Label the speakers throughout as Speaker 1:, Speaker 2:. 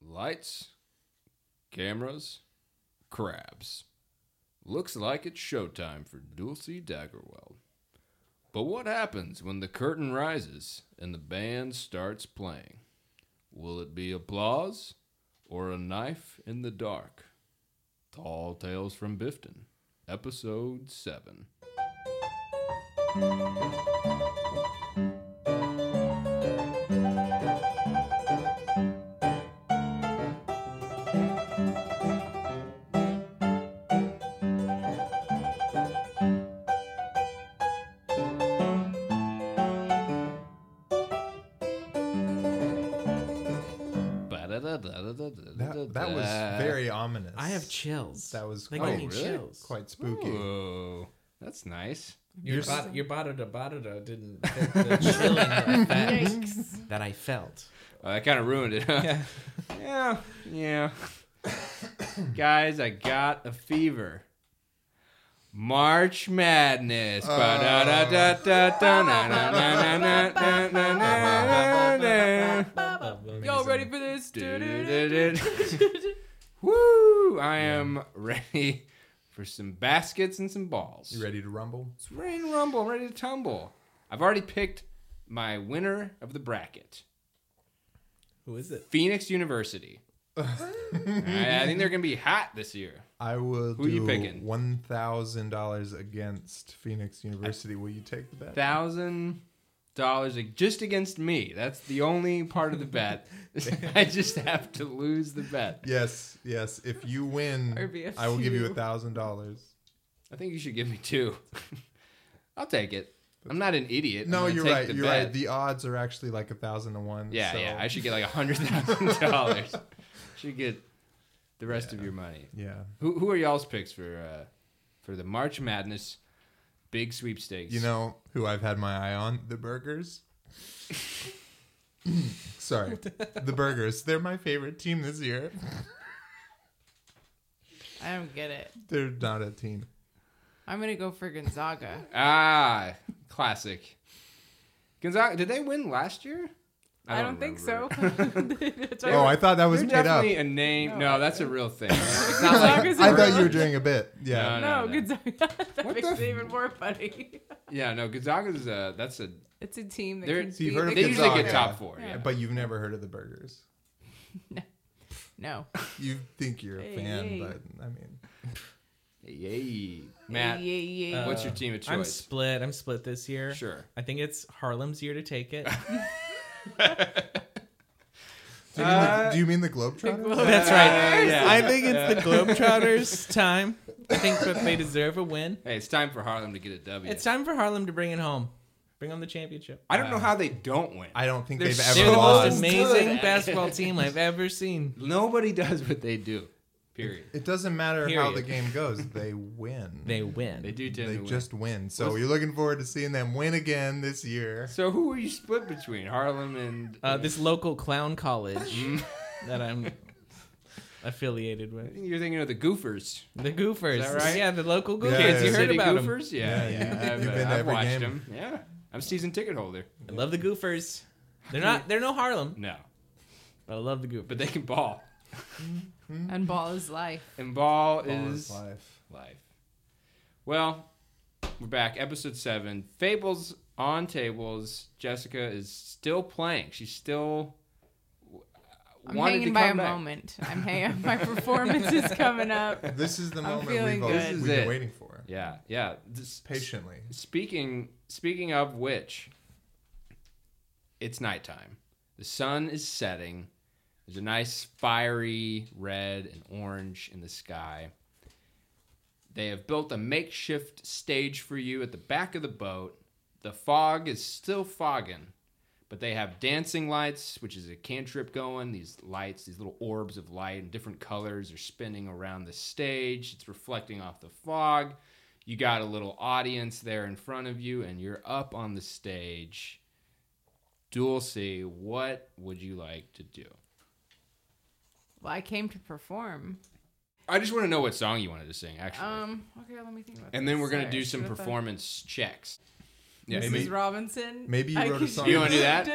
Speaker 1: Lights, cameras, crabs. Looks like it's showtime for Dulcie Daggerweld. But what happens when the curtain rises and the band starts playing? Will it be applause or a knife in the dark? Tall Tales from Bifton, Episode 7.
Speaker 2: That, that was very ominous.
Speaker 3: I have chills.
Speaker 2: That was
Speaker 3: That
Speaker 2: quite,
Speaker 3: gave me
Speaker 1: really?
Speaker 3: chills.
Speaker 2: quite spooky.
Speaker 1: Ooh, that's nice.
Speaker 3: Your
Speaker 2: You're
Speaker 3: ba-
Speaker 2: s-
Speaker 3: your bada da bada da didn't fit the chilling effect
Speaker 4: Yikes.
Speaker 3: that I felt.
Speaker 1: Oh, that kind of ruined it, huh?
Speaker 3: Yeah.
Speaker 1: yeah. yeah. Guys, I got a fever. March Madness. Ba-da-da-da-da-da-na-na-na-na-na-na-na-na. Y'all ready for this? Du-du-du-du. Woo! I am ready for some baskets and some balls.
Speaker 2: You ready to rumble?
Speaker 1: It's ready to rumble. I'm ready to tumble. I've already picked my winner of the bracket.
Speaker 3: Who is it?
Speaker 1: Phoenix University. I, I think they're gonna be hot this year.
Speaker 2: I will
Speaker 1: Who
Speaker 2: do
Speaker 1: you picking?
Speaker 2: one thousand dollars against Phoenix University. Will you take the bet?
Speaker 1: Thousand dollars just against me. That's the only part of the bet. I just have to lose the bet.
Speaker 2: yes, yes. If you win,
Speaker 4: RBFU.
Speaker 2: I will give you a thousand dollars.
Speaker 1: I think you should give me two. I'll take it. I'm not an idiot. I'm
Speaker 2: No,
Speaker 1: gonna
Speaker 2: you're
Speaker 1: take
Speaker 2: right.
Speaker 1: the
Speaker 2: You're
Speaker 1: bet.
Speaker 2: right. The odds are actually like a thousand to one.
Speaker 1: yeah,
Speaker 2: so-
Speaker 1: yeah. I should get like a hundred thousand dollars. Should get the rest of your money.
Speaker 2: yeah.
Speaker 1: Who who are y'all's picks for uh, for the March Madness big sweepstakes?
Speaker 2: You know who I've had my eye on? The burgers. Sorry, the burgers. They're my favorite team this year.
Speaker 4: I don't get it.
Speaker 2: They're not a team.
Speaker 4: I'm gonna go for Gonzaga.
Speaker 1: Ah, classic. Gonzaga, did they win last year?
Speaker 4: I don't, think so.
Speaker 1: remember.
Speaker 4: That's why
Speaker 2: Oh,
Speaker 4: I-
Speaker 2: I thought that was
Speaker 1: They're
Speaker 2: made up.
Speaker 1: definitely a name. No, that's a real thing. It's not like
Speaker 4: Gonzaga's
Speaker 2: I
Speaker 4: in
Speaker 2: thought you were
Speaker 4: Maryland.
Speaker 2: doing a bit.
Speaker 1: No,
Speaker 2: Yeah.
Speaker 1: no,
Speaker 4: No,
Speaker 1: no.
Speaker 4: Gonzaga. that
Speaker 1: What
Speaker 4: makes
Speaker 1: the
Speaker 4: it even more funny.
Speaker 1: yeah, no. Gonzaga's a that's a
Speaker 4: It's a team that
Speaker 1: They're-
Speaker 4: can
Speaker 1: So
Speaker 2: you've
Speaker 4: beat
Speaker 2: heard
Speaker 4: the
Speaker 2: of
Speaker 1: they usually
Speaker 2: Gonzaga.
Speaker 1: get top four. Yeah,
Speaker 2: But you've never heard of the burgers.
Speaker 4: No.
Speaker 2: You think you're a
Speaker 4: Hey.
Speaker 2: fan, but I mean,
Speaker 1: yay, Matt.
Speaker 4: Yeah, yeah, yeah.
Speaker 1: what's your team of
Speaker 3: I'm
Speaker 1: choice?
Speaker 3: split. I'm split this year.
Speaker 1: Sure.
Speaker 3: I think it's Harlem's year to take it.
Speaker 2: do you mean, the, do you mean the Globetrotters?
Speaker 3: Oh, That's right.
Speaker 1: Uh, yeah.
Speaker 3: I think it's the Globetrotters' time. I think that they deserve a win.
Speaker 1: Hey, it's time for Harlem to get a W.
Speaker 3: It's time for Harlem to bring it home. Bring home the championship.
Speaker 1: I don't know how they don't win.
Speaker 2: I don't think
Speaker 1: They're
Speaker 2: they've
Speaker 3: They're
Speaker 2: ever
Speaker 3: the
Speaker 2: lost.
Speaker 3: most amazing
Speaker 1: Good.
Speaker 3: basketball team I've ever seen.
Speaker 1: Nobody does what they do. Period.
Speaker 2: It doesn't matter how
Speaker 3: Period.
Speaker 2: the game goes; they win.
Speaker 3: They win.
Speaker 1: They do tend
Speaker 2: They
Speaker 1: to win.
Speaker 2: just win. So you're looking forward to seeing them win again this year.
Speaker 1: So who are you split between Harlem and?
Speaker 3: Uh, this local clown college
Speaker 1: Mm-hmm.
Speaker 3: that I'm affiliated
Speaker 1: I
Speaker 3: with.
Speaker 1: think you're thinking of the Goofers.
Speaker 3: The Goofers.
Speaker 1: Is that right?
Speaker 3: Yeah, the local Goofers.
Speaker 2: Yeah,
Speaker 1: Kids, you
Speaker 3: You
Speaker 2: yeah.
Speaker 3: heard
Speaker 1: City
Speaker 3: about them.
Speaker 1: Goofers? Yeah,
Speaker 2: Yeah,
Speaker 1: yeah.
Speaker 2: you-
Speaker 1: I've,
Speaker 2: you've
Speaker 1: uh,
Speaker 2: been to
Speaker 1: I've
Speaker 2: every
Speaker 1: watched
Speaker 2: game.
Speaker 1: them. Yeah, I'm season ticket holder.
Speaker 3: I love the Goofers. They're not. They're no Harlem,
Speaker 1: No,
Speaker 3: but I love the Goofers.
Speaker 1: but they can ball,
Speaker 4: And ball is life.
Speaker 1: and ball,
Speaker 2: Ball
Speaker 1: is
Speaker 2: is
Speaker 1: life.
Speaker 2: life.
Speaker 1: Well, we're back, episode seven. Fables on tables. Jessica is still playing. She's still. w-
Speaker 4: I'm
Speaker 1: wanted to
Speaker 4: hanging by a
Speaker 1: come back.
Speaker 4: moment. I'm hanging. My performance is coming up.
Speaker 2: This is the moment
Speaker 4: feeling
Speaker 2: we've, all,
Speaker 4: good.
Speaker 2: we've
Speaker 4: This
Speaker 1: is
Speaker 2: been
Speaker 1: it.
Speaker 2: waiting for.
Speaker 1: Yeah, yeah. This,
Speaker 2: Patiently.
Speaker 1: Speaking speaking of which, it's nighttime. The sun is setting. There's a nice fiery red and orange in the sky. They have built a makeshift stage for you at the back of the boat. The fog is still fogging, but they have dancing lights, which is a cantrip going. These lights, these little orbs of light in different colors, are spinning around the stage. It's reflecting off the fog. You got a little audience there in front of you, and you're up on the stage. Dulce, what would you like to do?
Speaker 4: Well, I came to perform.
Speaker 1: I just want to know what song you wanted to sing, actually.
Speaker 4: Um. Okay, let me think about.
Speaker 1: and then
Speaker 4: this.
Speaker 1: we're gonna
Speaker 4: Sorry,
Speaker 1: do
Speaker 4: I
Speaker 1: some
Speaker 4: should've thought-
Speaker 1: performance checks. Yeah,
Speaker 4: Mrs.
Speaker 2: maybe-
Speaker 4: Robinson.
Speaker 2: maybe you
Speaker 4: I
Speaker 2: wrote a
Speaker 4: could-
Speaker 2: song You wanna
Speaker 1: do that?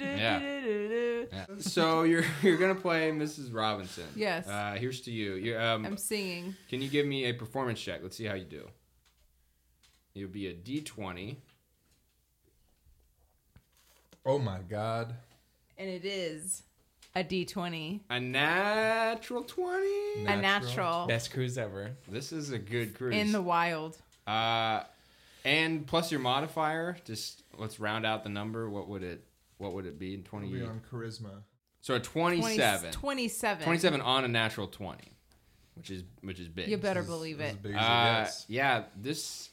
Speaker 4: yeah.
Speaker 1: Yeah. So you're you're gonna play Mrs. Robinson.
Speaker 4: Yes.
Speaker 1: Uh, here's to you. you um,
Speaker 4: I'm singing.
Speaker 1: Can you give me a performance check? Let's see how you do. It'll be a D20.
Speaker 2: Oh my god.
Speaker 4: And it is a D20.
Speaker 1: A natural 20.
Speaker 4: A natural.
Speaker 3: Best cruise ever.
Speaker 1: This is a good cruise.
Speaker 4: In the wild.
Speaker 1: uh, and plus your modifier. Just let's round out the number. What would it? What would it be in
Speaker 2: It'll be
Speaker 1: 20?
Speaker 2: on charisma.
Speaker 1: So a 27.
Speaker 4: 27.
Speaker 1: 27 on a natural 20, which is which is big.
Speaker 4: You better
Speaker 2: This is
Speaker 4: believe
Speaker 2: as
Speaker 4: it.
Speaker 2: big as
Speaker 1: Uh,
Speaker 2: gets.
Speaker 1: yeah. This.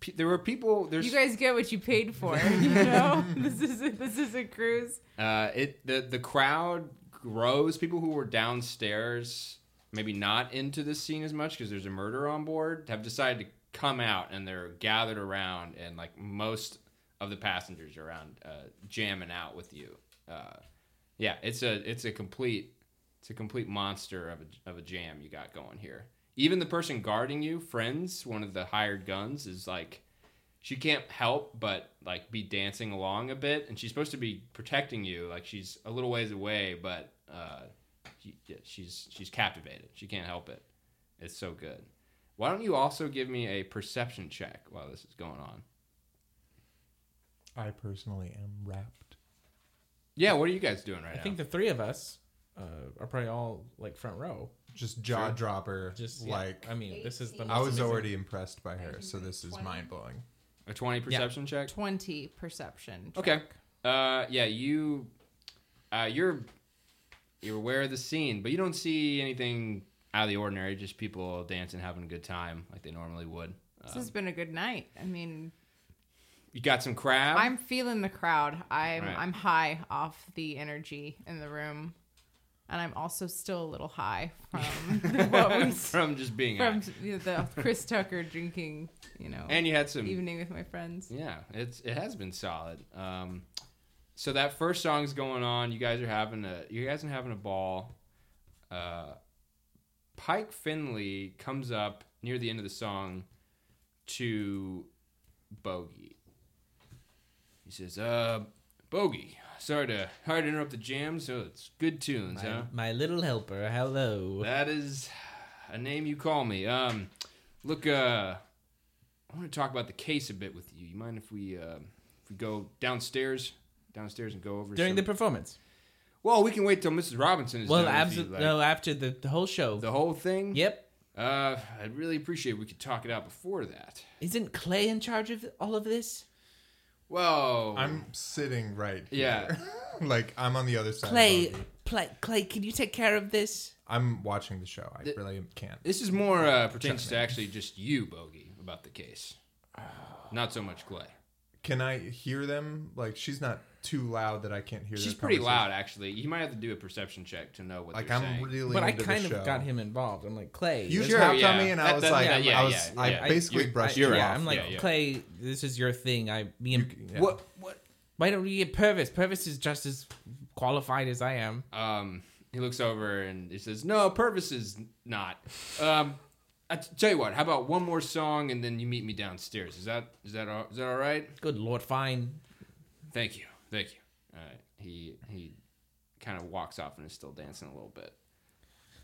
Speaker 1: pe- There were people. There's
Speaker 4: You guys get what you paid for. You know, this is a, this is a cruise.
Speaker 1: Uh, it the the crowd grows. People who were downstairs, maybe not into this scene as much because there's a murder on board, have decided to come out and they're gathered around, and like most of the passengers are around uh, jamming out with you. Uh, yeah, it's a it's a complete it's a complete monster of a of a jam you got going here. Even the person guarding you, friends, one of the hired guns, is like she can't help but like be dancing along a bit and she's supposed to be protecting you like she's a little ways away but uh she, yeah, she's she's captivated she can't help it it's so good why don't you also give me a perception check while this is going on
Speaker 2: I personally am wrapped.
Speaker 1: yeah what are you guys doing right
Speaker 3: I think
Speaker 1: now
Speaker 3: the three of us uh, are probably all like front row.
Speaker 2: Just jaw dropper.
Speaker 3: Just yeah,
Speaker 2: like
Speaker 3: I mean, this is the.
Speaker 2: I
Speaker 3: most
Speaker 2: was
Speaker 3: amazing-
Speaker 2: already impressed by her, so this is mind blowing.
Speaker 1: a 20 perception check
Speaker 4: 20 perception. check.
Speaker 1: Okay. Uh, yeah, you, uh, you're, you're aware of the scene, but you don't see anything out of the ordinary. Just people dancing, having a good time, like they normally would. Uh,
Speaker 4: This has been a good night. I mean,
Speaker 1: you got some crab.
Speaker 4: I'm feeling the crowd. I'm
Speaker 1: Right.
Speaker 4: I'm high off the energy in the room, and I'm also still a little high from the, what we s-
Speaker 1: from just being
Speaker 4: from
Speaker 1: out.
Speaker 4: you know, the Chris Tucker drinking, you know,
Speaker 1: And you had some.
Speaker 4: evening with my friends.
Speaker 1: Yeah, it's it has been solid. Um, so that first song's going on. You guys are having a you guys are having a ball. Uh, Pike Finley comes up near the end of the song to Bogey. He says, "Uh, Bogey, sorry to sorry to interrupt the jam. So it's good tunes, huh?
Speaker 3: My, my little helper. Hello.
Speaker 1: That is a name you call me. Um, look, uh, I want to talk about the case a bit with you. You mind if we uh, if we go downstairs, downstairs and go over
Speaker 3: During
Speaker 1: some-
Speaker 3: the performance.
Speaker 1: well, we can wait till Mrs. Robinson is
Speaker 3: Well,
Speaker 1: done. if you'd
Speaker 3: absolutely.
Speaker 1: like.
Speaker 3: No, after the, the whole show.
Speaker 1: the whole thing.
Speaker 3: yep.
Speaker 1: Uh, I'd really appreciate if we could talk it out before that.
Speaker 3: Isn't Clay in charge of all of this?
Speaker 1: Well,
Speaker 2: I'm sitting right
Speaker 1: Yeah.
Speaker 2: here. like I'm on the other side. of
Speaker 3: Clay,
Speaker 2: Bogey.
Speaker 3: Clay, Clay, can you take care of this?
Speaker 2: I'm watching the show. I really can't.
Speaker 1: This is more uh, pertains to actually just you, Bogey, about the case. Not so much Clay.
Speaker 2: Can I hear them? Like she's not too loud that I can't hear.
Speaker 1: She's
Speaker 2: their
Speaker 1: pretty
Speaker 2: conversation.
Speaker 1: loud, actually. You might have to do a perception check to know what
Speaker 2: Like
Speaker 1: they're
Speaker 2: I'm
Speaker 1: saying.
Speaker 2: really.
Speaker 3: But I
Speaker 2: into the
Speaker 3: kind of
Speaker 2: show.
Speaker 3: got him involved. I'm like, Clay.
Speaker 2: You
Speaker 3: this-
Speaker 1: Sure,
Speaker 2: tapped on
Speaker 1: yeah.
Speaker 2: me, and
Speaker 1: That-
Speaker 2: I was
Speaker 1: that-
Speaker 2: like,
Speaker 1: yeah, yeah,
Speaker 2: I was,
Speaker 1: yeah,
Speaker 2: I
Speaker 1: yeah.
Speaker 2: basically
Speaker 3: you're-
Speaker 2: brushed
Speaker 3: I-
Speaker 2: you
Speaker 3: yeah,
Speaker 2: off.
Speaker 3: I'm like,
Speaker 1: Yeah, yeah.
Speaker 3: Clay, this is your thing. I me and
Speaker 2: yeah.
Speaker 1: What? What?
Speaker 3: why don't you get Purvis? Purvis is just as qualified as I am.
Speaker 1: um, he looks over and he says, "No, Purvis is not." Um, I t- tell you what, how about one more song and then you meet me downstairs? Is that is that all, is that all right?
Speaker 3: Good lord, fine.
Speaker 1: Thank you, thank you. All right. He he kind of walks off and is still dancing a little bit,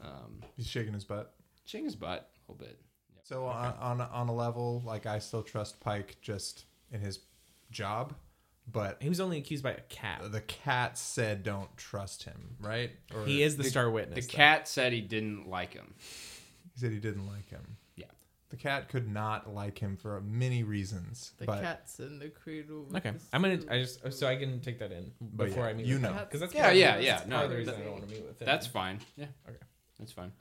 Speaker 1: um,
Speaker 2: He's shaking his butt.
Speaker 1: shaking his butt a little bit.
Speaker 2: So on, on on a level, like I still trust Pike just in his job, but
Speaker 3: He was only accused by a cat.
Speaker 2: the cat said don't trust him, right? Or
Speaker 3: He is the, star
Speaker 1: The
Speaker 3: witness. though.
Speaker 1: cat said he didn't like him.
Speaker 2: He said he didn't like him.
Speaker 1: Yeah.
Speaker 2: The cat could not like him for many reasons,
Speaker 4: The
Speaker 2: but
Speaker 4: cats in the cradle. with
Speaker 3: Okay,
Speaker 4: the
Speaker 3: I'm gonna. I
Speaker 4: soup.
Speaker 3: just oh, so I can take that in
Speaker 2: But
Speaker 3: before
Speaker 2: yeah,
Speaker 3: I meet.
Speaker 2: you
Speaker 3: with
Speaker 2: know.
Speaker 3: him. 'Cause that's
Speaker 1: Yeah,
Speaker 3: part of-
Speaker 1: yeah, yeah,
Speaker 3: That's
Speaker 1: no,
Speaker 3: part of the reason
Speaker 1: that-
Speaker 3: I don't want to meet with him.
Speaker 1: That's fine. Yeah.
Speaker 3: Okay.
Speaker 1: That's fine.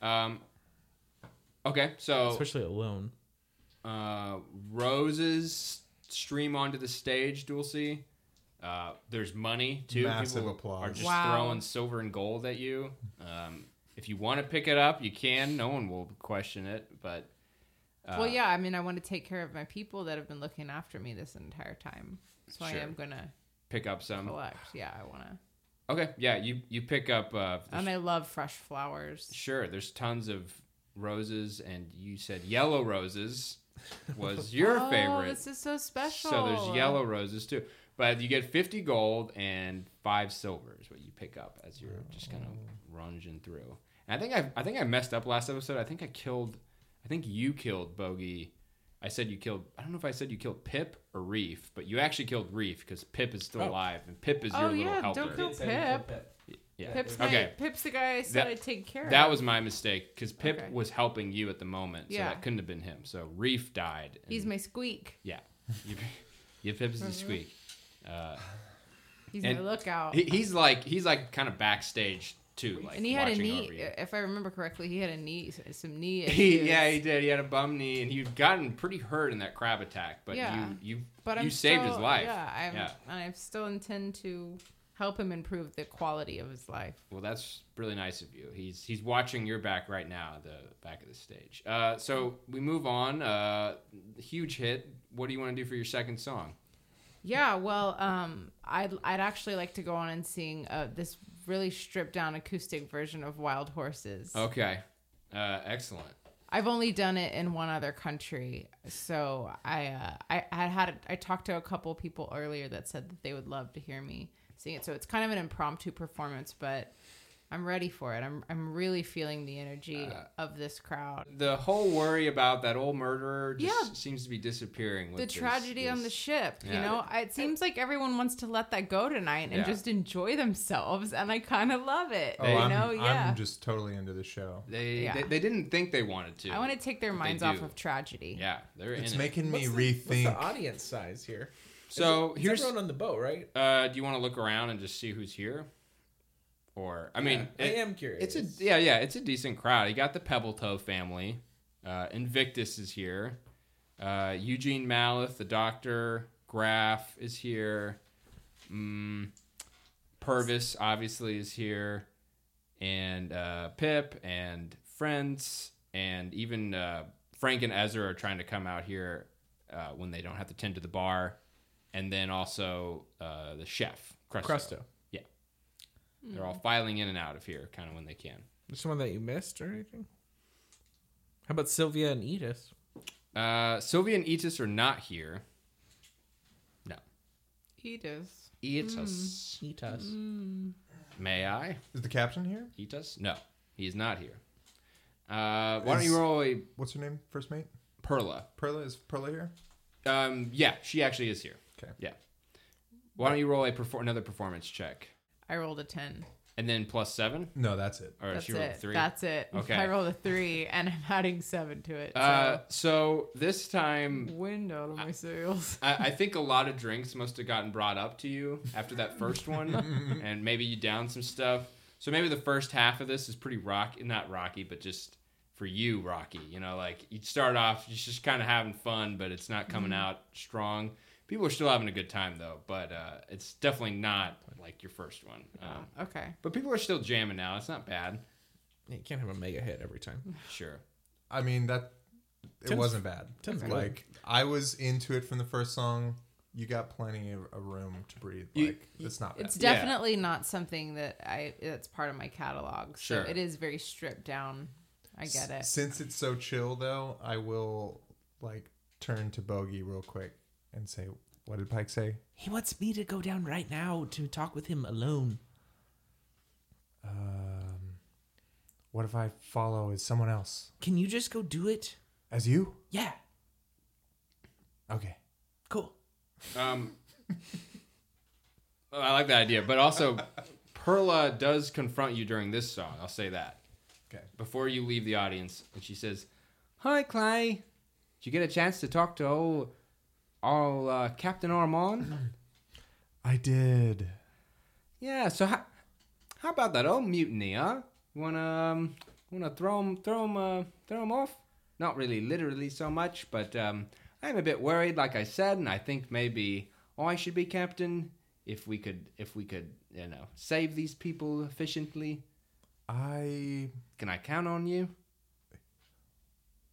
Speaker 1: Um, okay. So
Speaker 3: especially alone.
Speaker 1: uh, roses stream onto the stage, Dulcie. Uh, there's money too.
Speaker 2: Massive
Speaker 1: People
Speaker 2: applause.
Speaker 1: are just
Speaker 4: Wow.
Speaker 1: throwing silver and gold at you. Um, if you want to pick it up, you can. No one will question it. But uh,
Speaker 4: well, yeah. I mean, I want to take care of my people that have been looking after me this entire time, so
Speaker 1: Sure. Um,
Speaker 4: I am gonna
Speaker 1: pick up some.
Speaker 4: collect. Yeah, I wanna,
Speaker 1: Okay, yeah, you you pick up. Uh,
Speaker 4: and I love fresh flowers.
Speaker 1: sure, there's tons of roses, and you said yellow roses was your
Speaker 4: oh,
Speaker 1: favorite.
Speaker 4: This is so special.
Speaker 1: So there's yellow roses too. But you get 50 gold and five silver is what you pick up as you're just kind of
Speaker 4: Oh.
Speaker 1: runging through. And I think I, I think I messed up last episode. I think I killed, I think you killed Bogey. I said you killed. I don't know if I said you killed Pip or Reef, but you actually killed Reef because Pip is still
Speaker 3: Oh.
Speaker 1: alive and Pip is
Speaker 4: Oh,
Speaker 1: your
Speaker 4: yeah,
Speaker 1: little helper.
Speaker 4: don't kill Pip.
Speaker 1: Yeah.
Speaker 4: Pip's,
Speaker 1: Uh, okay.
Speaker 4: my, Pip's the guy I said
Speaker 1: That-
Speaker 4: I'd take care of.
Speaker 1: That was my mistake because Pip
Speaker 4: Okay.
Speaker 1: was helping you at the moment, so
Speaker 4: Yeah.
Speaker 1: that couldn't have been him. So Reef died. and-
Speaker 4: He's my Mhm. squeak.
Speaker 1: yeah. You, you Pip's the squeak. Uh,
Speaker 4: He's
Speaker 1: And
Speaker 4: my lookout.
Speaker 1: he, he's like he's like kind of backstage too, like
Speaker 4: and he had a
Speaker 1: watching
Speaker 4: knee, uh,
Speaker 1: over you.
Speaker 4: if I remember correctly, he had a knee, some knee
Speaker 1: He,
Speaker 4: issues.
Speaker 1: yeah, he did. He had a bum knee, and he'd gotten pretty hurt in that crab attack. But
Speaker 4: Yeah.
Speaker 1: you, you,
Speaker 4: but
Speaker 1: you
Speaker 4: I'm
Speaker 1: saved his
Speaker 4: still-
Speaker 1: life.
Speaker 4: Yeah, I'm,
Speaker 1: Yeah.
Speaker 4: and I still intend to help him improve the quality of his life.
Speaker 1: Well, that's really nice of you. He's he's watching your back right now, the back of the stage. Uh, so we move on. Uh, huge hit. What do you want to do for your second song?
Speaker 4: Yeah, well, um, I'd I'd actually like to go on and sing uh, this really stripped down acoustic version of Wild Horses.
Speaker 1: Okay, uh, excellent.
Speaker 4: I've only done it in one other country, so I uh, I I had I talked to a couple people earlier that said that they would love to hear me sing it. So it's kind of an impromptu performance, but I'm ready for it. I'm I'm really feeling the energy
Speaker 1: Uh,
Speaker 4: of this crowd.
Speaker 1: The whole worry about that old murderer just
Speaker 4: Yeah.
Speaker 1: seems to be disappearing. With
Speaker 4: the
Speaker 1: this-
Speaker 4: tragedy on the
Speaker 1: this-
Speaker 4: ship. You
Speaker 1: Yeah.
Speaker 4: know, I- it seems like everyone wants to let that go tonight and
Speaker 1: Yeah.
Speaker 4: just enjoy themselves, and I kind of love it.
Speaker 2: Oh,
Speaker 1: They-
Speaker 4: you
Speaker 2: I'm,
Speaker 4: know, yeah.
Speaker 2: I'm just totally into the show.
Speaker 1: They,
Speaker 4: Yeah.
Speaker 1: they they didn't think they wanted to.
Speaker 4: I want to take their
Speaker 1: They
Speaker 4: minds
Speaker 1: do.
Speaker 4: off of tragedy.
Speaker 1: Yeah, they're
Speaker 2: It's
Speaker 1: in it.
Speaker 2: making me
Speaker 3: What's the- what's
Speaker 2: rethink.
Speaker 3: the audience size here. Is
Speaker 1: So
Speaker 3: it- is
Speaker 1: here's
Speaker 3: everyone on the boat, right?
Speaker 1: Uh, do you want to look around and just see who's here? Or I mean,
Speaker 3: Yeah,
Speaker 1: it-
Speaker 3: I am curious.
Speaker 1: It's a yeah, yeah. It's a decent crowd. You got the Pebble Toe family. Uh, Invictus is here. Uh, Eugene Malleth, the doctor. Graf is here. Mm, Purvis obviously is here, and uh, Pip and friends and even uh, Frank and Ezra are trying to come out here uh, when they don't have to tend to the bar, and then also uh, the chef Crusto.
Speaker 3: Crusto.
Speaker 1: They're all filing in and out of here, kind of when they can.
Speaker 3: Someone that you missed or anything? How about Sylvia and Edith?
Speaker 1: Uh, Sylvia and Etus are not here.
Speaker 4: Edith.
Speaker 1: Etus.
Speaker 3: Eat us.
Speaker 1: May I?
Speaker 2: Is the captain here?
Speaker 1: Etus? No, he's not here. Uh, why don't you
Speaker 2: Is-
Speaker 1: roll a
Speaker 2: What's her name? First mate?
Speaker 1: Perla?
Speaker 2: Perla? Is Perla here?
Speaker 1: Um, yeah, she actually is here.
Speaker 2: Okay.
Speaker 1: Yeah. Why don't you roll a perfor- another performance check?
Speaker 4: I rolled a 10.
Speaker 1: And then plus seven?
Speaker 2: No, that's it.
Speaker 1: Or
Speaker 4: That's
Speaker 1: she rolled a
Speaker 4: it.
Speaker 1: three?
Speaker 4: That's it.
Speaker 1: Okay.
Speaker 4: I rolled a three, and I'm adding seven to it. So.
Speaker 1: uh, so this time
Speaker 4: Wind out of my sails.
Speaker 1: I, I think a lot of drinks must have gotten brought up to you after that first one, and maybe you downed some stuff. So maybe the first half of this is pretty rocky, not rocky, but just for you, rocky. You know, like you start off just, just kind of having fun, but it's not coming out strong. People are still having a good time though, but uh, it's definitely not like your first one. Um,
Speaker 4: Okay.
Speaker 1: but people are still jamming now. It's not bad.
Speaker 3: You can't have a mega hit every time.
Speaker 1: Sure.
Speaker 2: I mean that it
Speaker 3: Tim's-
Speaker 2: wasn't bad.
Speaker 3: Tim's
Speaker 2: like I was into it from the first song. You got plenty of a room to breathe.
Speaker 1: You-
Speaker 2: Like it's not bad.
Speaker 4: It's
Speaker 1: Yeah.
Speaker 4: definitely not something that I that's part of my catalog. So
Speaker 1: Sure.
Speaker 4: it is very stripped down. I
Speaker 2: S-
Speaker 4: get it.
Speaker 2: Since it's so chill though, I will like turn to Bogey real quick and say, "What did Pike say?"
Speaker 3: He wants me to go down right now to talk with him alone.
Speaker 2: Um, what if I follow as someone else?
Speaker 3: Can you just go do it?
Speaker 2: As you?
Speaker 3: Yeah.
Speaker 2: Okay.
Speaker 3: Cool.
Speaker 1: Um, I like that idea, but also Perla does confront you during this song. I'll say that.
Speaker 2: Okay.
Speaker 1: Before you leave the audience, and she says, "Hi, Clay. Did you get a chance to talk to old, old uh, Captain Armand?
Speaker 2: I did.
Speaker 1: yeah. So how, how about that old mutiny, huh? You wanna um, wanna throw him throw him uh, throw him off? Not really, literally so much, but um, I'm a bit worried, like I said, and I think maybe I should be captain if we could if we could you know save these people efficiently.
Speaker 2: I
Speaker 1: Can I count on you?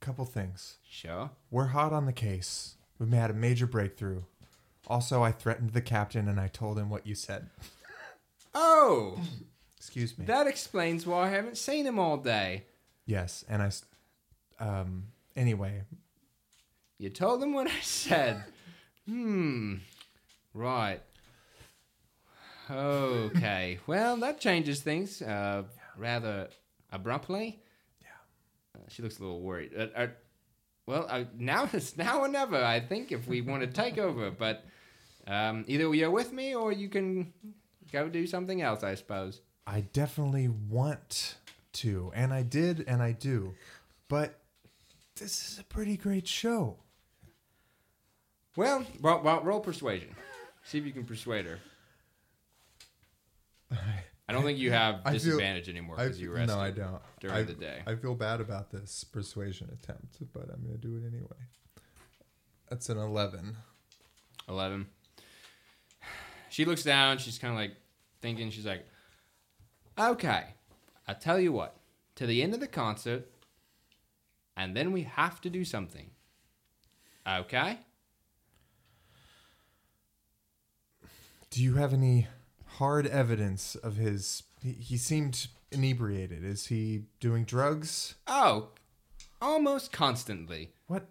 Speaker 2: couple things.
Speaker 1: Sure.
Speaker 2: We're hot on the case. We made a major breakthrough. Also, I threatened the captain and I told him what you said.
Speaker 1: Oh.
Speaker 2: Excuse me.
Speaker 1: That explains why I haven't seen him all day.
Speaker 2: yes, and I. s- Um. Anyway,
Speaker 1: You told him what I said. hmm. Right. Okay. Well, that changes things uh, rather abruptly. Yeah. she looks a little worried. Uh, uh, well, uh, now it's now or never, I think, if we want to take over. But um, either you're with me or you can go do something else, I suppose.
Speaker 2: I definitely want to, and I did, and I do. But this is a pretty great show.
Speaker 1: Well, well, well roll persuasion. See if you can persuade her. I don't think you have
Speaker 2: I feel-
Speaker 1: disadvantage anymore because you were
Speaker 2: no, I
Speaker 1: arrested.
Speaker 2: don't.
Speaker 1: during
Speaker 2: I,
Speaker 1: the day.
Speaker 2: I feel bad about this persuasion attempt, but I'm gonna do it anyway. That's an eleven.
Speaker 1: 11. She looks down. She's kind of like thinking. She's like, okay, I'll tell you what. To the end of the concert, and then we have to do something. Okay?
Speaker 2: Do you have any hard evidence of his? He, he seemed inebriated. Is he doing drugs?
Speaker 1: Oh, almost constantly.
Speaker 2: What?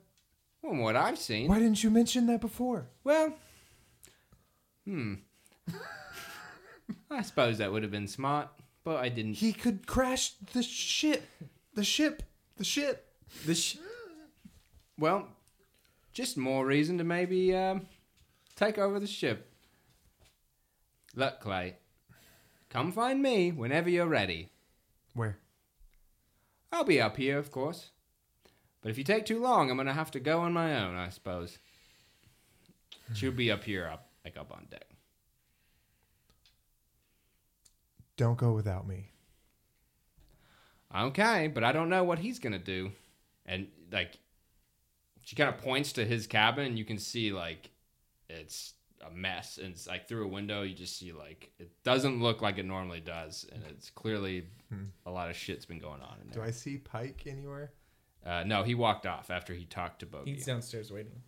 Speaker 1: From what I've seen.
Speaker 2: Why didn't you mention that before?
Speaker 1: Well, hmm. I suppose that would have been smart, but I didn't.
Speaker 2: He could crash the ship. The ship. The ship.
Speaker 1: The sh- well, just more reason to maybe um, take over the ship. Look, Clay, come find me whenever you're ready.
Speaker 2: Where?
Speaker 1: I'll be up here, of course. But if you take too long, I'm gonna have to go on my own, I suppose. She'll be up here, up like up on deck.
Speaker 2: Don't go without me.
Speaker 1: Okay, but I don't know what he's gonna do. And like, she kind of points to his cabin, and you can see like it's a mess, and it's like through a window you just see like it doesn't look like it normally does, and it's clearly a lot of shit's been going on in
Speaker 2: Hmm. Do
Speaker 1: there.
Speaker 2: I see Pike anywhere?
Speaker 1: Uh, no, he walked off after he talked to Bogey.
Speaker 3: He's downstairs waiting.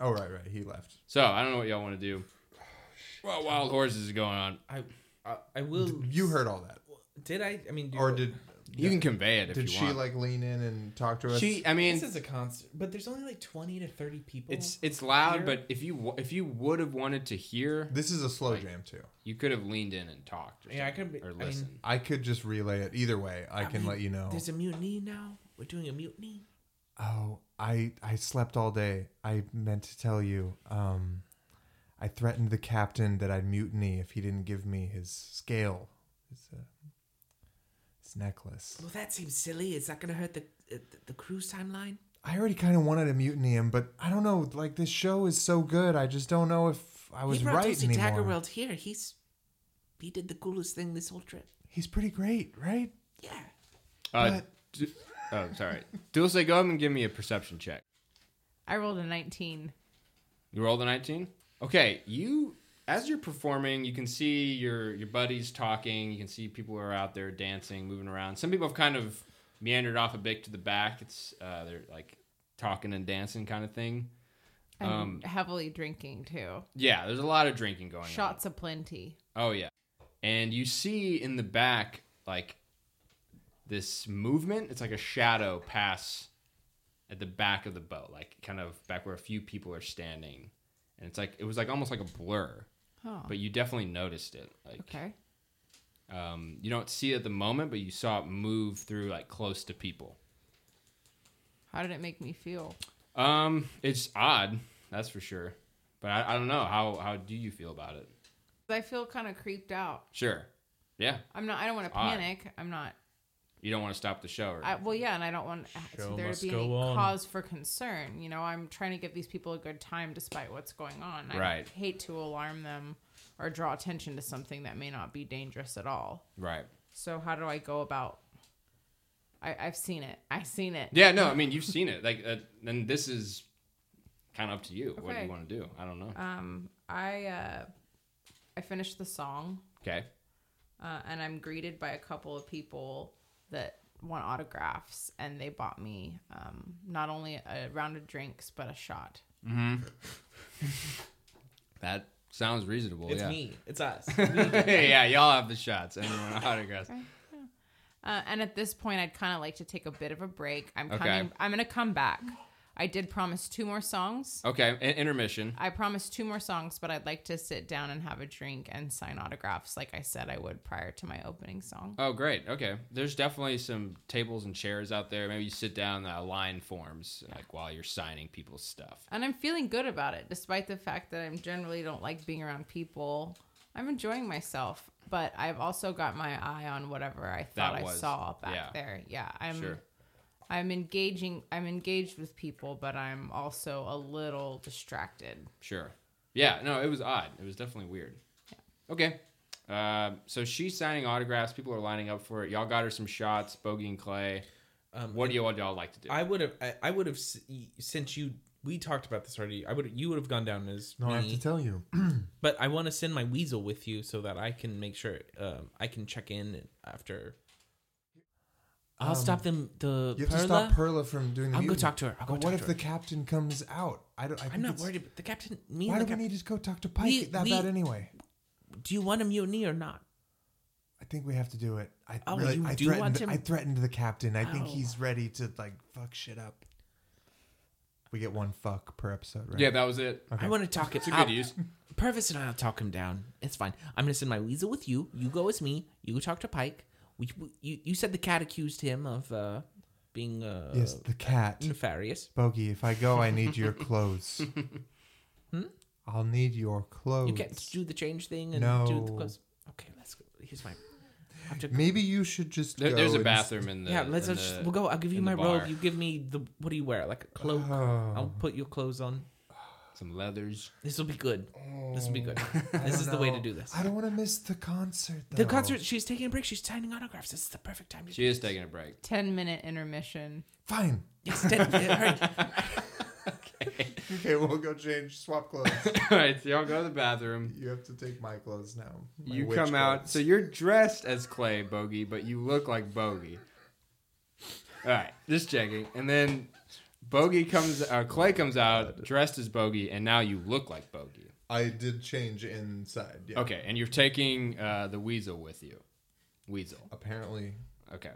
Speaker 2: Oh right, right. He left.
Speaker 1: So I don't know what y'all want to do. Well, wild horses is going on.
Speaker 3: I, I, I will.
Speaker 2: You heard all that,
Speaker 3: Did I? I mean, do
Speaker 2: or did
Speaker 1: You can convey it if
Speaker 2: did
Speaker 1: you
Speaker 2: she
Speaker 1: want.
Speaker 2: like lean in and talk to us?
Speaker 1: she, I mean,
Speaker 3: this is a concert, but there's only like twenty to thirty people.
Speaker 1: it's it's loud,
Speaker 3: Here?
Speaker 1: but if you wa- if you would have wanted to hear,
Speaker 2: This is a slow jam too.
Speaker 1: You could have leaned in and talked. Or
Speaker 3: Yeah, I
Speaker 1: something,
Speaker 3: could be-
Speaker 1: Or
Speaker 3: I mean-
Speaker 1: listened.
Speaker 2: I could just relay it either way. I, can
Speaker 3: mean,
Speaker 2: let you know.
Speaker 3: There's a mutiny now. We're doing a mutiny.
Speaker 2: Oh, I I slept all day. I meant to tell you. Um, I threatened the captain that I'd mutiny if he didn't give me his scale, his uh, his necklace.
Speaker 3: Well, that seems silly. Is that going to hurt the uh, the cruise timeline?
Speaker 2: I already kind of wanted to mutiny him, but I don't know. Like this show is so good, I just don't know if I was
Speaker 3: he brought
Speaker 2: right
Speaker 3: Tulsi
Speaker 2: anymore.
Speaker 3: Taggarweld here. He's he did the coolest thing this whole trip.
Speaker 2: He's pretty great, right?
Speaker 3: Yeah.
Speaker 1: Uh, d- oh, sorry. Dulce, go up and give me a perception check.
Speaker 4: I rolled a 19.
Speaker 1: You rolled a 19? Okay, you, as you're performing, you can see your, your buddies talking. You can see people are out there dancing, moving around. Some people have kind of meandered off a bit to the back. It's uh, They're like talking and dancing kind of thing.
Speaker 4: I'm
Speaker 1: Um,
Speaker 4: heavily drinking too.
Speaker 1: Yeah, there's a lot of drinking going on.
Speaker 4: Shots aplenty.
Speaker 1: Oh yeah. And you see in the back like this movement, it's like a shadow pass at the back of the boat, like kind of back where a few people are standing. And it's like it was like almost like a blur,
Speaker 4: Oh,
Speaker 1: but you definitely noticed it. Like
Speaker 4: okay.
Speaker 1: um you don't see it at the moment, but you saw it move through like close to people.
Speaker 4: How did it make me feel?
Speaker 1: Um it's odd, that's for sure. But I, I don't know how how do you feel about it?
Speaker 4: I feel kind of creeped out.
Speaker 1: Sure. Yeah.
Speaker 4: I'm not. I don't want to
Speaker 1: Odd.
Speaker 4: panic. I'm not.
Speaker 1: You don't want to stop the show or
Speaker 4: I, well, yeah, and I don't want uh,
Speaker 2: Show
Speaker 4: there to
Speaker 2: must
Speaker 4: be
Speaker 2: go
Speaker 4: any
Speaker 2: on.
Speaker 4: cause for concern. You know, I'm trying to give these people a good time despite what's going on. I
Speaker 1: Right.
Speaker 4: hate to alarm them or draw attention to something that may not be dangerous at all.
Speaker 1: right.
Speaker 4: So how do I go about? I, I've seen it. I've seen it.
Speaker 1: Yeah, no, I mean you've seen it. Like, uh, then this is kind of up to you. What do
Speaker 4: Okay.
Speaker 1: you want to do? I don't know.
Speaker 4: Um, I uh, I finished the song,
Speaker 1: Okay,
Speaker 4: uh, and I'm greeted by a couple of people that want autographs, and they bought me um, not only a round of drinks but a shot.
Speaker 1: that sounds reasonable.
Speaker 3: It's
Speaker 1: yeah.
Speaker 3: me. It's us.
Speaker 1: yeah, y'all have the shots. Anyone autographs?
Speaker 4: Uh, and at this point, I'd kind of like to take a bit of a break. I'm
Speaker 1: Okay.
Speaker 4: coming. I'm gonna come back. I did promise two more songs.
Speaker 1: Okay, in- intermission.
Speaker 4: I promised two more songs, but I'd like to sit down and have a drink and sign autographs, like I said I would prior to my opening song.
Speaker 1: Oh, great. Okay. There's definitely some tables and chairs out there. Maybe you sit down, a line forms, like while you're signing people's stuff.
Speaker 4: And I'm feeling good about it, despite the fact that I am generally don't like being around people. I'm enjoying myself, but I've also got my eye on whatever I
Speaker 1: That
Speaker 4: thought I
Speaker 1: was-
Speaker 4: saw back
Speaker 1: yeah.
Speaker 4: there. Yeah, I'm.
Speaker 1: Sure.
Speaker 4: I'm engaging. I'm engaged with people, but I'm also a little distracted.
Speaker 1: Sure. Yeah, no, it was odd. It was definitely weird. Okay. Uh, so she's signing autographs. People are lining up for it. Y'all got her some shots, Bogey and Clay.
Speaker 5: Um,
Speaker 1: What do y'all, y'all like to do?
Speaker 5: I would have. I, I would have s- since you. We talked about this already. I would. You would have gone down as
Speaker 2: No,
Speaker 5: me,
Speaker 2: I have to tell you.
Speaker 5: but I want to send my weasel with you so that I can make sure um, I can check in after. I'll
Speaker 2: Um,
Speaker 5: stop them. The
Speaker 2: You have to
Speaker 5: Perla.
Speaker 2: stop Perla from doing the
Speaker 5: I'll go
Speaker 2: mutiny.
Speaker 5: talk to her. I'll go
Speaker 2: But what
Speaker 5: talk to
Speaker 2: if
Speaker 5: her.
Speaker 2: the captain comes out? I don't. I think
Speaker 5: I'm not
Speaker 2: it's-
Speaker 5: worried. About, the captain. Me.
Speaker 2: Why
Speaker 5: and
Speaker 2: do
Speaker 5: the
Speaker 2: we
Speaker 5: captain,
Speaker 2: need to go talk to Pike
Speaker 5: We-
Speaker 2: that
Speaker 5: we-
Speaker 2: bad anyway?
Speaker 5: Do you want a mutiny or not?
Speaker 2: I think we have to do it. I
Speaker 5: Oh,
Speaker 2: really.
Speaker 5: you
Speaker 2: I
Speaker 5: do
Speaker 2: threatened.
Speaker 5: want him-
Speaker 2: I threatened the captain. I think
Speaker 5: Oh.
Speaker 2: he's ready to like fuck shit up. We get one fuck per episode, right?
Speaker 1: yeah, that was it.
Speaker 2: Okay.
Speaker 5: I want to talk it
Speaker 1: It's a
Speaker 5: out.
Speaker 1: good use.
Speaker 5: Purvis and I'll talk him down. It's fine. I'm gonna send my weasel with you. You go with me. You go talk to Pike. We, we- you, you said the cat accused him of uh, being uh,
Speaker 2: yes, the cat.
Speaker 5: nefarious.
Speaker 2: Bogey, if I go, I need your clothes.
Speaker 1: Hmm?
Speaker 2: I'll need your clothes.
Speaker 5: You can't do the change thing and do the
Speaker 2: No.
Speaker 5: clothes. Okay, let's go. Here's my. I have to-
Speaker 2: Maybe you should just.
Speaker 1: There,
Speaker 2: go
Speaker 1: there's a
Speaker 2: and-
Speaker 1: bathroom in the.
Speaker 5: yeah, let's
Speaker 1: in
Speaker 5: just.
Speaker 1: the-
Speaker 5: We'll go. I'll give you
Speaker 1: in the
Speaker 5: my robe.
Speaker 1: bar.
Speaker 5: You give me the. What do you wear? Like a cloak.
Speaker 2: Oh.
Speaker 5: I'll put your clothes on.
Speaker 1: Some leathers.
Speaker 5: This will be good. This will be good.
Speaker 2: Oh. I
Speaker 5: This
Speaker 2: don't
Speaker 5: is the way to
Speaker 2: know.
Speaker 5: do this.
Speaker 2: Oh, I don't want to miss the concert. Though.
Speaker 5: The concert. She's taking a break. She's signing autographs. This is the perfect time. To
Speaker 1: She is taking a break.
Speaker 4: Ten minute intermission.
Speaker 2: Fine.
Speaker 5: Yes, dead- all right.
Speaker 2: Okay, we'll go change, swap clothes.
Speaker 1: All right, so y'all go to the bathroom.
Speaker 2: you have to take my clothes now. my
Speaker 1: you
Speaker 2: witch
Speaker 1: come out.
Speaker 2: clothes.
Speaker 1: So you're dressed as Clay Bogey, but you look like Bogey. All right, just checking. And then Bogey comes, uh, Clay comes out dressed as Bogey, and now you look like Bogey.
Speaker 2: I did change inside. Yeah.
Speaker 1: Okay, and you're taking uh, the weasel with you. Weasel.
Speaker 2: Apparently,
Speaker 1: Okay.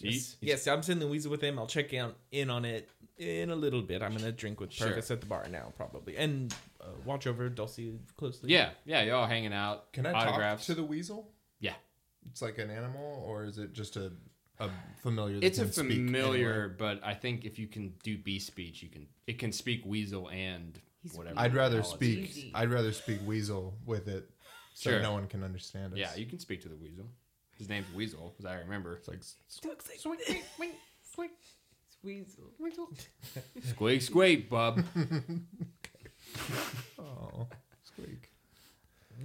Speaker 1: So you-
Speaker 5: yes. yes, I'm sending the weasel with him. I'll check in, in on it in a little bit. I'm gonna drink with
Speaker 1: Sure.
Speaker 5: Purvis at the bar now, probably, and uh, watch over Dulcie closely.
Speaker 1: Yeah, yeah, y'all hanging out.
Speaker 2: can I
Speaker 1: autographs?
Speaker 2: talk to the weasel?
Speaker 1: Yeah.
Speaker 2: It's like an animal, or is it just a a familiar? that
Speaker 1: It's a
Speaker 2: can speak
Speaker 1: familiar,
Speaker 2: anyway?
Speaker 1: but I think if you can do B speech, you can. It can speak weasel and
Speaker 4: He's
Speaker 1: whatever.
Speaker 2: I'd rather
Speaker 1: the hell it's-
Speaker 2: speak.
Speaker 4: Easy.
Speaker 2: I'd rather speak weasel with it, so
Speaker 1: Sure.
Speaker 2: no one can understand us.
Speaker 1: Yeah, you can speak to the weasel. His name's Weasel, as I remember.
Speaker 2: It's like
Speaker 4: Weasel.
Speaker 1: Squeak, squeak, bub.
Speaker 2: oh, squeak.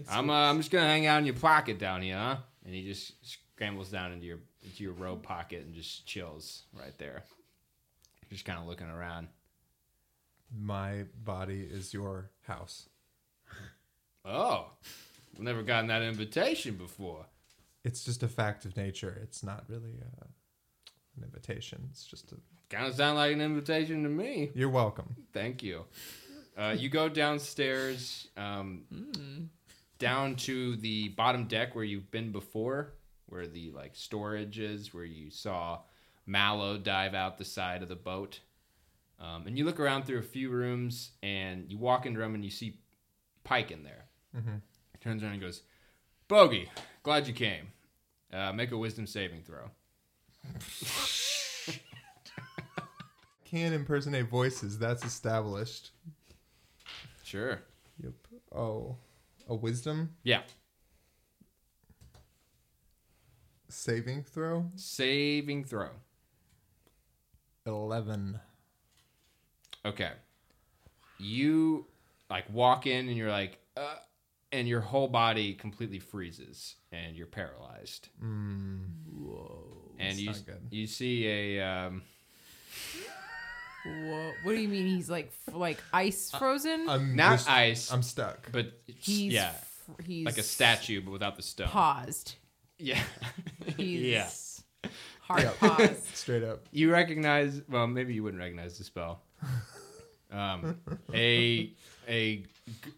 Speaker 1: I'm, uh, I'm just gonna hang out in your pocket down here, huh? And he just scrambles down into your into your robe pocket and just chills right there. Just kind of looking around.
Speaker 2: My body is your house.
Speaker 1: Oh, I've never gotten that invitation before.
Speaker 2: It's just a fact of nature. It's not really uh an invitation. It's just a.
Speaker 1: Kind of sound like an invitation to me.
Speaker 2: You're welcome.
Speaker 1: Thank you. Uh, you go downstairs, um, down to the bottom deck where you've been before, where the like storage is, where you saw Mallow dive out the side of the boat. Um, and you look around through a few rooms, and you walk into a room, and you see Pike in there. He turns around and goes, "Bogey, glad you came. Uh, make a wisdom saving throw."
Speaker 2: Can impersonate voices. That's established.
Speaker 1: Sure.
Speaker 2: Yep. Oh, a wisdom
Speaker 1: Yeah.
Speaker 2: saving throw.
Speaker 1: Saving throw.
Speaker 2: Eleven.
Speaker 1: Okay. You like walk in and you're like, uh, and your whole body completely freezes and you're paralyzed.
Speaker 5: Whoa.
Speaker 1: and you
Speaker 2: Mm. not good.
Speaker 1: you see a um,
Speaker 4: Whoa. What do you mean? He's like f- like ice
Speaker 1: Uh,
Speaker 4: frozen.
Speaker 2: I'm
Speaker 1: not
Speaker 2: just-
Speaker 1: ice,
Speaker 2: I'm stuck.
Speaker 1: but it's-
Speaker 4: he's
Speaker 1: yeah,
Speaker 4: f- he's
Speaker 1: like a statue but without the stone.
Speaker 4: Paused.
Speaker 1: Yeah,
Speaker 4: He's
Speaker 1: yeah.
Speaker 4: hard
Speaker 2: Yeah.
Speaker 4: pause.
Speaker 2: Straight up.
Speaker 1: You recognize? Well, maybe you wouldn't recognize the spell. Um, a a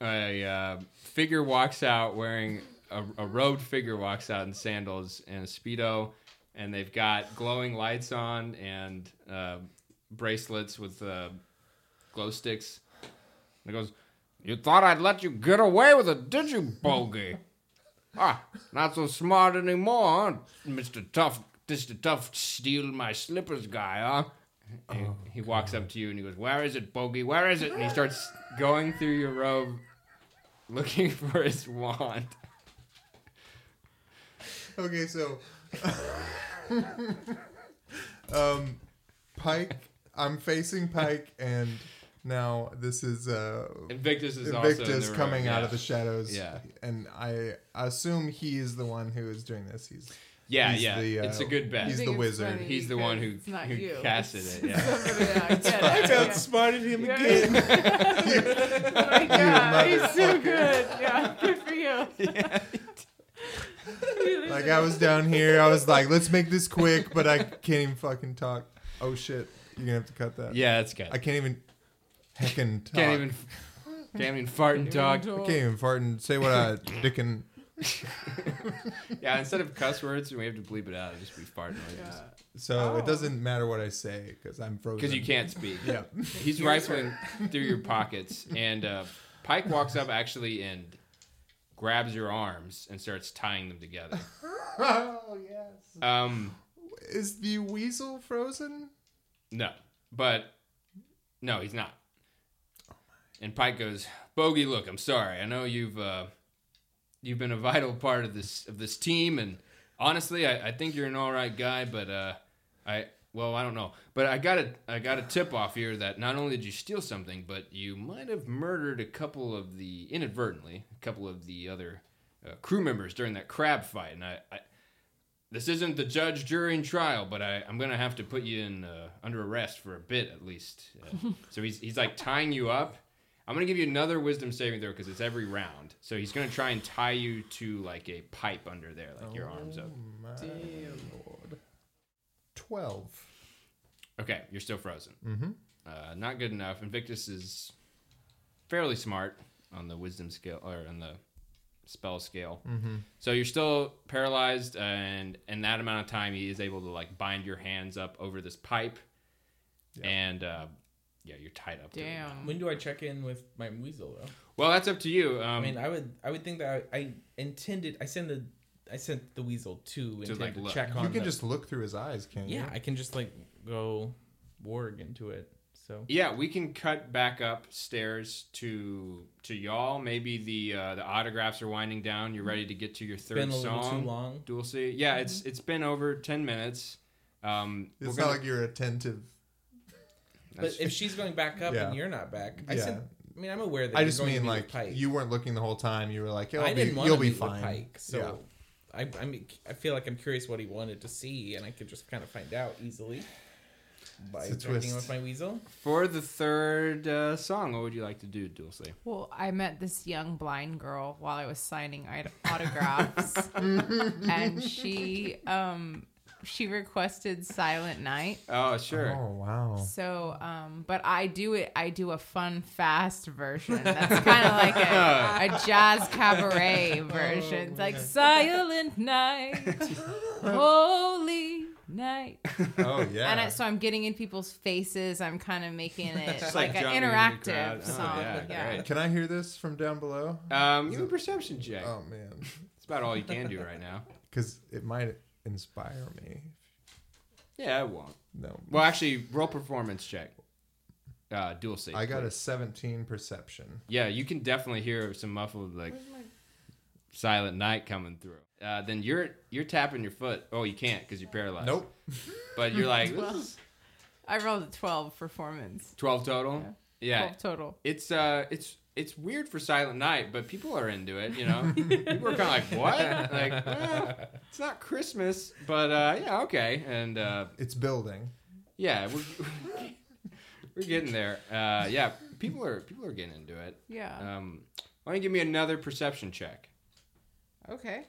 Speaker 1: a uh, figure walks out wearing a, a robed figure walks out in sandals and a speedo, and they've got glowing lights on and uh, bracelets with uh, glow sticks. And it goes, You thought I'd let you get away with it, did you, Bogey? ah, not so smart anymore, huh? Mr. Tough, Mr. Tough Steal My Slippers guy, huh? And
Speaker 2: Oh,
Speaker 1: he walks up to you and he goes, Where is it, Bogey? Where is it? And he starts going through your robe looking for his wand.
Speaker 2: Okay, so um Pike I'm facing Pike and now this is uh
Speaker 1: Invictus is also in
Speaker 2: Invictus
Speaker 1: the room,
Speaker 2: coming out
Speaker 1: yeah.
Speaker 2: of the shadows.
Speaker 1: Yeah.
Speaker 2: And I assume he is the one who is doing this. He's
Speaker 1: Yeah,
Speaker 2: he's
Speaker 1: yeah.
Speaker 2: the, uh,
Speaker 1: it's a good bet.
Speaker 2: he's
Speaker 4: I
Speaker 2: the
Speaker 4: think it's
Speaker 2: wizard.
Speaker 4: funny
Speaker 1: He's the one
Speaker 4: because
Speaker 1: who-
Speaker 4: it's not
Speaker 1: who
Speaker 4: you.
Speaker 1: casted it, yeah.
Speaker 4: Somebody else. Yeah,
Speaker 2: I
Speaker 4: yeah.
Speaker 2: outsmarted him
Speaker 4: Yeah.
Speaker 2: again.
Speaker 4: Oh my God, he's so good. Yeah, good for you.
Speaker 2: Like I was down here, I was like, let's make this quick, but I can't even fucking talk. Oh shit, you're gonna have to cut that.
Speaker 1: Yeah, that's good.
Speaker 2: I can't even heckin' talk.
Speaker 1: can't even can't even fart and talk.
Speaker 2: I can't even fart and say what I dickin'
Speaker 1: Yeah, instead of cuss words, we have to bleep it out. It'd just be fart noises
Speaker 4: Yeah.
Speaker 2: so
Speaker 4: Oh.
Speaker 2: it doesn't matter what I say because I'm frozen.
Speaker 1: because you can't speak.
Speaker 2: Yeah.
Speaker 1: He's rifling through your pockets, and uh, Pike walks up actually and grabs your arms and starts tying them together.
Speaker 2: oh yes.
Speaker 1: Um,
Speaker 2: Is the weasel frozen?
Speaker 1: no, but no, he's not. And Pike goes, "Bogey, look, I'm sorry. I know you've uh, you've been a vital part of this of this team, and honestly, I, I think you're an all right guy. But uh, I well, I don't know. But I got a I got a tip off here that not only did you steal something, but you might have murdered a couple of the inadvertently a couple of the other uh, crew members during that crab fight. And I, I this isn't the judge, jury, and trial, but I, I'm gonna have to put you in uh, under arrest for a bit at least. Uh, so he's he's like tying you up. I'm gonna give you another wisdom saving throw because it's every round. So he's gonna try and tie you to like a pipe under there, like your arms up.
Speaker 2: My lord. Twelve.
Speaker 1: Okay, you're still frozen.
Speaker 5: Mm-hmm.
Speaker 2: Mhm.
Speaker 1: Uh, not good enough. Invictus is fairly smart on the wisdom scale or on the spell scale. Mm-hmm. So you're still paralyzed, and in that amount of time, he is able to like bind your hands up over this pipe, and uh, yeah, you're tied up. to it.
Speaker 4: Damn.
Speaker 5: When do I check in with my weasel though?
Speaker 1: Well, that's up to you. Um,
Speaker 5: I mean, I would I would think that I, I intended I send the I sent the weasel to intend
Speaker 1: like,
Speaker 5: to
Speaker 1: look.
Speaker 5: check on.
Speaker 2: You can
Speaker 5: the-
Speaker 2: just look through his eyes, can't you?
Speaker 5: yeah, I can just like go warg into it. So
Speaker 1: yeah, we can cut back upstairs to to y'all. Maybe the uh, the autographs are winding down. You're ready to get to your third
Speaker 5: Mm-hmm. been a little
Speaker 1: song.
Speaker 5: too long.
Speaker 1: Dual C. Yeah, it's it's been over ten minutes. Um,
Speaker 2: It's
Speaker 1: we're
Speaker 2: not
Speaker 1: gonna-
Speaker 2: like you're attentive.
Speaker 5: But if she's going back up
Speaker 2: Yeah.
Speaker 5: and you're not back, I
Speaker 2: Yeah.
Speaker 5: sent. I mean, I'm aware that
Speaker 2: I
Speaker 5: you're
Speaker 2: just
Speaker 5: going to
Speaker 2: mean
Speaker 5: be with
Speaker 2: like
Speaker 5: Pike.
Speaker 2: you weren't looking the whole time. You were like, "You'll
Speaker 5: I
Speaker 2: be,
Speaker 5: didn't want
Speaker 2: you'll
Speaker 5: to
Speaker 2: be
Speaker 5: meet
Speaker 2: fine."
Speaker 5: with Pike, so I, I mean, I feel like I'm curious what he wanted to see, and I could just kind of find out easily by
Speaker 2: It's a
Speaker 5: checking in
Speaker 2: twist.
Speaker 5: with my weasel.
Speaker 1: For the third uh, song, what would you like to do, Dual C?
Speaker 4: Well, I met this young blind girl while I was signing i- autographs, and she um she requested Silent Night.
Speaker 1: Oh, sure.
Speaker 2: Oh wow.
Speaker 4: So, um, but I do it. I do a fun, fast version. That's kind of like a, a jazz cabaret version. it's like Silent Night, Holy Night.
Speaker 2: Oh yeah.
Speaker 4: And I, so I'm getting in people's faces. I'm kind of making it
Speaker 1: Just, like,
Speaker 4: like,
Speaker 1: jumping
Speaker 4: an
Speaker 1: into the
Speaker 4: interactive
Speaker 1: crowd. Oh,
Speaker 4: song.
Speaker 1: yeah, great.
Speaker 2: Can I hear this from down below?
Speaker 1: Um, give me a perception check.
Speaker 2: Oh man,
Speaker 1: It's about all you can do right now.
Speaker 2: because it might inspire me.
Speaker 1: Yeah, it won't.
Speaker 2: No,
Speaker 1: Well, actually, roll performance check. Uh, Dual C.
Speaker 2: I got a
Speaker 1: please.
Speaker 2: 17 perception.
Speaker 1: Yeah, you can definitely hear some muffled like silent night coming through. Uh, then you're you're tapping your foot. Oh, you can't because you're paralyzed.
Speaker 2: Nope.
Speaker 1: But you're like
Speaker 4: Well.
Speaker 1: this is
Speaker 4: I rolled a 12 performance.
Speaker 1: twelve total. Yeah.
Speaker 4: 12 total.
Speaker 1: it's uh it's it's weird for Silent Night, but people are into it, you know. people are kind of like, "What? Like, well, it's not Christmas, but uh, yeah, okay." And uh,
Speaker 2: It's building.
Speaker 1: yeah, we're we're getting there. Uh, yeah, people are people are getting into it.
Speaker 4: Yeah.
Speaker 1: Um, why don't you give me another perception check?
Speaker 4: Okay.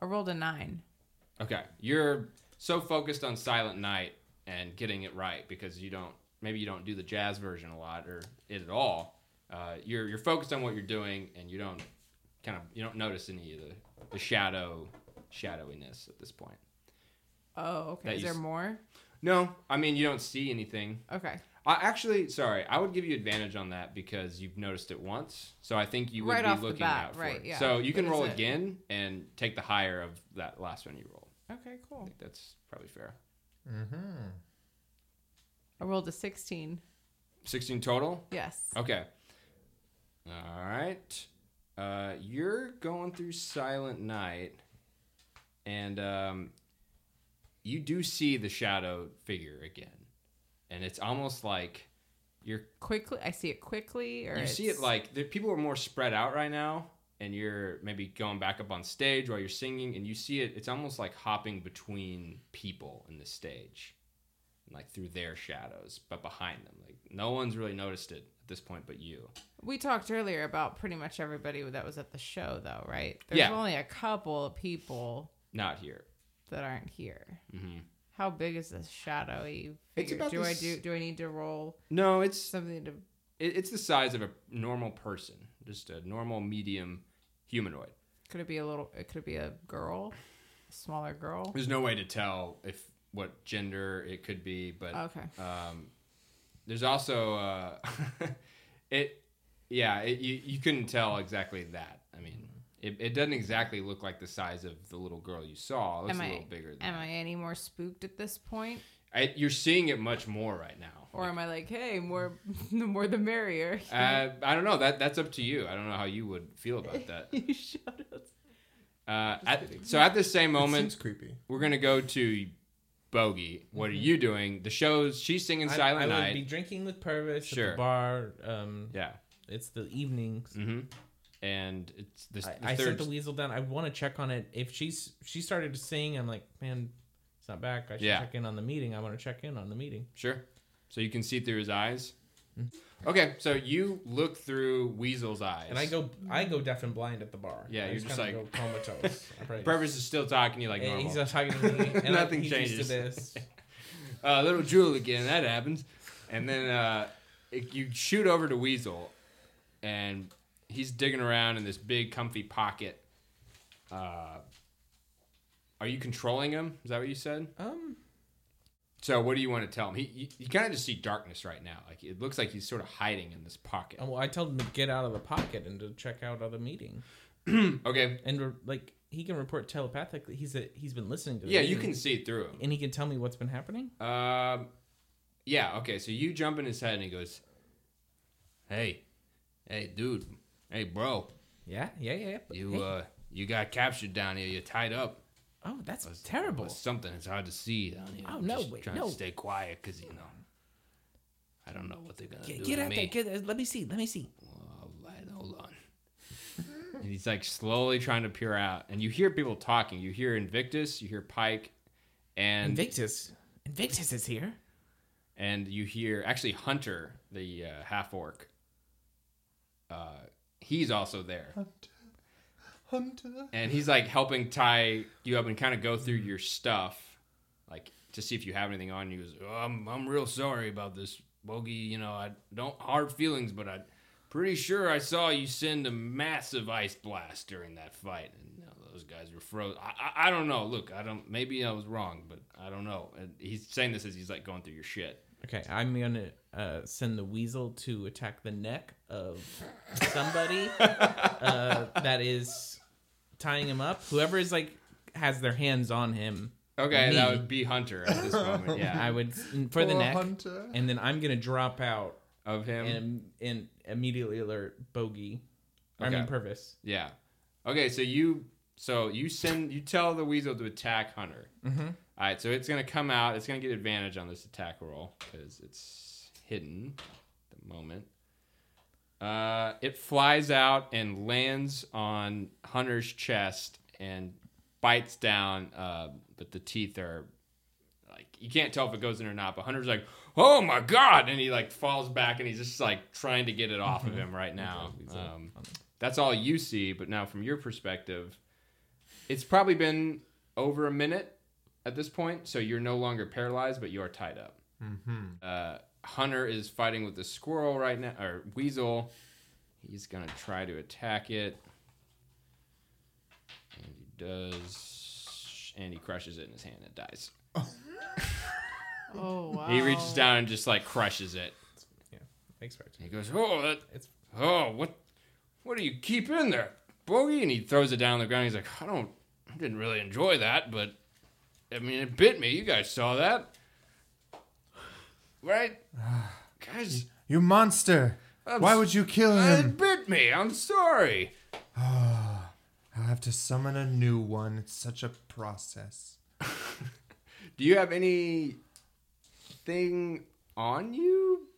Speaker 4: I rolled a nine.
Speaker 1: Okay, you're so focused on Silent Night and getting it right because you don't maybe you don't do the jazz version a lot or it at all. Uh, you're you're focused on what you're doing and you don't kind of you don't notice any of the, the shadow shadowiness at this point.
Speaker 4: Oh, okay.
Speaker 1: That
Speaker 4: Is
Speaker 1: you
Speaker 4: there
Speaker 1: s-
Speaker 4: more?
Speaker 1: No, I mean you don't see anything.
Speaker 4: Okay.
Speaker 1: I actually, sorry, I would give you advantage on that because you've noticed it once. So I think you would
Speaker 4: Right
Speaker 1: be
Speaker 4: off the
Speaker 1: looking
Speaker 4: bat,
Speaker 1: out for
Speaker 4: right,
Speaker 1: it.
Speaker 4: yeah.
Speaker 1: So you can
Speaker 4: What
Speaker 1: roll
Speaker 4: is it?
Speaker 1: again and take the higher of that last one you rolled.
Speaker 4: Okay,
Speaker 1: I
Speaker 4: cool.
Speaker 1: think that's probably fair.
Speaker 2: Mm-hmm.
Speaker 4: I rolled a Oh. 16.
Speaker 1: 16 total?
Speaker 4: Yes.
Speaker 1: Okay. All right. Uh, you're going through Silent Night, and um, you do see the shadow figure again. And it's almost like you're
Speaker 4: Quickly, I see it quickly. Or
Speaker 1: you see it
Speaker 4: it's-
Speaker 1: like the people are more spread out right now and you're maybe going back up on stage while you're singing and you see it it's almost like hopping between people in the stage like through their shadows but behind them like no one's really noticed it at this point but you
Speaker 4: we talked earlier about pretty much everybody that was at the show, though, right? There's
Speaker 1: Yeah.
Speaker 4: only a couple of people
Speaker 1: not here
Speaker 4: that aren't here.
Speaker 1: hmm
Speaker 4: How big is this shadowy
Speaker 1: It's
Speaker 4: figure?
Speaker 1: about
Speaker 4: Do I
Speaker 1: this-
Speaker 4: do? Do I need to roll
Speaker 1: no it's
Speaker 4: something to?
Speaker 1: it, it's the size of a normal person just a normal medium humanoid
Speaker 4: Could it be a little? It could be a girl, a smaller girl.
Speaker 1: there's no way to tell if what gender it could be but
Speaker 4: Okay.
Speaker 1: Um, there's also uh, it, yeah. It, you you couldn't tell exactly that. I mean, it, it doesn't exactly look like the size of the little girl you saw. It looks
Speaker 4: Am
Speaker 1: a
Speaker 4: I-
Speaker 1: little bigger. Than
Speaker 4: Am I any more spooked at this point,
Speaker 1: I? you're seeing it much more right now.
Speaker 4: or am I like, hey, more the more the merrier?
Speaker 1: uh, I don't know. That that's up to you. I don't know how you would feel about that.
Speaker 4: you showed us.
Speaker 1: Uh, at, so at the same moment,
Speaker 2: seems creepy.
Speaker 1: we're gonna go to Bogey. What are you doing? The show's she's singing
Speaker 5: Mm-hmm. I-
Speaker 1: Silent
Speaker 5: I,
Speaker 1: Night.
Speaker 5: would be drinking with Purvis at
Speaker 1: Sure.
Speaker 5: the bar. Um,
Speaker 1: Yeah.
Speaker 5: It's the evening.
Speaker 1: hmm And it's this, the
Speaker 5: I, I
Speaker 1: third
Speaker 5: sent the weasel down. I want to check on it. If she's she started to sing, I'm like, man, it's not back. I should
Speaker 1: Yeah.
Speaker 5: check in on the meeting. I want to check in on the meeting.
Speaker 1: Sure. So you can see through his eyes. Okay, so you look through Weasel's eyes.
Speaker 5: Mm-hmm. And I go, I go deaf and blind at the bar.
Speaker 1: Yeah,
Speaker 5: I
Speaker 1: you're just
Speaker 5: kinda
Speaker 1: like-
Speaker 5: go comatose. I probably-
Speaker 1: Purvis is still talking to you like
Speaker 5: And
Speaker 1: normal.
Speaker 5: he's not talking to me. And
Speaker 1: Nothing
Speaker 5: I'm, he's
Speaker 1: changes.
Speaker 5: Used to this.
Speaker 1: uh, little drool again. That happens. And then uh, it, you shoot over to Weasel, and he's digging around in this big, comfy pocket. Uh, are you controlling him? Is that what you said?
Speaker 5: Um,
Speaker 1: So what do you want to tell him? He, you, you kind of just see darkness right now. Like it looks like he's sort of hiding in this pocket.
Speaker 5: well, I told him to get out of the pocket and to check out other meeting.
Speaker 1: Okay.
Speaker 5: And re- like he can report telepathically. He's a, he's been listening to. the
Speaker 1: Yeah, you
Speaker 5: meeting.
Speaker 1: can see through him.
Speaker 5: And he can tell me what's been happening.
Speaker 1: Um, yeah. Okay. So you jump in his head and he goes, "Hey, hey, dude, hey, bro,
Speaker 5: Yeah, yeah, yeah. but-
Speaker 1: you
Speaker 5: hey,
Speaker 1: uh, you got captured down here. You're tied up.
Speaker 5: oh, that's
Speaker 1: It's-
Speaker 5: terrible.
Speaker 1: It's something. It's hard to see down here.
Speaker 5: Oh,
Speaker 1: I'm
Speaker 5: no,
Speaker 1: just
Speaker 5: wait,
Speaker 1: trying
Speaker 5: no.
Speaker 1: to stay quiet because you know, I don't know what they're gonna
Speaker 3: Get,
Speaker 1: do
Speaker 3: get
Speaker 1: to
Speaker 3: out
Speaker 1: me.
Speaker 3: there. Get, let me see. Let me see.
Speaker 1: All right, hold on. and he's like slowly trying to peer out, and you hear people talking. You hear Invictus. You hear Pike, and
Speaker 3: Invictus. Invictus is here.
Speaker 1: and you hear actually Hunter, the uh, half orc. Uh, he's also there,
Speaker 2: Hunter. Hunter.
Speaker 1: and he's like helping tie you up and kind of go through your stuff, like to see if you have anything on you. He goes, "Oh, I'm I'm real sorry about this, Bogey. You know, I don't hard feelings, but I. Pretty sure I saw you send a massive ice blast during that fight, and you know, those guys were frozen. I, I, I don't know. Look, I don't. Maybe I was wrong, but I don't know. And he's saying this as he's like going through your shit.
Speaker 5: Okay, I'm gonna uh, send the weasel to attack the neck of somebody uh, that is tying him up. Whoever is like has their hands on him,
Speaker 1: Okay,
Speaker 5: Me.
Speaker 1: that would be Hunter at this moment. Yeah,
Speaker 5: I would for the
Speaker 2: Poor
Speaker 5: neck,
Speaker 2: Hunter.
Speaker 5: and then I'm gonna drop out
Speaker 1: of
Speaker 2: Um,
Speaker 1: him.
Speaker 5: and and immediately alert Bogey. I mean
Speaker 1: Okay.
Speaker 5: Purvis.
Speaker 1: yeah. Okay, so you so you send you tell the weasel to attack Hunter.
Speaker 5: Mm-hmm.
Speaker 1: All right, so it's gonna come out. It's gonna get advantage on this attack roll because it's hidden at the moment. Uh, it flies out and lands on Hunter's chest and bites down. Uh, but the teeth are like you can't tell if it goes in or not. But Hunter's like, "Oh my god!" and he like falls back and he's just like trying to get it off of him right now. Um, that's all you see. But now from your perspective, it's probably been over a minute at this point, so you're no longer paralyzed, but you are tied up.
Speaker 2: Mm-hmm.
Speaker 1: Uh, Hunter is fighting with the squirrel right now, or weasel. He's gonna try to attack it, and he does, and he crushes it in his hand and dies.
Speaker 4: Oh wow.
Speaker 1: He reaches down and just like crushes it.
Speaker 5: Thanks, Bart.
Speaker 1: He goes, "Oh, that,
Speaker 5: It's-
Speaker 1: oh, what, what do you keep in there, bogey?" And he throws it down on the ground. He's like, "I don't, I didn't really enjoy that, but I mean, it bit me. You guys saw that, right, guys?
Speaker 2: You monster!
Speaker 1: I'm
Speaker 2: Why
Speaker 1: s-
Speaker 2: would you kill
Speaker 1: It
Speaker 2: him?
Speaker 1: bit me. I'm sorry."
Speaker 2: I'll have to summon a new one. It's such a process.
Speaker 1: Do you have any thing on you,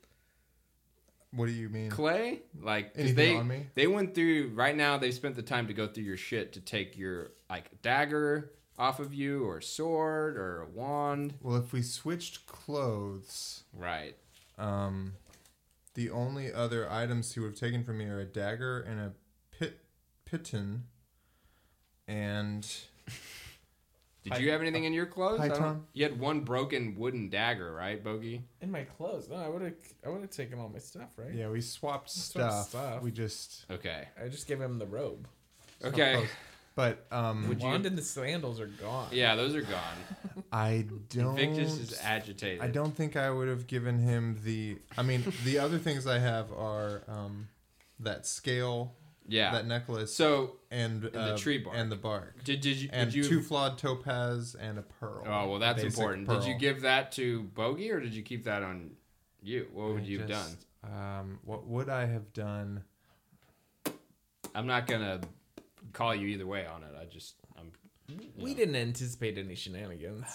Speaker 2: What do you mean?
Speaker 1: Clay? Like 'cause
Speaker 2: Anything
Speaker 1: they
Speaker 2: on me?
Speaker 1: they went through right now. They spent the time to go through your shit to take your like dagger off of you, or sword, or a wand.
Speaker 2: Well, if we switched clothes,
Speaker 1: Right.
Speaker 2: um, the only other items he would have taken from me are a dagger and a pit piton, and
Speaker 1: Did you have anything in your clothes? I don't-
Speaker 2: Python?
Speaker 1: You had one broken wooden dagger, right, Bogey?
Speaker 5: In my clothes. No, I would have. I would have taken all my stuff, right?
Speaker 2: yeah, we swapped
Speaker 5: swapped
Speaker 2: stuff.
Speaker 5: stuff.
Speaker 2: We just
Speaker 1: Okay.
Speaker 5: I just gave him the robe.
Speaker 1: Okay.
Speaker 2: clothes. but um,
Speaker 5: The wand and the sandals are gone.
Speaker 1: Yeah, those are gone.
Speaker 2: I don't.
Speaker 1: Invictus is agitated.
Speaker 2: I don't think I would have given him the. I mean, the other things I have are um, that scale,
Speaker 1: Yeah.
Speaker 2: that necklace,
Speaker 1: so
Speaker 2: and,
Speaker 1: the
Speaker 2: uh,
Speaker 1: tree bark.
Speaker 2: and the bark,
Speaker 1: did, did you?
Speaker 2: and
Speaker 1: did you
Speaker 2: two flawed topaz and a pearl.
Speaker 1: oh well, that's
Speaker 2: Basic
Speaker 1: important. Did you
Speaker 2: pearl.
Speaker 1: give that to Bogey or did you keep that on you? What would
Speaker 2: I
Speaker 1: you have done?
Speaker 2: just, Um, what would I have done?
Speaker 1: I'm not gonna call you either way on it. I just I'm
Speaker 5: We didn't anticipate any shenanigans,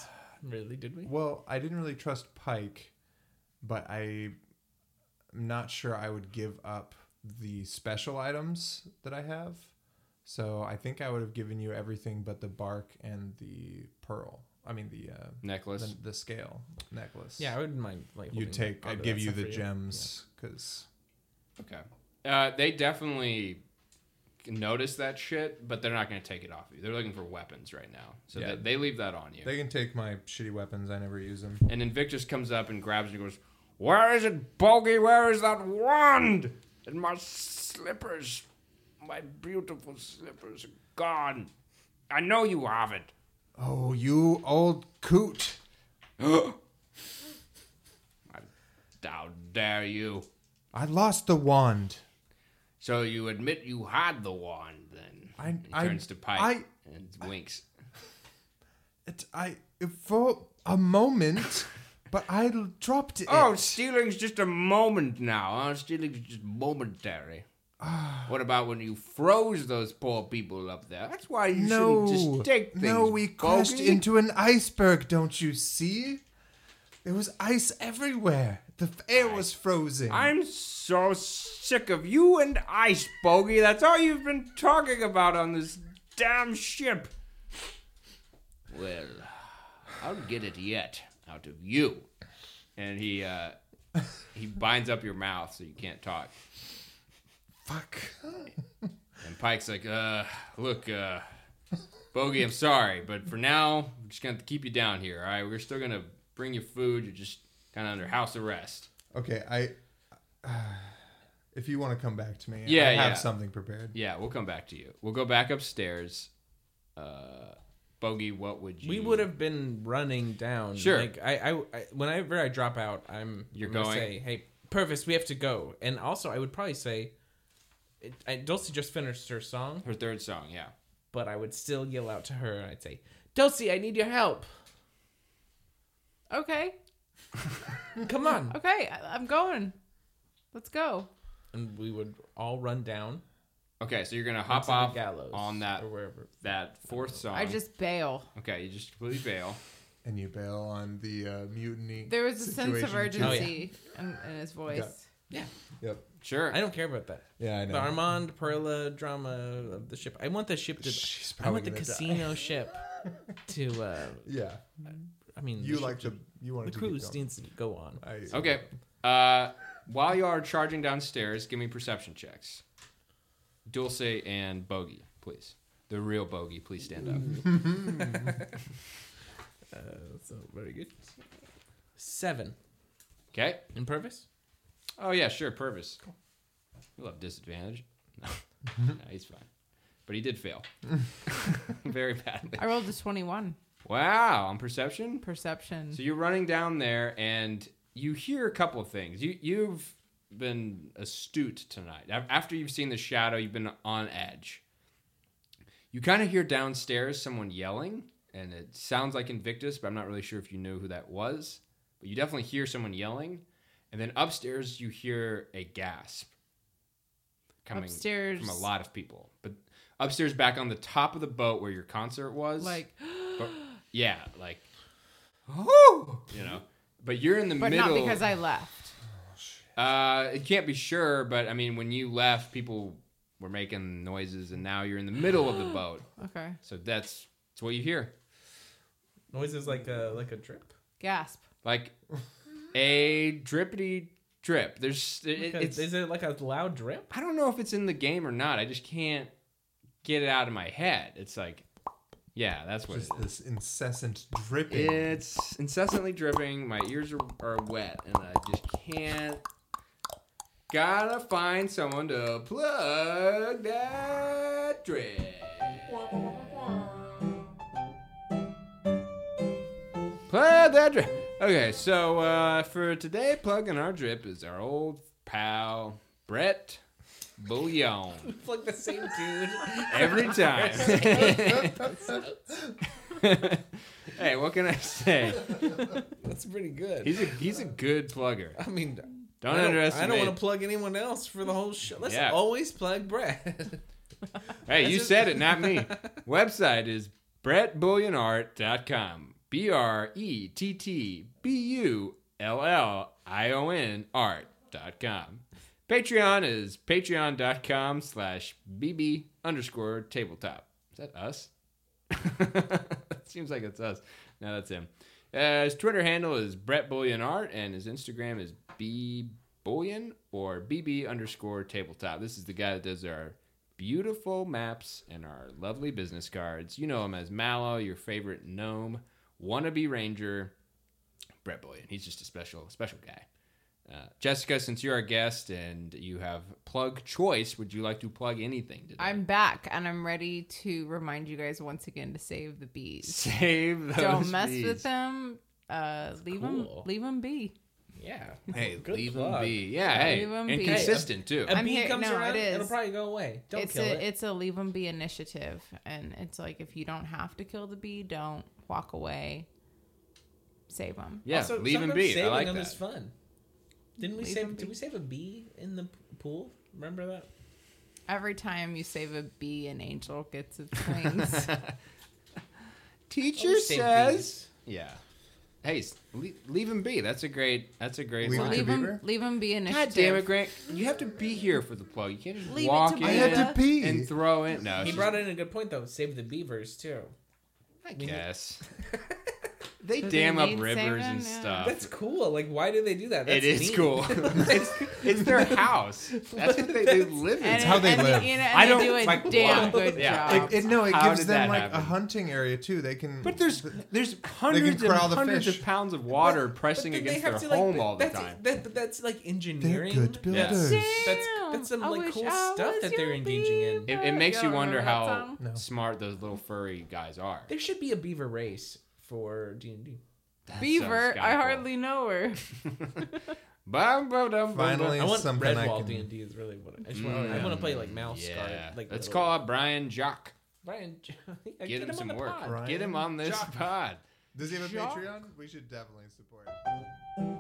Speaker 5: really, did we?
Speaker 2: Well, I didn't really trust Pike, but I'm not sure I would give up the special items that I have. So I think I would have given you everything but the bark and the pearl. I mean the uh,
Speaker 1: necklace.
Speaker 2: the, the scale necklace.
Speaker 5: Yeah, I wouldn't mind. Like
Speaker 2: you
Speaker 5: holding
Speaker 2: take.
Speaker 5: onto
Speaker 2: I'd
Speaker 5: that
Speaker 2: give you
Speaker 5: stuff
Speaker 2: the
Speaker 5: for
Speaker 2: gems because
Speaker 1: Okay. Uh, they definitely notice that shit, but they're not gonna take it off you. They're looking for weapons right now, so they,
Speaker 2: Yeah.
Speaker 1: they leave that on you.
Speaker 2: they can take my shitty weapons. I never use them.
Speaker 1: And Invictus comes up and grabs you and goes, Where is it, Bogey? Where is that wand? And my slippers, my beautiful slippers are gone. I know you have it.
Speaker 2: Oh, you old coot!
Speaker 1: How dare you?
Speaker 2: I lost the wand.
Speaker 1: So you admit you had the wand then?
Speaker 2: I-
Speaker 1: And he
Speaker 2: I-
Speaker 1: turns to Pike
Speaker 2: I-
Speaker 1: and winks.
Speaker 2: It, I for a moment, but I l- dropped it.
Speaker 1: Oh, stealing's just a moment now. Huh? Stealing's just momentary. what about when you froze those poor people up there? That's why you
Speaker 2: no!
Speaker 1: shouldn't just take things.
Speaker 2: no, we crashed
Speaker 1: Bogey.
Speaker 2: into an iceberg. Don't you see? There was ice everywhere. The f- air was frozen.
Speaker 1: I'm so sick of you and ice, Bogey. That's all you've been talking about on this damn ship. Well, I'll get it yet out of you. And he uh, he binds up your mouth so you can't talk.
Speaker 2: fuck.
Speaker 1: And Pike's like, uh, look, uh, Bogey, I'm sorry, but for now, I'm just gonna have to keep you down here. All right, we're still gonna bring you food. You're just kind of under house arrest.
Speaker 2: Okay, I. uh, if you want to come back to me,
Speaker 1: Yeah,
Speaker 2: I have
Speaker 1: yeah.
Speaker 2: something prepared.
Speaker 1: Yeah, we'll come back to you. We'll go back upstairs. Uh, Bogey, what would you?
Speaker 5: We would have been running down.
Speaker 1: Sure.
Speaker 5: Like I, I, I whenever I drop out, I'm.
Speaker 1: You're
Speaker 5: I'm gonna
Speaker 1: going?
Speaker 5: Say, hey, Purvis, we have to go. And also, I would probably say, it, I, Dulcie just finished her song,
Speaker 1: her third song. Yeah,
Speaker 5: but I would still yell out to her and I'd say, Dulcie, I need your help.
Speaker 4: Okay.
Speaker 5: Come on.
Speaker 4: Okay. I, I'm going. Let's go.
Speaker 5: and we would all run down.
Speaker 1: okay. So you're gonna
Speaker 5: onto
Speaker 1: hop
Speaker 5: the
Speaker 1: off
Speaker 5: gallows
Speaker 1: on that
Speaker 5: or wherever.
Speaker 1: that fourth song.
Speaker 4: I just bail.
Speaker 1: okay. You just completely bail.
Speaker 2: And you bail on the uh, mutiny.
Speaker 4: There was a sense of
Speaker 2: situation, too.
Speaker 1: Oh,
Speaker 4: urgency in, in his voice.
Speaker 5: Yeah,
Speaker 2: Yep.
Speaker 1: Sure.
Speaker 5: I don't care about that.
Speaker 2: Yeah, I know.
Speaker 5: The Armand Perla drama of the ship. I want the ship to.
Speaker 2: She's
Speaker 5: I
Speaker 2: probably
Speaker 5: want the
Speaker 2: gonna die.
Speaker 5: casino ship to. Uh,
Speaker 2: Yeah.
Speaker 1: Mm-hmm.
Speaker 5: I mean,
Speaker 2: You
Speaker 5: the
Speaker 2: like
Speaker 5: ship-
Speaker 2: to. You want
Speaker 5: the
Speaker 2: to keep
Speaker 5: cruise
Speaker 2: going.
Speaker 5: needs to go on.
Speaker 2: I,
Speaker 1: Okay. Uh, while you are charging downstairs, give me perception checks. Dulce and Bogey, please. The real Bogey, please stand up.
Speaker 5: Uh, So very good. Seven
Speaker 1: Okay.
Speaker 5: in Purvis.
Speaker 1: Oh yeah, sure, Purvis. You love disadvantage. No. no, he's fine, but he did fail very badly.
Speaker 4: I rolled a 21.
Speaker 1: Wow, on perception?
Speaker 4: Perception.
Speaker 1: So you're running down there and you hear a couple of things. You you've been astute tonight. Af- After you've seen the shadow, you've been on edge. You kind of hear downstairs someone yelling, and it sounds like Invictus, but I'm not really sure if you knew who that was. But you definitely hear someone yelling, and then upstairs you hear a gasp coming
Speaker 4: Upstairs.
Speaker 1: from a lot of people. But upstairs, back on the top of the boat where your concert was,
Speaker 4: like,
Speaker 1: but- yeah, like, you know. But you're in the
Speaker 4: but
Speaker 1: middle.
Speaker 4: not because I left.
Speaker 1: Uh, it can't be sure, but I mean, when you left, people were making noises, and now you're in the middle of the boat.
Speaker 4: Okay.
Speaker 1: So that's that's what you hear,
Speaker 5: Noises like a like a drip.
Speaker 4: Gasp.
Speaker 1: like a drippity drip. There's it,
Speaker 5: Like a-
Speaker 1: it's
Speaker 5: is it like a loud drip?
Speaker 1: I don't know if it's in the game or not. I just can't get it out of my head. It's like, yeah, that's what
Speaker 2: Just
Speaker 1: it is.
Speaker 2: this incessant dripping.
Speaker 1: It's incessantly dripping. My ears are, are wet, and I just can't. Gotta find someone to plug that drip. Plug that drip. Okay, so uh, for today, plugging our drip is our old pal Brett Bouillon.
Speaker 3: like the same dude.
Speaker 1: Every time. hey, what can I say?
Speaker 5: That's pretty good.
Speaker 1: He's a he's a good plugger.
Speaker 5: I mean,
Speaker 1: Don't,
Speaker 5: I don't, I
Speaker 1: underestimate.
Speaker 5: don't want to plug anyone else for the whole show. Let's
Speaker 1: Yeah.
Speaker 5: always plug Brad.
Speaker 1: hey, you
Speaker 5: just-
Speaker 1: said it, not me. Website is brettbullionart.com. B R E T T B U L L I O N art.com. Patreon is patreon.com slash BB underscore tabletop. Is that us? It Seems like it's us. No, that's him. Uh, his Twitter handle is Brett Bullion Art, and his Instagram is B Bullion or BB underscore tabletop. This is the guy that does our beautiful maps and our lovely business cards. You know him as Mallow, your favorite gnome, wannabe ranger, Brett Bullion. He's just a special, special guy. Uh, Jessica, since you're our guest and you have plug choice, would you like to plug anything today?
Speaker 4: I'm back and I'm ready to remind you guys once again to save the bees.
Speaker 1: save those.
Speaker 4: Don't mess
Speaker 1: bees.
Speaker 4: with them. Uh, leave them.
Speaker 5: Cool.
Speaker 4: Leave them be.
Speaker 5: yeah.
Speaker 1: Hey,
Speaker 5: Good
Speaker 1: leave
Speaker 5: plug.
Speaker 1: them be. Yeah, hey,
Speaker 4: Leave 'em be.
Speaker 1: and consistent too.
Speaker 5: A
Speaker 4: I'm
Speaker 5: bee
Speaker 4: here-
Speaker 5: comes
Speaker 4: no,
Speaker 5: around,
Speaker 4: it is.
Speaker 5: it'll probably go away. Don't
Speaker 4: it's
Speaker 5: kill
Speaker 4: a
Speaker 5: it.
Speaker 4: it's a leave them be initiative, and it's like if you don't have to kill the bee, don't walk away. Save them.
Speaker 1: Yeah,
Speaker 5: Also,
Speaker 1: leave him
Speaker 5: sometimes
Speaker 1: be. I
Speaker 5: saving
Speaker 1: like
Speaker 5: them is
Speaker 1: that.
Speaker 5: fun. Didn't we
Speaker 4: Leave
Speaker 5: save?
Speaker 4: them
Speaker 5: Did
Speaker 4: be.
Speaker 5: we save a bee in the p- pool? Remember that?
Speaker 4: Every time you save a bee, an angel gets its wings.
Speaker 1: Teacher
Speaker 5: Always save Oh, bees.
Speaker 1: yeah. Hey, s- le- leave him be. That's a great. That's a great
Speaker 2: Leave
Speaker 1: line.
Speaker 4: leave
Speaker 2: to
Speaker 4: them.
Speaker 2: Beaver?
Speaker 4: Leave them be initiative.
Speaker 1: God damn it, Grant! You have to be here for the plug. You can't just
Speaker 4: Leave it
Speaker 1: walk in
Speaker 4: to
Speaker 2: I had to pee.
Speaker 1: and throw in. No,
Speaker 5: He
Speaker 1: it's
Speaker 5: brought in a good point though. Save the beavers too.
Speaker 1: just- I guess they dam up
Speaker 4: need
Speaker 1: rivers
Speaker 4: saving?
Speaker 1: and
Speaker 4: Yeah.
Speaker 1: stuff.
Speaker 5: That's cool. Like, why do they do that? That's
Speaker 1: it is
Speaker 5: neat.
Speaker 1: cool. it's, it's their house. That's what they, they live in.
Speaker 4: And,
Speaker 2: how they
Speaker 4: and,
Speaker 2: live.
Speaker 4: You know,
Speaker 1: I
Speaker 4: and
Speaker 1: don't-
Speaker 4: they do a
Speaker 1: like,
Speaker 4: damn
Speaker 1: why?
Speaker 4: good
Speaker 1: Yeah.
Speaker 4: job.
Speaker 2: It, it- no, it
Speaker 1: How
Speaker 2: gives
Speaker 1: did
Speaker 2: them
Speaker 1: that
Speaker 2: like
Speaker 1: happen?
Speaker 2: a hunting area too. They can.
Speaker 1: But there's there's hundreds and
Speaker 2: corral the
Speaker 1: hundreds
Speaker 2: fish.
Speaker 1: of pounds of water
Speaker 5: But
Speaker 1: pressing
Speaker 5: then they
Speaker 1: against their
Speaker 5: have to, like,
Speaker 1: home
Speaker 5: th-
Speaker 1: all the
Speaker 5: that's-
Speaker 1: time.
Speaker 5: That, but that's like
Speaker 2: they're
Speaker 5: engineering.
Speaker 2: good builders.
Speaker 5: That's
Speaker 4: Damn,
Speaker 5: that's some
Speaker 4: I
Speaker 5: like
Speaker 4: wish
Speaker 5: cool
Speaker 4: I
Speaker 5: stuff
Speaker 4: was
Speaker 5: that they're
Speaker 4: your
Speaker 5: engaging in.
Speaker 4: bee.
Speaker 1: It, it makes you
Speaker 4: Y'all
Speaker 1: wonder
Speaker 4: remember that
Speaker 1: how
Speaker 4: song?
Speaker 2: No.
Speaker 1: smart those little furry guys are.
Speaker 5: There should be a beaver race for D and D.
Speaker 4: Beaver,
Speaker 1: sounds
Speaker 4: I
Speaker 1: kinda cool.
Speaker 4: hardly know her.
Speaker 1: Bum, bum, dum, bum,
Speaker 2: Finally.
Speaker 5: I
Speaker 1: dum.
Speaker 5: want
Speaker 2: something I
Speaker 5: Redwall
Speaker 2: can-
Speaker 5: D and D is really what I, just want, I
Speaker 1: Mm.
Speaker 5: want to play like mouse guard.
Speaker 1: yeah.
Speaker 5: Like
Speaker 1: Let's
Speaker 5: little-
Speaker 1: call up Brian Jock.
Speaker 5: Brian. Get,
Speaker 1: Get, him,
Speaker 5: on
Speaker 1: some
Speaker 5: the
Speaker 1: work.
Speaker 5: pod.
Speaker 2: Brian
Speaker 1: Get him on this
Speaker 5: Jock.
Speaker 1: pod.
Speaker 2: Does he have a
Speaker 4: Shock.
Speaker 2: Patreon? We should definitely support. him.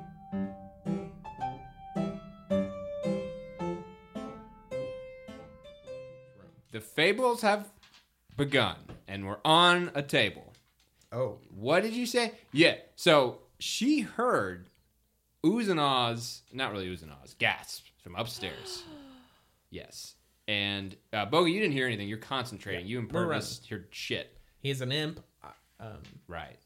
Speaker 1: The fables have begun, and we're on a table.
Speaker 2: Oh,
Speaker 1: What did you say? Yeah. So she heard oohs and ahs, not really oohs and ahs, gasps from upstairs. yes. And uh, Boga, you didn't hear anything. You're concentrating. You and
Speaker 5: we're running.
Speaker 1: Purvis heard shit.
Speaker 5: He's an imp. I- Um,
Speaker 1: Right.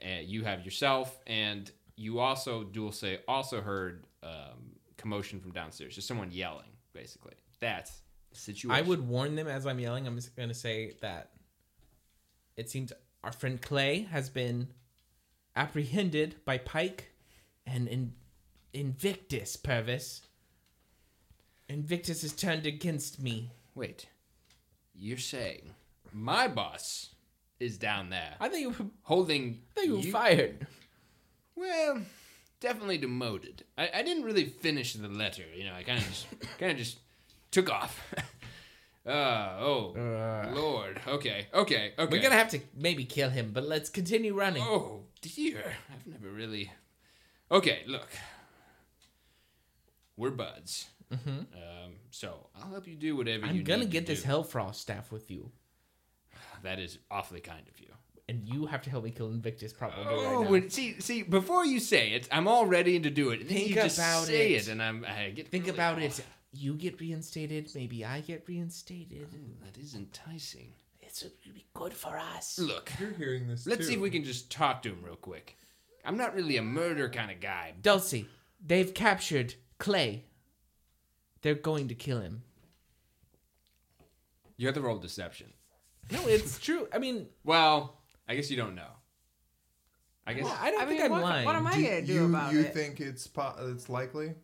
Speaker 1: And you have yourself, and you also Dulce also heard um, commotion from downstairs, just someone yelling, basically. That's the situation.
Speaker 5: I would warn them as I'm yelling. I'm just going to say that it seems our friend Clay has been apprehended by Pike and in- Invictus, Purvis. Invictus is turned against me.
Speaker 1: wait. You're saying my boss is down there
Speaker 3: I think you, were-
Speaker 1: holding.
Speaker 3: I think you were fired.
Speaker 1: Well, definitely demoted. I, I didn't really finish the letter. You know, I kind of just kind of just took off. uh, oh
Speaker 3: Uh,
Speaker 1: Lord. Okay. Okay. Okay.
Speaker 3: We're gonna have to maybe kill him, but let's continue running.
Speaker 1: Oh dear. I've never really. Okay. Look. We're buds. Um, so I'll help you do whatever you
Speaker 3: Mm-hmm. I'm gonna
Speaker 1: need
Speaker 3: get
Speaker 1: to
Speaker 3: this
Speaker 1: do.
Speaker 3: Hellfrost staff with you,
Speaker 1: That is awfully kind of you.
Speaker 3: and you have to help me kill Invictus probably.
Speaker 1: Oh,
Speaker 3: right now.
Speaker 1: when- see, see, before you say it, I'm all ready to do it. And then
Speaker 3: Think
Speaker 1: you just
Speaker 3: about
Speaker 1: say
Speaker 3: it.
Speaker 1: it. and I'm. I get
Speaker 3: Think
Speaker 1: really-
Speaker 3: about
Speaker 1: oh,
Speaker 3: it. You get reinstated, maybe I get reinstated.
Speaker 1: That is enticing.
Speaker 3: It's would be good for us.
Speaker 1: Look,
Speaker 2: You're hearing this.
Speaker 1: let's
Speaker 2: too.
Speaker 1: see if we can just talk to him real quick. I'm not really a murder kind of guy.
Speaker 3: Dulcie, they've captured Clay. They're going to kill him.
Speaker 1: You have to roll deception.
Speaker 5: No, it's true. I mean,
Speaker 1: Well, I guess you don't know. I guess
Speaker 5: I don't
Speaker 4: I
Speaker 5: think I'm
Speaker 4: mean, what,
Speaker 5: lying.
Speaker 4: what am I
Speaker 2: Do
Speaker 4: gonna do
Speaker 2: you,
Speaker 4: about
Speaker 2: you
Speaker 4: it?
Speaker 2: think it's po- it's likely?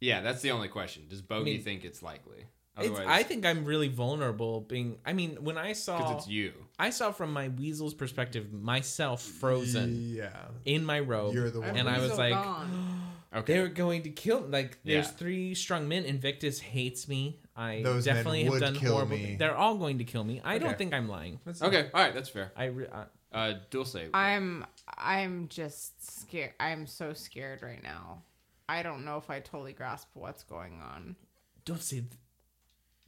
Speaker 1: yeah. That's the only question. Does Bogey
Speaker 5: mean-
Speaker 1: think it's likely?
Speaker 5: It's,
Speaker 1: Otherwise,
Speaker 5: I think I'm really vulnerable being. I mean, when I
Speaker 1: because
Speaker 5: saw,
Speaker 1: it's you.
Speaker 5: I saw from my weasel's perspective myself frozen
Speaker 2: Yeah.
Speaker 5: in my robe,
Speaker 2: You're the one.
Speaker 5: and I was
Speaker 4: Weasel
Speaker 5: like,
Speaker 4: gone.
Speaker 1: Okay.
Speaker 5: they're going to kill. Like, there's
Speaker 1: Yeah.
Speaker 5: three strong men. Invictus hates me. I
Speaker 2: Those men
Speaker 5: definitely
Speaker 2: would
Speaker 5: have done
Speaker 2: kill
Speaker 5: horrible.
Speaker 2: me.
Speaker 5: They're all going to kill me. I don't
Speaker 2: Okay.
Speaker 5: think I'm lying.
Speaker 1: Okay. All right. That's fair.
Speaker 5: I, re- I
Speaker 1: Uh, Dulce.
Speaker 4: I'm I'm just scared. I'm so scared right now. I don't know if I totally grasp what's going on.
Speaker 3: Don't say. Th-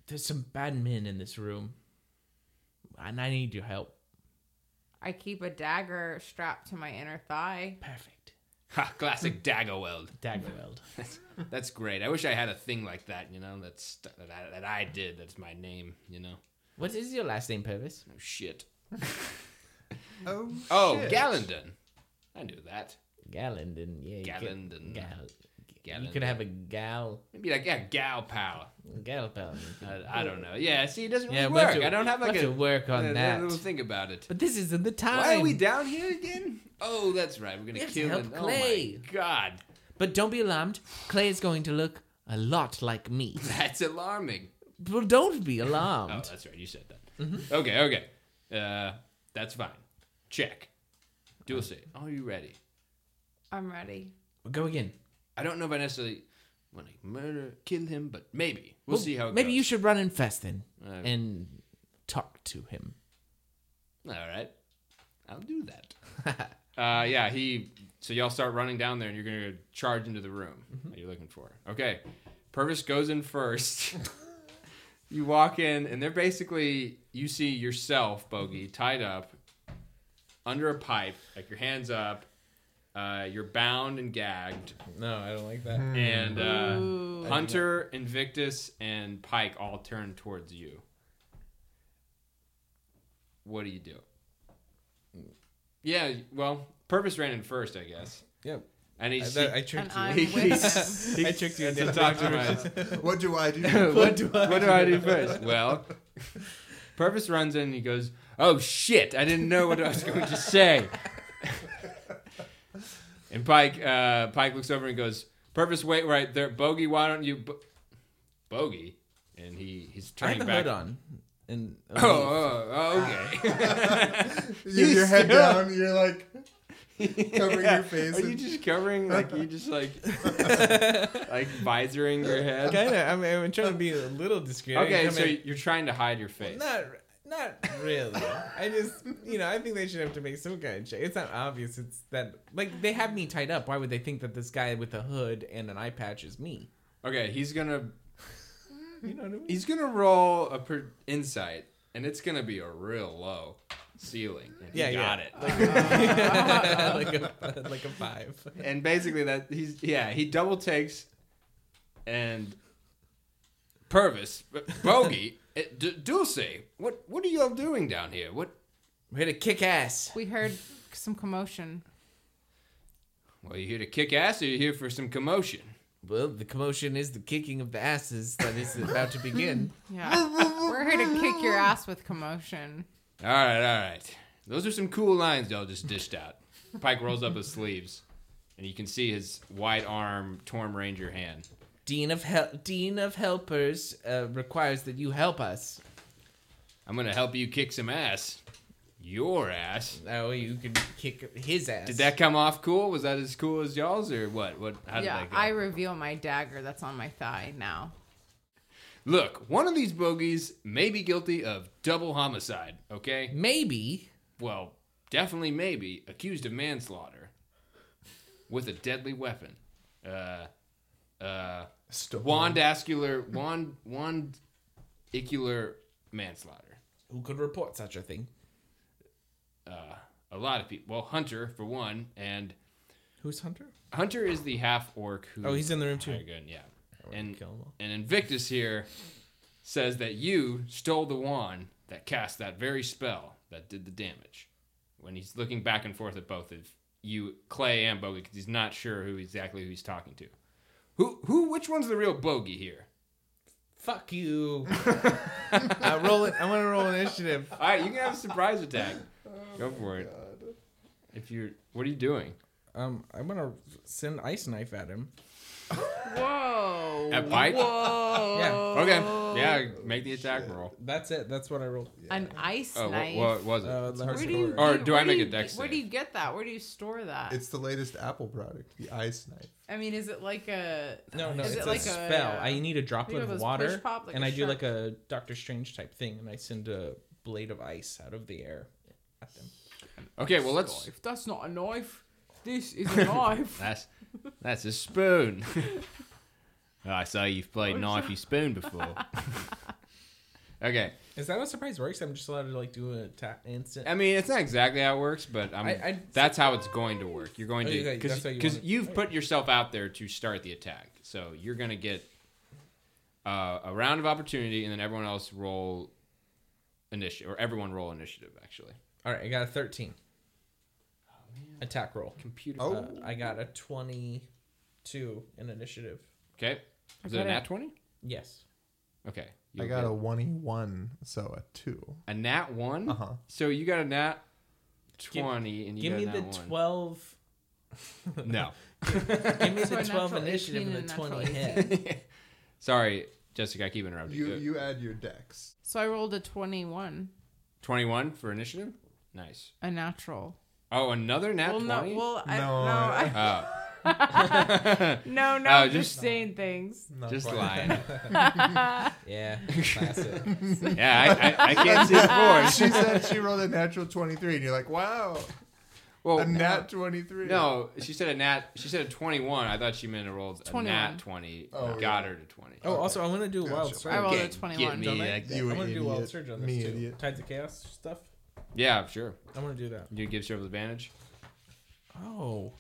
Speaker 3: there's some bad men in this room, and I need your help.
Speaker 4: I keep a dagger strapped to my inner thigh.
Speaker 3: Perfect.
Speaker 1: Ha, classic dagger weld.
Speaker 3: Dagger weld.
Speaker 1: That's, that's great. I wish I had a thing like that. You know, that's that I, that I did. That's my name. You know.
Speaker 3: What is your last name, Purvis?
Speaker 1: Oh shit.
Speaker 2: oh,
Speaker 1: Oh,
Speaker 2: shit.
Speaker 1: Gallendon. I knew that.
Speaker 3: Gallenden. Yeah. you could-
Speaker 1: Gallendon.
Speaker 3: Gal. You
Speaker 1: Gallendon.
Speaker 3: could have a gal.
Speaker 1: Maybe like yeah, gal pal.
Speaker 3: Gal pal.
Speaker 1: I, I don't know. Yeah, see, it doesn't really
Speaker 3: Yeah, we'll
Speaker 1: work.
Speaker 3: have to-
Speaker 1: I don't have
Speaker 3: we'll
Speaker 1: like
Speaker 3: have
Speaker 1: a
Speaker 3: to work on
Speaker 1: uh,
Speaker 3: that.
Speaker 1: little think about it.
Speaker 3: But this isn't the time.
Speaker 1: Why are we down here again? Oh, that's right. We're gonna
Speaker 3: We have to
Speaker 1: kill
Speaker 3: help
Speaker 1: him.
Speaker 3: Clay.
Speaker 1: Oh my god,
Speaker 3: But don't be alarmed. Clay is going to look a lot like me.
Speaker 1: that's alarming.
Speaker 3: But don't be
Speaker 1: Oh,
Speaker 3: alarmed.
Speaker 1: that's right. You said that.
Speaker 3: Mm-hmm.
Speaker 1: Okay, okay. Uh, that's fine. Check. Dulce, are you ready?
Speaker 4: I'm ready.
Speaker 1: Oh.
Speaker 3: Go again.
Speaker 1: I don't know if I necessarily want to murder, kill him, but maybe we'll, see how it
Speaker 3: Maybe
Speaker 1: goes.
Speaker 3: you should run in first then
Speaker 1: Uh,
Speaker 3: and talk to him.
Speaker 1: All right. I'll do that. uh, yeah, he. So y'all start running down there and you're going to charge into the room
Speaker 5: Mm-hmm.
Speaker 1: that you're looking for. Okay. Purvis goes in first. you walk in, and they're basically. You see yourself,
Speaker 5: Mm-hmm.
Speaker 1: Bogey, tied up under a pipe, like your hands up. Uh, you're bound and gagged.
Speaker 5: no, I don't like that.
Speaker 1: And
Speaker 4: Ooh.
Speaker 1: uh, Hunter, Invictus, and Pike all turn towards you. What do you do? Yeah, well, Purpose ran in first, I guess.
Speaker 5: Yep.
Speaker 1: And
Speaker 5: I,
Speaker 1: he's.
Speaker 5: that, I
Speaker 4: And
Speaker 5: tricked you.
Speaker 4: I'm
Speaker 1: he-
Speaker 4: with him.
Speaker 5: I tricked you.
Speaker 1: to
Speaker 5: into
Speaker 1: talk to my,
Speaker 2: What do I do?
Speaker 1: what do I, do first? Well, Purvis runs in and he goes, "Oh shit! I didn't know what I was going to say." and Pike, uh, Pike looks over and goes, "Purvis, wait right there, Bogey. Why don't you, bo- Bogey?" And he he's
Speaker 5: I had
Speaker 1: turning
Speaker 5: the
Speaker 1: back.
Speaker 5: hood on, and
Speaker 1: Oh, oh, oh,
Speaker 5: Ah.
Speaker 1: okay.
Speaker 2: you have your head
Speaker 1: still-
Speaker 2: down. You're like covering
Speaker 1: Yeah.
Speaker 2: your face.
Speaker 1: Are you
Speaker 2: and-
Speaker 1: just covering like you just like Oh. like visoring your head?
Speaker 5: kind of. I'm, I'm trying to be a little discreet. I
Speaker 1: Okay,
Speaker 5: come
Speaker 1: so
Speaker 5: in-
Speaker 1: you're trying to hide your face.
Speaker 5: Not, not really. I just, you know, I think they should have to make some kind of check. It's not obvious. It's that, like, they have me tied up. Why would they think that this guy with a hood and an eye patch is me?
Speaker 1: Okay, he's gonna
Speaker 5: You know what I mean?
Speaker 1: He's gonna roll a per- insight, and it's gonna be a real low ceiling. And
Speaker 5: Yeah,
Speaker 1: he
Speaker 5: yeah.
Speaker 1: got it.
Speaker 5: like, a, like a five.
Speaker 1: and basically, that he's yeah, he double takes, and Purvis, B- Bogey, eh, D- Dulce, what what are y'all doing down here? What?
Speaker 3: We're here to kick ass.
Speaker 4: We heard some commotion.
Speaker 1: Well, you here to kick ass, or you here for some commotion?
Speaker 3: Well, the commotion is the kicking of the asses that is about to begin.
Speaker 4: Yeah, we're here to kick your ass with commotion.
Speaker 1: All right, all right. Those are some cool lines y'all just dished out. Pike rolls up his sleeves, and you can see his white arm, torn ranger hand.
Speaker 3: Dean of Hel- Dean of Helpers uh, requires that you help us.
Speaker 1: I'm gonna help you kick some ass. your ass.
Speaker 5: That way you can kick his ass.
Speaker 1: Did that come off cool? Was that as cool as y'all's or what? What? How did
Speaker 4: yeah,
Speaker 1: that go?
Speaker 4: I reveal my dagger that's on my thigh now.
Speaker 1: Look, one of these bogeys may be guilty of double homicide. Okay.
Speaker 3: Maybe.
Speaker 1: Well, definitely maybe accused of manslaughter with a deadly weapon. Uh, uh,
Speaker 2: Stop.
Speaker 1: wandascular, wand, wandicular manslaughter.
Speaker 3: Who could report such a thing?
Speaker 1: Uh, a lot of people. Well, Hunter for one, and
Speaker 5: Who's Hunter?
Speaker 1: Hunter is the half orc who.
Speaker 5: Oh, he's in the room
Speaker 1: Very
Speaker 5: too.
Speaker 1: good, yeah. And
Speaker 5: Kill him all.
Speaker 1: And Invictus here says that you stole the wand that cast that very spell that did the damage. When he's looking back and forth at both of you, Clay and Bogey, because he's not sure who exactly who he's talking to. Who, who, which one's the real Bogey here?
Speaker 5: Fuck you. uh, roll it. I want to roll initiative.
Speaker 1: All right, you can have a surprise attack. Go for it. If you're, what are you doing?
Speaker 5: Um, I'm gonna send ice knife at him.
Speaker 4: Whoa.
Speaker 1: At Pike?
Speaker 4: Whoa.
Speaker 5: Yeah,
Speaker 1: Okay, yeah, make the attack roll.
Speaker 5: That's it. That's what I rolled.
Speaker 4: An ice
Speaker 1: Oh,
Speaker 4: knife.
Speaker 1: what, what was it?
Speaker 5: Uh, the
Speaker 4: Where do you,
Speaker 1: Or do I
Speaker 4: where
Speaker 1: make
Speaker 4: you
Speaker 1: a dex
Speaker 4: get- Where do
Speaker 1: save?
Speaker 4: you get that? Where do you store that?
Speaker 2: It's the latest Apple product, the ice knife.
Speaker 4: I mean, is it like a
Speaker 5: No, no,
Speaker 4: Is
Speaker 5: it's
Speaker 4: it
Speaker 5: a
Speaker 4: like a- uh,
Speaker 5: spell. I need a droplet
Speaker 4: of
Speaker 5: of
Speaker 4: those
Speaker 5: water,
Speaker 4: push pop, like
Speaker 5: and
Speaker 4: a
Speaker 5: I do
Speaker 4: shark?
Speaker 5: like a Doctor Strange type thing, and I send a blade of ice out of the air at them.
Speaker 1: Okay, well let's.
Speaker 4: That's not a knife. This is a knife.
Speaker 1: That's that's a spoon. Oh, I saw you've played knifey spoon before. okay,
Speaker 5: Is that how surprise works? I'm just allowed to like do a tap instant.
Speaker 1: I mean it's not exactly how it works, but I'm,
Speaker 5: I- I-
Speaker 1: that's how it's going to work. You're going
Speaker 5: Oh,
Speaker 1: to
Speaker 5: okay,
Speaker 1: because
Speaker 5: that's how you
Speaker 1: because
Speaker 5: want it.
Speaker 1: you've put yourself out there to start the attack, so you're going to get uh, a round of opportunity, and then everyone else roll initiative, or everyone roll initiative actually.
Speaker 5: All right, I got a 13
Speaker 4: Oh,
Speaker 5: attack roll.
Speaker 1: Computer.
Speaker 2: Oh.
Speaker 5: Uh, I got a 22 in initiative.
Speaker 1: Okay. Is it
Speaker 4: got
Speaker 1: a
Speaker 4: a-
Speaker 1: nat twenty?
Speaker 5: Yes.
Speaker 1: Okay.
Speaker 2: I
Speaker 1: you'll
Speaker 2: got
Speaker 1: get-
Speaker 2: a one e one, so a two.
Speaker 1: a nat one.
Speaker 2: Uh huh.
Speaker 1: So you got a nat
Speaker 5: Give-
Speaker 1: twenty, and you
Speaker 5: Give
Speaker 1: got
Speaker 5: me
Speaker 1: a
Speaker 5: the
Speaker 1: nat one.
Speaker 5: 12.
Speaker 1: No.
Speaker 5: Give me
Speaker 4: So
Speaker 5: the
Speaker 4: a
Speaker 5: 12
Speaker 4: natural
Speaker 5: initiative
Speaker 4: 18
Speaker 5: and
Speaker 4: and
Speaker 5: the
Speaker 4: a natural
Speaker 5: 20 hit.
Speaker 1: Sorry, Jessica, I keep interrupting
Speaker 2: You
Speaker 1: you.
Speaker 2: you add your dex.
Speaker 4: So I rolled a twenty-one,
Speaker 1: 21 for initiative? Nice.
Speaker 4: a natural.
Speaker 1: Oh, another nat
Speaker 4: well,
Speaker 1: 20?
Speaker 4: no, well, I,
Speaker 2: No,
Speaker 4: no,
Speaker 2: I-
Speaker 4: I,
Speaker 1: Oh,
Speaker 4: no, no,
Speaker 1: Oh,
Speaker 4: I'm
Speaker 1: just-
Speaker 4: just saying things.
Speaker 2: Not
Speaker 1: just
Speaker 2: quite.
Speaker 1: lying.
Speaker 5: yeah, classic.
Speaker 1: yeah, I, I, I can't see the
Speaker 2: she said she rolled a natural twenty three, and you're like, wow,
Speaker 1: board.
Speaker 2: a
Speaker 1: Well,
Speaker 2: nat twenty three.
Speaker 1: Oh, no, she said a nat. She said a 21. I thought she meant a rolled a
Speaker 4: 21.
Speaker 1: nat 20.
Speaker 2: Oh,
Speaker 1: got
Speaker 2: yeah.
Speaker 1: her to 20.
Speaker 5: Oh, also, I want to do a wild
Speaker 2: Gotcha.
Speaker 5: surge.
Speaker 4: I rolled
Speaker 1: Get-
Speaker 4: a twenty-one.
Speaker 1: Get
Speaker 5: Don't
Speaker 1: me
Speaker 5: I?
Speaker 1: like that.
Speaker 2: You
Speaker 5: I want to do wild
Speaker 2: idiot.
Speaker 5: surge on
Speaker 2: Me
Speaker 5: this too.
Speaker 2: idiot.
Speaker 5: Tides of Chaos stuff.
Speaker 1: Yeah, sure.
Speaker 5: I want to do that.
Speaker 1: You give yourself advantage?
Speaker 5: Oh,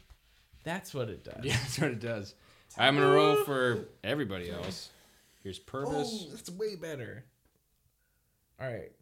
Speaker 5: that's what it does.
Speaker 1: Yeah, that's what it does. I'm going to roll for everybody else. Here's Purvis.
Speaker 5: Oh, that's way better. All right.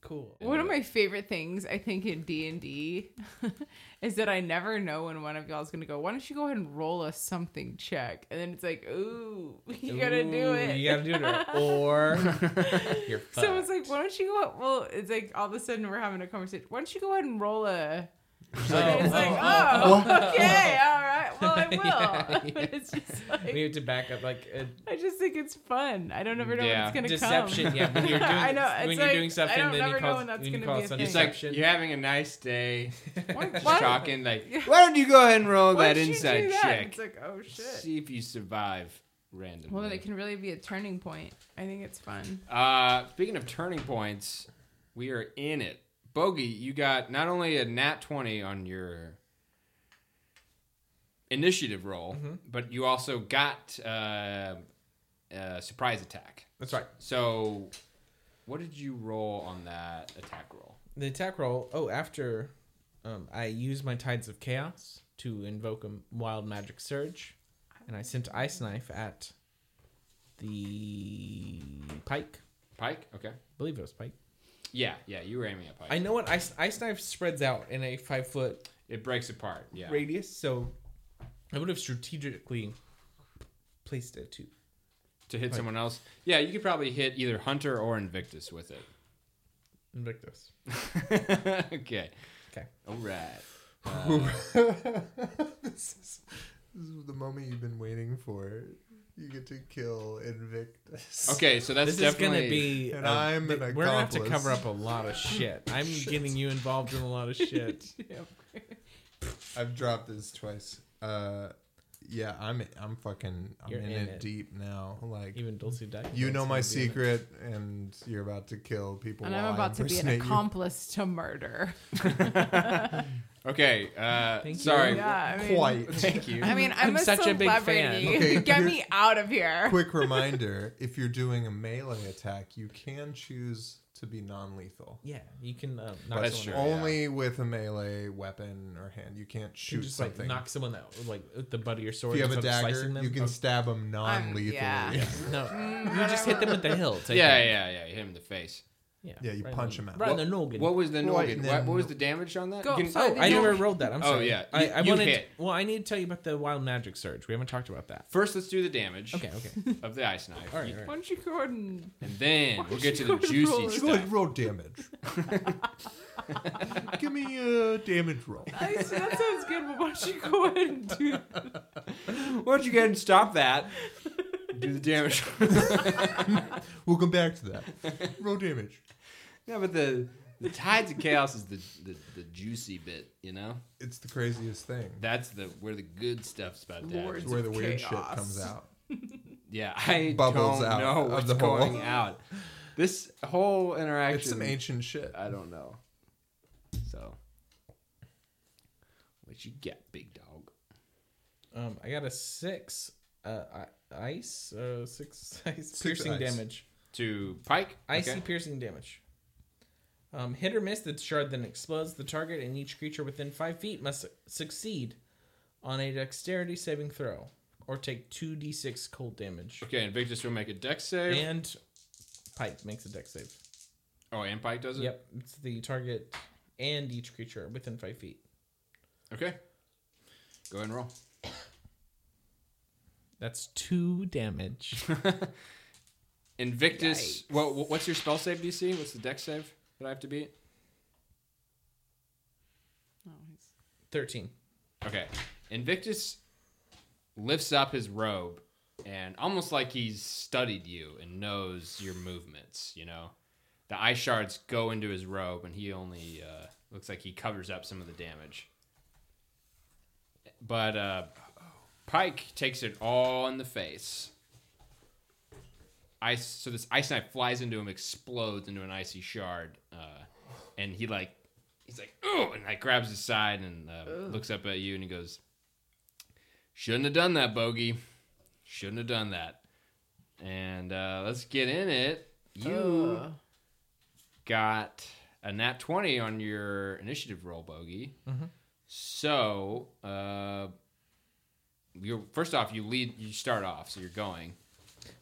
Speaker 5: Cool.
Speaker 4: One of my favorite things I think in D and D is that I never know when one of y'all is gonna go. Why don't you go ahead and roll a something check? And then it's like, ooh, you gotta do
Speaker 5: Ooh,
Speaker 4: it.
Speaker 5: You gotta do it, or you're fucked.
Speaker 4: So it's like, why don't you go? Well, it's like all of a sudden we're having a conversation. Why don't you go ahead and roll a?
Speaker 5: Oh,
Speaker 4: it's like,
Speaker 5: oh,
Speaker 4: oh, okay, all right. Well, I will. It's just like
Speaker 5: we have to back up like a
Speaker 4: I just think it's fun. I don't ever know
Speaker 1: Yeah.
Speaker 4: when it's gonna
Speaker 5: deception.
Speaker 4: come.
Speaker 5: Yeah, when you're doing
Speaker 4: I know,
Speaker 5: when
Speaker 4: it's
Speaker 5: you're
Speaker 4: like,
Speaker 5: doing stuff
Speaker 4: I
Speaker 5: and
Speaker 4: don't
Speaker 5: then you
Speaker 4: never know
Speaker 5: call
Speaker 4: when that's
Speaker 5: when you
Speaker 4: gonna
Speaker 5: call
Speaker 4: be a
Speaker 5: some
Speaker 4: thing.
Speaker 1: It's like
Speaker 5: deception.
Speaker 1: you're having a nice day.
Speaker 4: Why-
Speaker 1: Just
Speaker 4: why-
Speaker 1: talking like,
Speaker 4: Yeah.
Speaker 1: why don't you go ahead and
Speaker 5: "Oh,
Speaker 1: roll
Speaker 4: why
Speaker 1: that
Speaker 4: did you do
Speaker 1: inside
Speaker 4: that?
Speaker 1: check?
Speaker 4: It's like, oh shit.
Speaker 1: See if you survive randomly.
Speaker 4: Well, then it can really be a turning point. I think it's fun.
Speaker 1: uh, speaking of turning points, we are in it. Bogey, you got not only a nat 20 on your initiative roll, but you also got uh, a surprise attack.
Speaker 5: That's right.
Speaker 1: So, what did you roll on that attack roll?
Speaker 5: The attack roll. Oh, after um, I use my tides of chaos to invoke a wild magic surge, and I sent ice knife at the pike.
Speaker 1: Pike? Okay.
Speaker 5: I believe it was pike.
Speaker 1: Yeah, yeah, you were aiming at Pike.
Speaker 5: I know what ice ice knife spreads out in a five foot
Speaker 1: it breaks apart. Yeah.
Speaker 5: radius, so I would have strategically placed it too.
Speaker 1: to hit someone else. Yeah, you could probably hit either Hunter or Invictus with
Speaker 5: Invictus.
Speaker 1: it. okay.
Speaker 5: Okay.
Speaker 1: All right. Uh,
Speaker 2: this, is, this is the moment you've been waiting for. You get to kill Invictus.
Speaker 1: Okay, so that's
Speaker 5: This is
Speaker 1: definitely
Speaker 5: gonna be.
Speaker 2: And
Speaker 5: a-
Speaker 2: I'm an
Speaker 5: th- We're gonna have to
Speaker 2: accomplice.
Speaker 5: cover up a lot of shit. I'm getting you involved in a lot of shit.
Speaker 2: I've dropped this twice. Uh, yeah, I'm I'm fucking I'm
Speaker 5: You're
Speaker 2: in,
Speaker 5: in
Speaker 2: it,
Speaker 5: it.
Speaker 2: deep now. Like
Speaker 5: Even Dulce Dyke.
Speaker 2: you
Speaker 5: knows
Speaker 2: know my
Speaker 5: how to do it.
Speaker 2: secret, and you're about to kill people.
Speaker 4: And
Speaker 2: while
Speaker 4: I'm
Speaker 2: I
Speaker 4: about to be an
Speaker 2: impersonate you.
Speaker 4: accomplice to murder.
Speaker 1: okay. Uh,
Speaker 5: Thank you.
Speaker 1: sorry,
Speaker 4: Yeah, I mean,
Speaker 2: Quite.
Speaker 1: thank you.
Speaker 4: I mean, I'm,
Speaker 5: I'm
Speaker 4: a
Speaker 5: such a big fan.
Speaker 4: celebrity.
Speaker 2: Okay,
Speaker 4: Get
Speaker 2: here-
Speaker 4: me out of here.
Speaker 2: Quick reminder: if you're doing a melee attack, you can choose to be non-lethal.
Speaker 5: Yeah, you can uh, knock
Speaker 2: But
Speaker 1: That's
Speaker 5: someone
Speaker 1: true.
Speaker 4: Oh,
Speaker 5: out.
Speaker 2: only with a melee weapon or hand. You can't
Speaker 5: You
Speaker 2: shoot
Speaker 5: can just
Speaker 2: something.
Speaker 5: like knock someone out like with the butt of your sword.
Speaker 2: if you have a
Speaker 5: instead of slicing
Speaker 2: dagger,
Speaker 5: them.
Speaker 2: you can
Speaker 5: Oh,
Speaker 2: stab them non-lethally.
Speaker 4: yeah.
Speaker 2: yeah.
Speaker 5: no, you just hit them with the hilt. I
Speaker 1: yeah,
Speaker 5: think.
Speaker 1: yeah, yeah. You hit him in the face.
Speaker 2: Yeah, you
Speaker 5: Right
Speaker 2: punch
Speaker 5: in-
Speaker 2: them out.
Speaker 5: Right in
Speaker 2: Well-
Speaker 5: the noggin.
Speaker 1: What was the
Speaker 2: Well,
Speaker 1: Norgid?
Speaker 2: and
Speaker 1: What,
Speaker 2: then-
Speaker 1: what was the damage on that?
Speaker 4: Go-
Speaker 1: You can-
Speaker 4: sorry,
Speaker 1: oh,
Speaker 5: I
Speaker 4: did
Speaker 1: I
Speaker 4: you-
Speaker 1: know.
Speaker 5: never rolled that. I'm
Speaker 1: Oh,
Speaker 5: sorry.
Speaker 1: yeah.
Speaker 5: I,
Speaker 1: You-
Speaker 5: I
Speaker 1: you
Speaker 5: wanted.
Speaker 1: hit.
Speaker 5: Well, I need to tell you about the wild magic surge. We haven't talked about that.
Speaker 1: First, let's do the damage
Speaker 5: Okay, okay.
Speaker 1: of the ice knife,
Speaker 5: All right, all
Speaker 4: Why
Speaker 5: right.
Speaker 4: don't you go and
Speaker 1: and then we'll get to the
Speaker 4: Why don't you roll
Speaker 1: juicy
Speaker 4: it?
Speaker 2: Go ahead,
Speaker 1: stuff.
Speaker 2: roll damage. Give me a damage roll.
Speaker 4: I see, that sounds good, but why don't you go ahead and do
Speaker 1: Why don't you go ahead and stop that? Do the damage.
Speaker 2: We'll come back to that. Roll damage.
Speaker 1: no, but the the tides of chaos is the, the the juicy bit. You know,
Speaker 2: It's the craziest thing.
Speaker 1: that's the where the good stuff's about to
Speaker 4: Lord.
Speaker 2: It's
Speaker 1: happen.
Speaker 2: where the weird shit
Speaker 4: Chaos.
Speaker 2: comes out.
Speaker 1: Yeah, I
Speaker 2: Bubbles
Speaker 1: don't
Speaker 2: out
Speaker 1: know
Speaker 2: of
Speaker 1: what's
Speaker 2: the hole.
Speaker 1: going out. This whole interaction.
Speaker 2: It's some ancient shit.
Speaker 5: Uh,
Speaker 1: I don't know. So, what you get, big dog?
Speaker 5: Um, I got a six. Uh, I- ice. Uh, six ice.
Speaker 2: Six
Speaker 5: piercing
Speaker 2: ice.
Speaker 5: damage.
Speaker 1: To Pike.
Speaker 5: Icy piercing damage. Um, hit or miss, the shard then explodes the target, and each creature within five feet must succeed on a dexterity saving throw or take 2d6 cold damage.
Speaker 1: Okay, and Victus will make a deck save.
Speaker 5: And Pike makes a dex save.
Speaker 1: oh, and Pike does it.
Speaker 5: Yep, it's the target and each creature within five feet.
Speaker 1: Okay. Go ahead and roll.
Speaker 5: That's two damage.
Speaker 1: Invictus. Well, wh- what's your spell save DC? What's the deck save that I have to beat?
Speaker 4: Oh,
Speaker 5: 13.
Speaker 1: Okay. Invictus lifts up his robe and almost like he's studied you and knows your movements, you know. The ice shards go into his robe and he only uh, looks like he covers up some of the damage. But uh, Pike takes it all in the face. Ice, so this ice knife flies into him, explodes into an icy shard, uh, and he like he's like, oh, and like grabs his side and uh, looks up at you and he goes, shouldn't have done that, Bogey. Shouldn't have done that. And uh, let's get in it. You
Speaker 4: Ugh.
Speaker 1: got a nat 20 on your initiative roll, Bogey.
Speaker 5: Mm-hmm.
Speaker 1: So, uh, you're, first off, you lead, you start off, so you're going.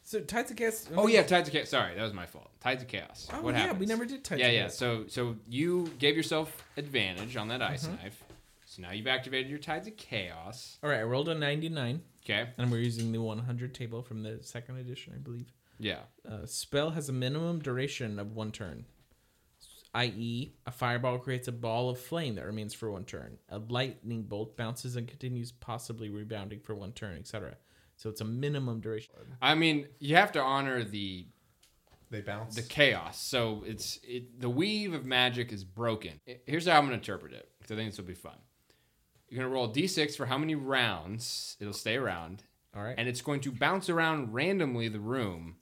Speaker 5: So Tides of Chaos.
Speaker 1: Oh, yeah, Tides of Chaos. Sorry, that was my fault. Tides of Chaos.
Speaker 5: Oh,
Speaker 1: what
Speaker 5: yeah,
Speaker 1: happens?
Speaker 5: we never did Tides
Speaker 1: yeah,
Speaker 5: of
Speaker 1: yeah.
Speaker 5: Chaos.
Speaker 1: So so you gave yourself advantage on that ice knife. So now you've activated your tides of chaos.
Speaker 5: All right, I rolled a 99,
Speaker 1: Okay.
Speaker 5: and we're using the 100 table from the second edition, I believe.
Speaker 1: Yeah.
Speaker 5: Uh, spell has a minimum duration of one turn, i.e., a fireball creates a ball of flame that remains for one turn. A lightning bolt bounces and continues, possibly rebounding for one turn, etc. So it's a minimum duration.
Speaker 1: I mean, you have to honor the
Speaker 2: They bounce.
Speaker 1: the chaos. So it's it, the weave of magic is broken. I- Here's how I'm gonna interpret it. 'cause I think this will be fun. You're gonna roll a d6 for how many rounds it'll stay around,
Speaker 5: All right.
Speaker 1: and it's going to bounce around randomly the room,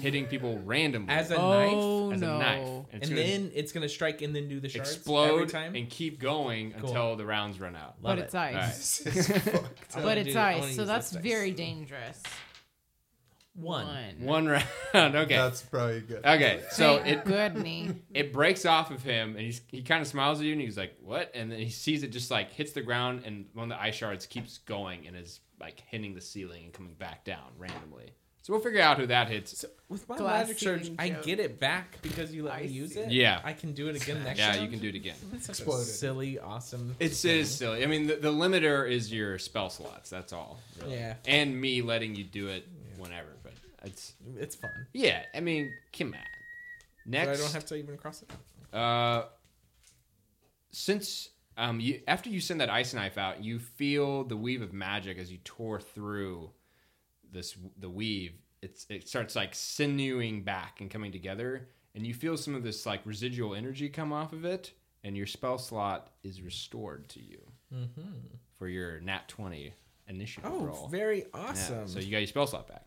Speaker 1: hitting people randomly
Speaker 5: as a
Speaker 4: Oh,
Speaker 5: knife,
Speaker 1: as
Speaker 4: no.
Speaker 1: a knife. And, it's
Speaker 5: and
Speaker 1: gonna
Speaker 5: then it's gonna strike and then do the shards every
Speaker 1: explode
Speaker 5: time.
Speaker 1: and keep going until the rounds run out.
Speaker 5: Love
Speaker 4: But it's
Speaker 5: it.
Speaker 4: ice.
Speaker 2: This is fucked.
Speaker 5: I wanna
Speaker 4: But it's
Speaker 5: do- I wanna
Speaker 4: ice, so
Speaker 5: use
Speaker 4: that's
Speaker 5: this dice.
Speaker 4: very dangerous.
Speaker 5: one.
Speaker 1: One round. Okay.
Speaker 2: That's probably good.
Speaker 1: okay. So
Speaker 4: Thank
Speaker 1: it
Speaker 4: goodney.
Speaker 1: it breaks off of him, and he's, he kind of smiles at you, and he's like, "What?" And then he sees it just like hits the ground, and one of the ice shards keeps going and is like hitting the ceiling and coming back down randomly. So we'll figure out who that hits.
Speaker 5: So with my
Speaker 4: Glass
Speaker 5: magic surge,
Speaker 4: ceiling
Speaker 5: I
Speaker 4: joke.
Speaker 5: get it back because you let
Speaker 4: I
Speaker 5: me use
Speaker 4: see.
Speaker 5: it.
Speaker 1: Yeah.
Speaker 5: I can do it again next
Speaker 1: yeah,
Speaker 5: round.
Speaker 1: you can do it again.
Speaker 5: That's such a
Speaker 2: Exploded.
Speaker 5: silly, awesome.
Speaker 1: It's
Speaker 5: thing.
Speaker 1: it is silly. I mean, the, the limiter is your spell slots. That's all. really.
Speaker 5: Yeah.
Speaker 1: And me letting you do it whenever, but it's
Speaker 5: It's fun.
Speaker 1: yeah. I mean, come on. Next,
Speaker 5: So I don't have to even cross it.
Speaker 1: Uh, since um, you, after you send that ice knife out, you feel the weave of magic as you tore through this the weave, it's it starts like sinewing back and coming together, and you feel some of this like residual energy come off of it, and your spell slot is restored to you for your nat twenty initiative
Speaker 5: Mm-hmm. Oh,
Speaker 1: roll.
Speaker 5: very
Speaker 1: Yeah,
Speaker 5: awesome.
Speaker 1: So you got your spell slot back.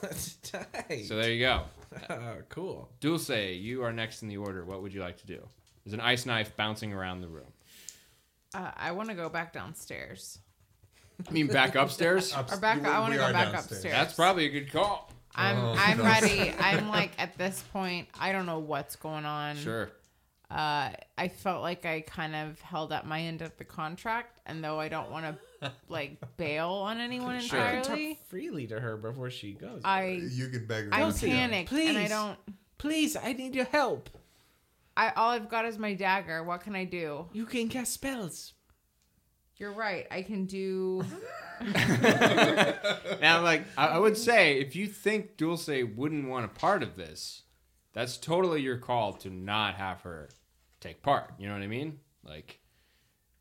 Speaker 5: That's tight.
Speaker 1: So there you go.
Speaker 5: Oh, cool.
Speaker 1: Dulce, you are next in the order. What would you like to do? There's an ice knife bouncing around the room.
Speaker 4: Uh, I want to go back downstairs.
Speaker 1: I mean, back upstairs.
Speaker 4: Or back. I want to go back upstairs.
Speaker 1: That's probably a good call.
Speaker 4: I'm.
Speaker 2: Oh,
Speaker 4: I'm
Speaker 2: gosh.
Speaker 4: ready. I'm like at this point. I don't know what's going on.
Speaker 1: Sure.
Speaker 4: Uh, I felt like I kind of held up my end of the contract, and though I don't want to like bail on anyone
Speaker 1: Sure.
Speaker 5: I can
Speaker 4: entirely,
Speaker 5: talk freely to her before she goes.
Speaker 4: I
Speaker 2: You can beg her.
Speaker 4: I'm
Speaker 2: not to go.
Speaker 4: panicked, and I
Speaker 5: Please.
Speaker 4: don't.
Speaker 5: Please, I need your help.
Speaker 4: I all I've got is my dagger. What can I do?
Speaker 5: You can cast spells.
Speaker 4: You're right. I can do.
Speaker 1: Now, like, I, I would say if you think Dulce wouldn't want a part of this, that's totally your call to not have her take part. You know what I mean? Like,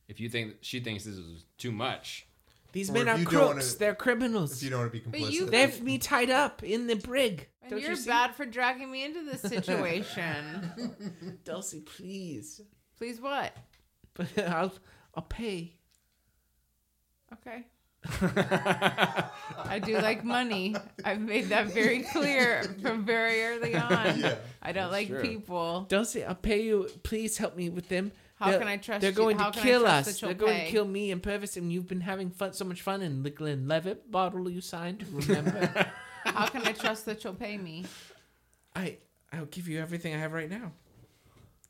Speaker 1: if you think she thinks this is too much,
Speaker 5: These
Speaker 2: Or
Speaker 5: men
Speaker 2: if
Speaker 5: are
Speaker 2: you
Speaker 5: crooks.
Speaker 2: don't wanna-
Speaker 5: They're criminals.
Speaker 2: If you don't want to be complicit.
Speaker 4: you-
Speaker 5: They have me tied up in the brig.
Speaker 4: And
Speaker 5: Don't
Speaker 4: you're
Speaker 5: you see?
Speaker 4: bad for dragging me into this situation.
Speaker 5: Dulcie, please.
Speaker 4: Please, what?
Speaker 5: But I'll, I'll pay.
Speaker 4: Okay. I do like money. I've made that very clear from very early on.
Speaker 2: Yeah.
Speaker 4: I don't like
Speaker 1: true.
Speaker 4: people.
Speaker 5: Dulcie, I'll pay you. Please help me with them.
Speaker 4: How
Speaker 5: They're-
Speaker 4: can I trust
Speaker 5: They're
Speaker 4: you?
Speaker 5: going
Speaker 4: How
Speaker 5: to
Speaker 4: can I
Speaker 5: kill
Speaker 4: trust
Speaker 5: us.
Speaker 4: that you'll
Speaker 5: They're going
Speaker 4: pay?
Speaker 5: to kill me and Purvis, and you've been having fun, so much fun in the Glen Levitt bottle you signed. Remember,
Speaker 4: How can I trust that you'll pay me?
Speaker 5: I I'll give you everything I have right now.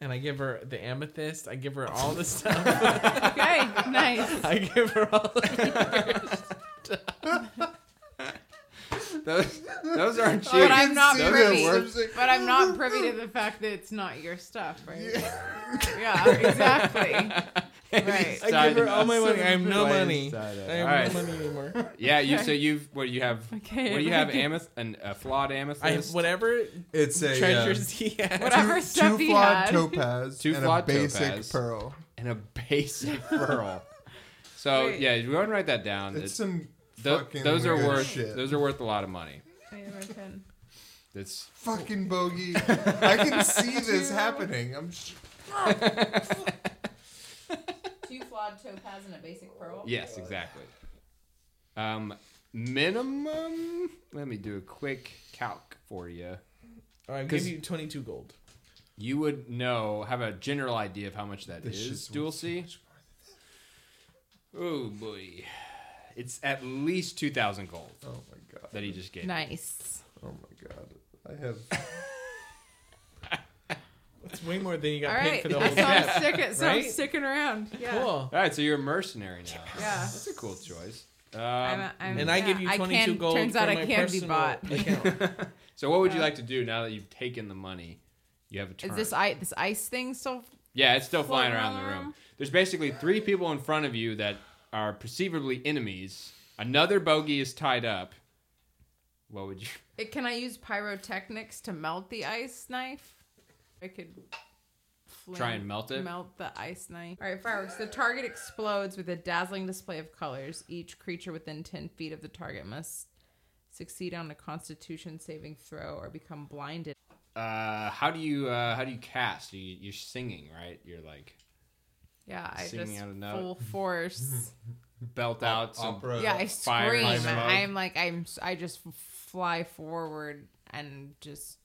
Speaker 5: And I give her the amethyst. I give her all the stuff.
Speaker 4: Okay, nice.
Speaker 5: I give her all.
Speaker 1: those, those aren't cheap.
Speaker 4: But I'm not
Speaker 1: Those are
Speaker 4: privy.
Speaker 1: worth-
Speaker 4: But I'm not privy to the fact that it's not your stuff, right? Yeah, exactly. Right.
Speaker 5: I give her all my money. I have no
Speaker 1: Why is
Speaker 5: money. I
Speaker 1: that a-
Speaker 5: have
Speaker 1: Alright.
Speaker 5: no money anymore.
Speaker 1: Yeah, you so you've what do you have?
Speaker 4: Okay,
Speaker 1: what do you
Speaker 4: I
Speaker 1: have?
Speaker 4: like it.
Speaker 1: Amethyst and a flawed amethyst.
Speaker 5: I have whatever
Speaker 2: It's a
Speaker 5: treasures he
Speaker 2: Uh,
Speaker 5: has.
Speaker 4: Whatever
Speaker 2: two,
Speaker 4: stuff
Speaker 2: two
Speaker 4: he
Speaker 2: flawed
Speaker 4: had.
Speaker 2: topaz
Speaker 1: Two
Speaker 2: and
Speaker 1: flawed
Speaker 2: a basic
Speaker 1: topaz.
Speaker 2: pearl.
Speaker 1: and a basic pearl. So
Speaker 4: Wait.
Speaker 1: yeah, you want to write that down.
Speaker 2: It's
Speaker 1: It's-
Speaker 2: some
Speaker 1: tho-
Speaker 2: fucking
Speaker 1: those are
Speaker 2: good
Speaker 1: worth
Speaker 2: shit.
Speaker 1: those are worth a lot of money.
Speaker 4: I have my pen.
Speaker 1: That's
Speaker 2: fucking bogey. I can see this happening. I'm sh-
Speaker 4: Two flawed topaz and a basic pearl.
Speaker 1: yes, exactly. Um, minimum. Let me do a quick calc for you.
Speaker 5: Or Oh, I give
Speaker 1: Cause-
Speaker 5: you twenty-two gold.
Speaker 1: You would know, have a general idea of how much that
Speaker 2: This
Speaker 1: is,
Speaker 2: shit's worth
Speaker 1: Dulce. Oh boy, it's at least two thousand gold
Speaker 2: Oh my god.
Speaker 1: that he just gave.
Speaker 4: Nice.
Speaker 2: Oh my god. I have
Speaker 5: It's way more than you got
Speaker 4: All
Speaker 5: paid
Speaker 4: right.
Speaker 5: for the
Speaker 4: That's
Speaker 5: whole
Speaker 4: so I'm,
Speaker 5: set.
Speaker 4: sticking, so I'm
Speaker 5: Right?
Speaker 4: sticking around. Yeah.
Speaker 5: Cool. Um,
Speaker 1: All right, so you're a mercenary now.
Speaker 4: Yeah.
Speaker 1: that's a cool choice. Um,
Speaker 4: I'm, I'm,
Speaker 5: And I
Speaker 4: yeah,
Speaker 5: give you twenty-two
Speaker 4: can-
Speaker 5: gold.
Speaker 4: Turns out
Speaker 5: for
Speaker 4: I
Speaker 5: my
Speaker 4: can be
Speaker 5: personal
Speaker 4: bought.
Speaker 5: account.
Speaker 1: So what would you
Speaker 4: Uh,
Speaker 1: like to do now that you've taken the money? You have a turn.
Speaker 4: Is this I this ice thing still?
Speaker 1: yeah, it's still flying
Speaker 4: floating
Speaker 1: around the
Speaker 4: around?
Speaker 1: room. There's basically three people in front of you that are perceivably enemies. Another bogey is tied up. What would you?
Speaker 4: It, can I use pyrotechnics to melt the ice knife? I could fling-
Speaker 1: Try and melt it?
Speaker 4: Melt the ice knife. All right, fireworks. The target explodes with a dazzling display of colors. Each creature within ten feet of the target must succeed on a Constitution saving throw or become blinded.
Speaker 1: Uh, how do you uh, how do you cast? You, you're singing, right? You're like
Speaker 4: Yeah, I
Speaker 1: Singing
Speaker 4: just
Speaker 1: out a note.
Speaker 4: full force.
Speaker 1: belt out some.
Speaker 4: yeah, I
Speaker 1: Fire
Speaker 4: scream.
Speaker 1: and smoke.
Speaker 4: I'm like I'm. s- I just f- fly forward and just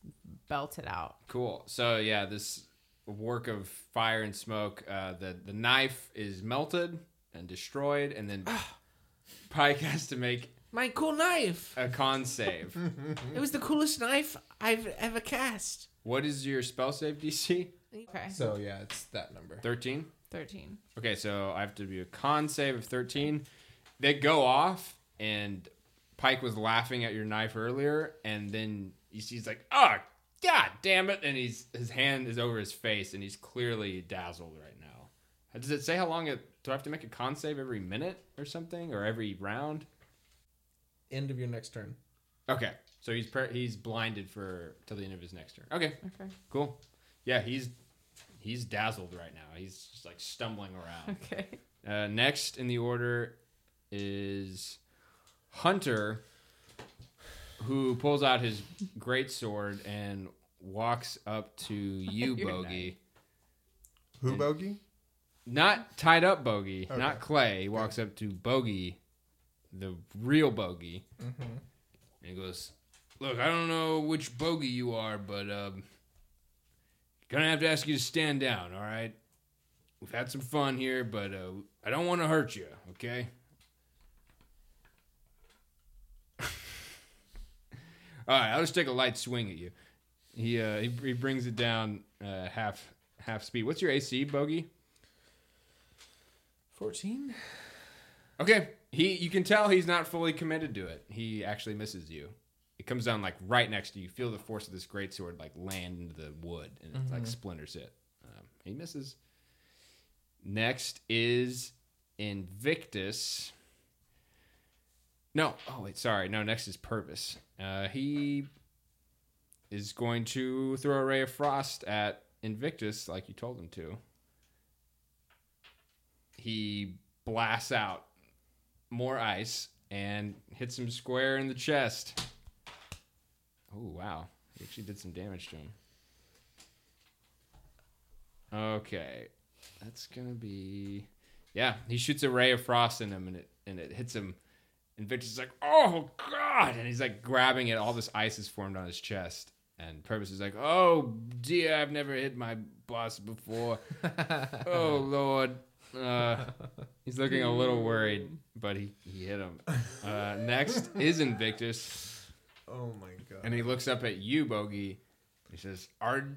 Speaker 4: belt it out.
Speaker 1: Cool. So yeah, this work of fire and smoke. Uh, the the knife is melted and destroyed, and then Pike has to make
Speaker 5: My cool knife.
Speaker 1: a con save.
Speaker 5: It was the coolest knife I've ever cast.
Speaker 1: What is your spell save DC?
Speaker 4: Okay,
Speaker 2: So yeah, it's that number.
Speaker 1: 13.
Speaker 4: thirteen.
Speaker 1: Okay, so I have to do a con save of 13. They go off, and Pike was laughing at your knife earlier, and then you see he's like, oh, god damn it. And he's his hand is over his face, and he's clearly dazzled right now. Does it say how long it. Do I have to make a con save every minute or something, or every round?
Speaker 5: End of your next turn.
Speaker 1: Okay, so he's pre- he's blinded for till the end of his next turn. Okay,
Speaker 4: Okay.
Speaker 1: Cool. Yeah, he's he's dazzled right now. He's just like stumbling around.
Speaker 4: Okay.
Speaker 1: Uh, next in the order is Hunter, who pulls out his great sword and walks up to you,
Speaker 4: You're
Speaker 1: Bogey. Hmm.
Speaker 2: Who bogey?
Speaker 1: Not tied up Bogey,
Speaker 2: Okay.
Speaker 1: not Clay. He walks up to Bogey, the real Bogey,
Speaker 2: Mm-hmm.
Speaker 1: and he goes, "Look, I don't know which Bogey you are, but um, gonna have to ask you to stand down. All right, we've had some fun here, but uh, I don't want to hurt you. Okay." All right, I'll just take a light swing at you. He uh, he, he brings it down uh, half half speed. What's your AC, Bogey?
Speaker 5: 14?
Speaker 1: Okay. He you can tell he's not fully committed to it. He actually misses you. It comes down like right next to you. You feel the force of this greatsword like land into the wood and it like splinters it. Um, he misses. Next is Invictus. No, oh wait, sorry. No, next is Purvis. Uh, he is going to throw a ray of frost at Invictus like you told him to. He blasts out more ice and hits him square in the chest. Oh wow. He actually did some damage to him. Okay. That's gonna be Yeah, he shoots a ray of frost in him and it and it hits him and Victor's is like, Oh god and he's like grabbing it, all this ice is formed on his chest. And Purvis is like, Oh dear, I've never hit my boss before. oh Lord. Uh, he's looking a little worried, but he, he hit him. Uh, next is Invictus.
Speaker 2: Oh my god.
Speaker 1: And he looks up at you, Bogey. He says, "Are,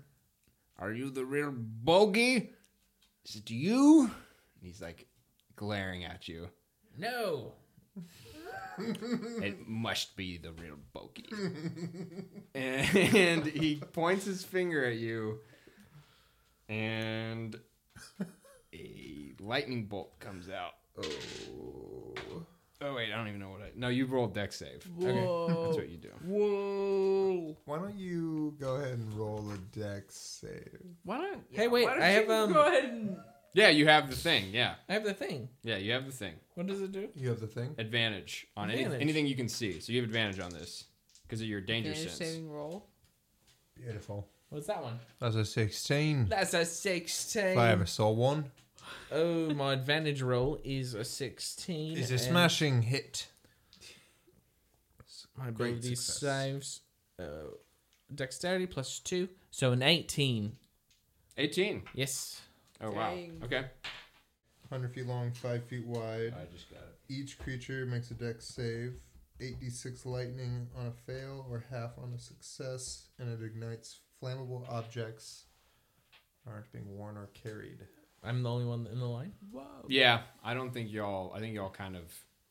Speaker 1: are you the real Bogey? Is it you?" And he's like glaring at you.
Speaker 5: No.
Speaker 1: It must be the real Bogey. and he points his finger at you, and a lightning bolt comes out.
Speaker 2: Oh.
Speaker 1: Oh wait, I don't even know what I. No, you rolled deck save. Okay, that's
Speaker 4: Whoa.
Speaker 1: what you do.
Speaker 4: Whoa.
Speaker 2: Why don't you go ahead and roll a dex save?
Speaker 4: Why don't
Speaker 5: Hey, wait,
Speaker 4: why don't
Speaker 5: I
Speaker 4: you
Speaker 5: have, um,
Speaker 4: go ahead and
Speaker 1: Yeah, you have the thing. Yeah,
Speaker 5: I have the thing.
Speaker 1: yeah, you have the thing.
Speaker 5: What does it do?
Speaker 2: You have the thing.
Speaker 1: advantage on any-
Speaker 5: Advantage.
Speaker 1: anything you can see. So you have advantage on this because of your danger
Speaker 4: advantage
Speaker 1: sense.
Speaker 4: saving roll?
Speaker 2: Beautiful.
Speaker 5: What's that one?
Speaker 2: That's a sixteen.
Speaker 5: That's a 16.
Speaker 2: If I ever saw one,
Speaker 5: Oh, my advantage roll is a 16.
Speaker 2: is a
Speaker 5: and
Speaker 2: smashing hit.
Speaker 5: My
Speaker 2: great
Speaker 5: ability
Speaker 2: success.
Speaker 5: saves uh, dexterity plus 2. So an 18.
Speaker 1: 18.
Speaker 5: Yes.
Speaker 1: Oh, wow.
Speaker 4: Dang.
Speaker 1: Okay.
Speaker 2: 100 feet long, 5 feet wide.
Speaker 1: just got it.
Speaker 2: Each creature makes a dex save, 8d6 lightning on a fail or half on a success, and it ignites flammable objects aren't being worn or carried.
Speaker 5: I'm the only one in the line.
Speaker 1: Yeah, I don't think y'all, I think y'all kind of,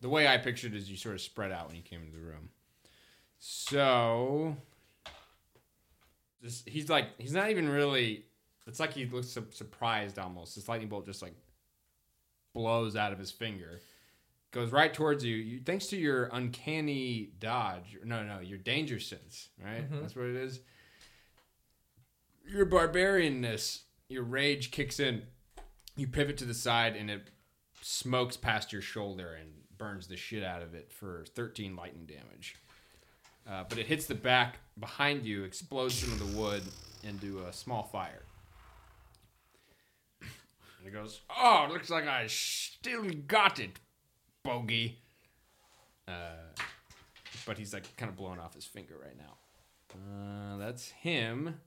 Speaker 1: the way I pictured is you sort of spread out when you came into the room. So, this, he's like, he's not even really, it's like he looks su- surprised almost. This lightning bolt just like blows out of his finger. goes right towards you. you thanks to your uncanny dodge, no, no, your danger sense, right? That's what it is. Your barbarianness, your rage kicks in. You pivot to the side, and it smokes past your shoulder and burns the shit out of it for 13 lightning damage. Uh, but it hits the back behind you, explodes some of the wood into a small fire. And he goes, "Oh, looks like I still got it, bogey." Uh, but he's like kind of blowing off his finger right now. Uh, that's him.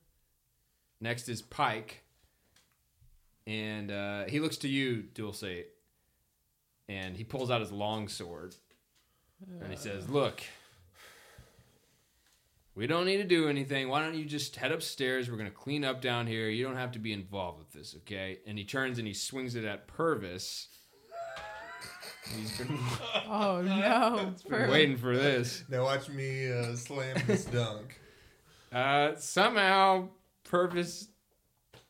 Speaker 1: Next is Pike, and uh, he looks to you, Dulce, and he pulls out his long sword, and he says, "Look." We don't need to do anything. Why don't you just head upstairs? We're going to clean up down here. You don't have to be involved with this, okay? And he turns and he swings it at Purvis. He's been
Speaker 4: Oh no. Perfect.
Speaker 1: waiting for this.
Speaker 2: Now watch me uh, slam this dunk.
Speaker 1: Uh, somehow, Purvis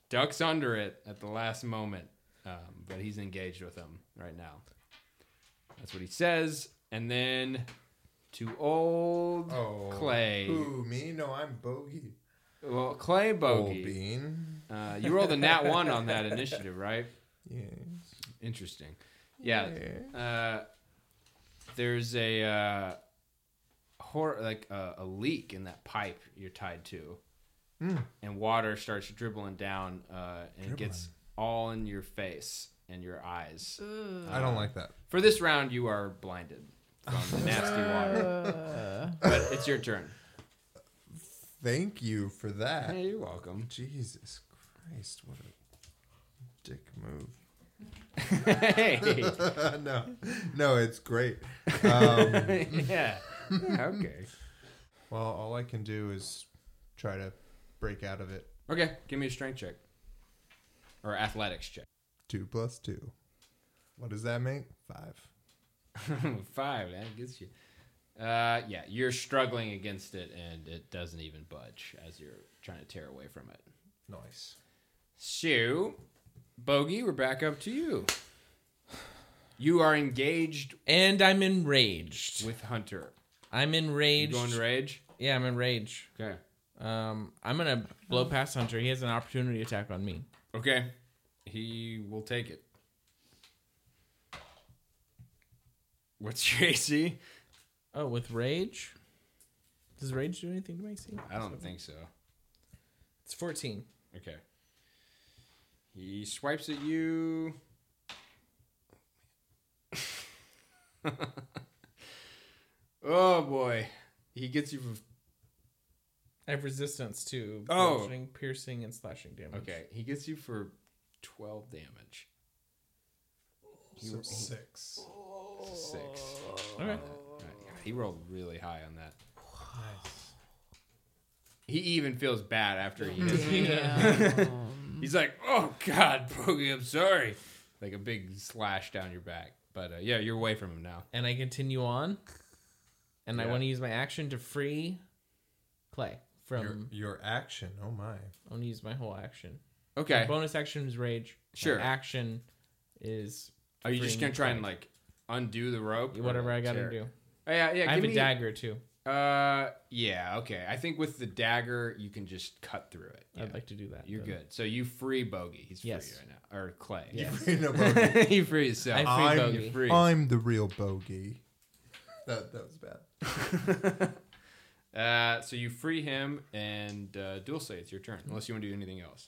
Speaker 1: ducks under it at the last moment, um, but he's engaged with him right now. That's what he says. And then to old
Speaker 2: Oh.
Speaker 1: Clay.
Speaker 2: Ooh, me? No, I'm bogey.
Speaker 1: Well, Clay
Speaker 2: Old
Speaker 1: Bogey.
Speaker 2: bean.
Speaker 1: Uh, you rolled a nat one on that initiative, right?
Speaker 2: Yes.
Speaker 1: Interesting. Yeah. Uh, there's a uh, hor- like a, a leak in that pipe you're tied to, and water starts dribbling down, uh, and it gets all in your face and your eyes.
Speaker 2: I don't like that.
Speaker 1: For this round, you are blinded from the nasty water. But it's your turn.
Speaker 2: Thank you for that.
Speaker 1: Hey, you're welcome.
Speaker 2: Jesus Christ, what a dick move.
Speaker 1: hey,
Speaker 2: no, no, it's great.
Speaker 1: yeah. yeah, okay.
Speaker 2: Well, all I can do is try to break out of it.
Speaker 1: Okay, give me a strength check or athletics check.
Speaker 2: Two plus two. What does that make? Five.
Speaker 1: Five, that gets you. Uh, yeah, you're struggling against it, and it doesn't even budge as you're trying to tear away from it.
Speaker 2: Nice.
Speaker 1: So, Bogey, we're back up to you. You are engaged
Speaker 5: And I'm enraged.
Speaker 1: with Hunter.
Speaker 5: I'm
Speaker 1: You
Speaker 5: enraged.
Speaker 1: going to rage?
Speaker 5: yeah, I'm enraged.
Speaker 1: Okay.
Speaker 5: Um, I'm gonna blow past Hunter. He has an opportunity attack on me.
Speaker 1: Okay. He will take it. What's your AC?
Speaker 5: Oh, with rage. Does rage do anything to my AC?
Speaker 1: I don't think so.
Speaker 5: It's 14.
Speaker 1: Okay. He swipes at you. oh boy. He gets you for
Speaker 5: I have resistance to
Speaker 1: Oh.
Speaker 5: bludgeoning, piercing, and slashing damage.
Speaker 1: Okay, he gets you for 12 damage.
Speaker 2: So six.
Speaker 1: Six.
Speaker 5: Okay.
Speaker 1: Alright, yeah, he rolled really high on that. He even feels bad after he hits you. He's like, "Oh God, Bogey, I'm sorry." Like a big slash down your back. But uh, yeah, you're away from him now.
Speaker 5: And I continue on. And I
Speaker 1: Yeah.
Speaker 5: want to use my action to free Clay from.
Speaker 2: Your, your action. Oh my.
Speaker 5: I'm going to use my whole action.
Speaker 1: Okay.
Speaker 5: Bonus action is rage. My
Speaker 1: Sure.
Speaker 5: action is.
Speaker 1: Are you just
Speaker 5: freeing
Speaker 1: gonna try and
Speaker 5: Clay.
Speaker 1: like undo the rope? or,
Speaker 5: Whatever
Speaker 1: like,
Speaker 5: I got to
Speaker 1: tear-
Speaker 5: do.
Speaker 1: Oh, yeah, yeah.
Speaker 5: I have
Speaker 1: give
Speaker 5: a
Speaker 1: me-
Speaker 5: dagger too.
Speaker 1: Uh, yeah. Okay. I think with the dagger you can just cut through it. Yeah.
Speaker 5: I'd like to do that.
Speaker 1: You're
Speaker 5: but-
Speaker 1: good. So you free Bogey. He's free
Speaker 5: Yes.
Speaker 1: right now, or Clay.
Speaker 5: Yes.
Speaker 2: No bogey.
Speaker 1: you free yourself.
Speaker 5: I free
Speaker 1: I'm
Speaker 5: Bogey.
Speaker 1: you're free.
Speaker 2: I'm the real bogey. That, that was bad.
Speaker 1: Uh, so you free him, and uh, Dulce, it's your turn. Unless you want to do anything else.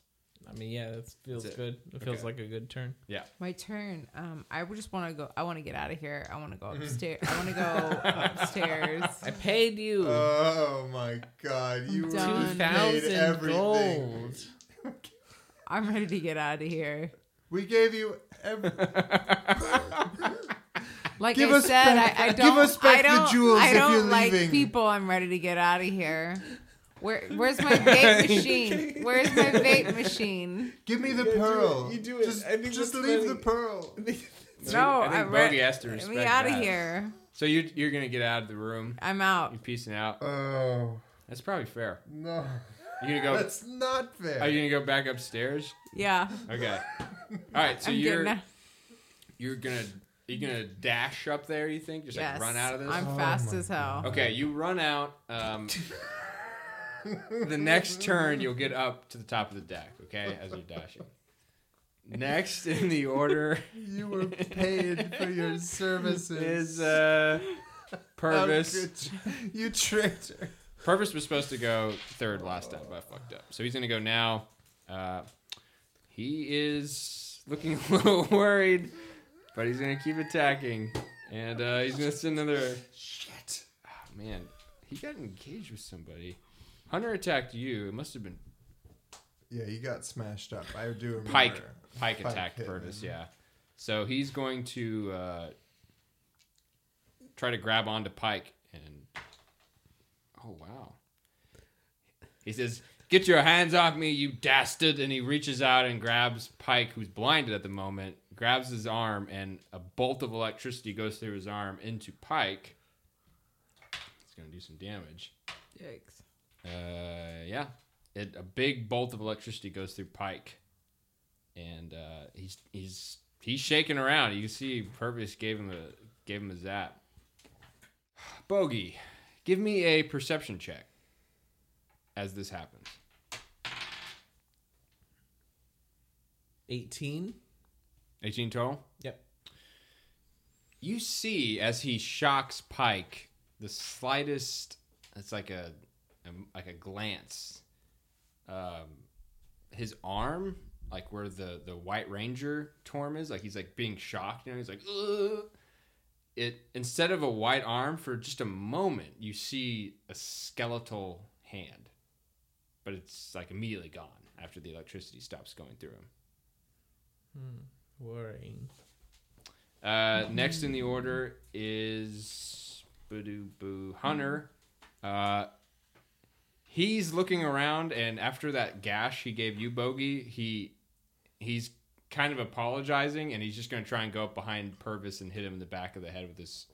Speaker 5: I mean, yeah, that feels
Speaker 1: That's it.
Speaker 5: good. It feels
Speaker 1: Okay.
Speaker 5: like a good turn.
Speaker 1: Yeah.
Speaker 4: My turn. Um, I would just want to go. I want to get out of here. I want to go upstairs. I want to go upstairs.
Speaker 5: I paid you
Speaker 1: Uh,
Speaker 2: Oh my god. You
Speaker 4: I'm
Speaker 2: were
Speaker 4: done.
Speaker 2: you paid
Speaker 5: 2,000
Speaker 2: everything.
Speaker 5: gold.
Speaker 4: I'm ready to get out of here.
Speaker 2: We gave you every
Speaker 4: Like
Speaker 2: Give
Speaker 4: I
Speaker 2: us
Speaker 4: said,
Speaker 2: back-
Speaker 4: I, I
Speaker 2: give
Speaker 4: don't.
Speaker 2: us back
Speaker 4: I
Speaker 2: the
Speaker 4: don't,
Speaker 2: jewels
Speaker 4: I
Speaker 2: if
Speaker 4: don't
Speaker 2: you're
Speaker 4: like
Speaker 2: leaving.
Speaker 4: people. I'm ready to get out of here. Where, where's my vape machine? Where's my vape machine?
Speaker 2: Give me the pearl.
Speaker 5: you do it.
Speaker 2: Just,
Speaker 5: I think
Speaker 2: just
Speaker 5: that's
Speaker 2: leave
Speaker 5: funny.
Speaker 2: the pearl.
Speaker 4: No,
Speaker 1: I think
Speaker 4: I'm
Speaker 1: Bogey
Speaker 4: re-
Speaker 1: has to
Speaker 4: Get
Speaker 1: respect
Speaker 4: me out of
Speaker 1: that.
Speaker 4: here.
Speaker 1: So you you're gonna get out of the room.
Speaker 4: I'm out.
Speaker 1: You're piecing out.
Speaker 2: Oh
Speaker 1: That's probably fair.
Speaker 2: no.
Speaker 1: You gonna go?
Speaker 2: That's not fair.
Speaker 1: Are you gonna go back upstairs?
Speaker 4: Yeah,
Speaker 1: Okay. All right. So
Speaker 4: I'm
Speaker 1: you're
Speaker 4: getting out.
Speaker 1: you're gonna you gonna dash up there. You think just
Speaker 4: Yes,
Speaker 1: like run out of this?
Speaker 4: I'm
Speaker 2: Oh
Speaker 4: fast
Speaker 2: my
Speaker 4: as hell.
Speaker 1: Okay, you run out. Um, the next turn, you'll get up to the top of the deck. Okay, as you're dashing. Next in the order
Speaker 2: You were paid for your
Speaker 1: uh,
Speaker 2: services.
Speaker 1: is uh, Purvis.
Speaker 2: Purvis. You traitor.
Speaker 1: Purvis was supposed to go third last time, but I fucked up. So he's gonna go now. Uh, he is looking a little worried, but he's gonna keep attacking, and uh, he's gonna send another.
Speaker 2: Shit.
Speaker 1: Oh, man, he got engaged with somebody. Hunter attacked you. It must have been
Speaker 2: Yeah, you got smashed up. I do remember.
Speaker 1: Pike, Pike
Speaker 2: Pike
Speaker 1: attacked
Speaker 2: hit
Speaker 1: Purvis,
Speaker 2: him.
Speaker 1: yeah. So he's going to uh, try to grab onto Pike and. Oh wow! He says, "Get your hands off me, you dastard!" And he reaches out and grabs Pike, who's blinded at the moment, grabs his arm, and a bolt of electricity goes through his arm into Pike. It's gonna do some damage.
Speaker 4: Yikes.
Speaker 1: Uh, yeah. It, a big bolt of electricity goes through Pike, and uh, he's he's he's shaking around. You can see Purvis gave him a gave him a zap. Bogey, give me a perception check as this happens.
Speaker 5: 18.
Speaker 1: Eighteen total.
Speaker 5: Yep.
Speaker 1: You see as he shocks Pike the slightest it's like a, a- like a glance um his arm like where the the white ranger torm is like he's like being shocked you know he's like Ugh. it instead of a white arm for just a moment you see a skeletal hand but it's like immediately gone after the electricity stops going through him
Speaker 5: Worrying.
Speaker 1: Uh, next in the order is Badoo Boo Hunter. Uh, he's looking around, and after that gash he gave you, Bogey, he he's kind of apologizing, and he's just going to try and go up behind Purvis and hit him in the back of the head with his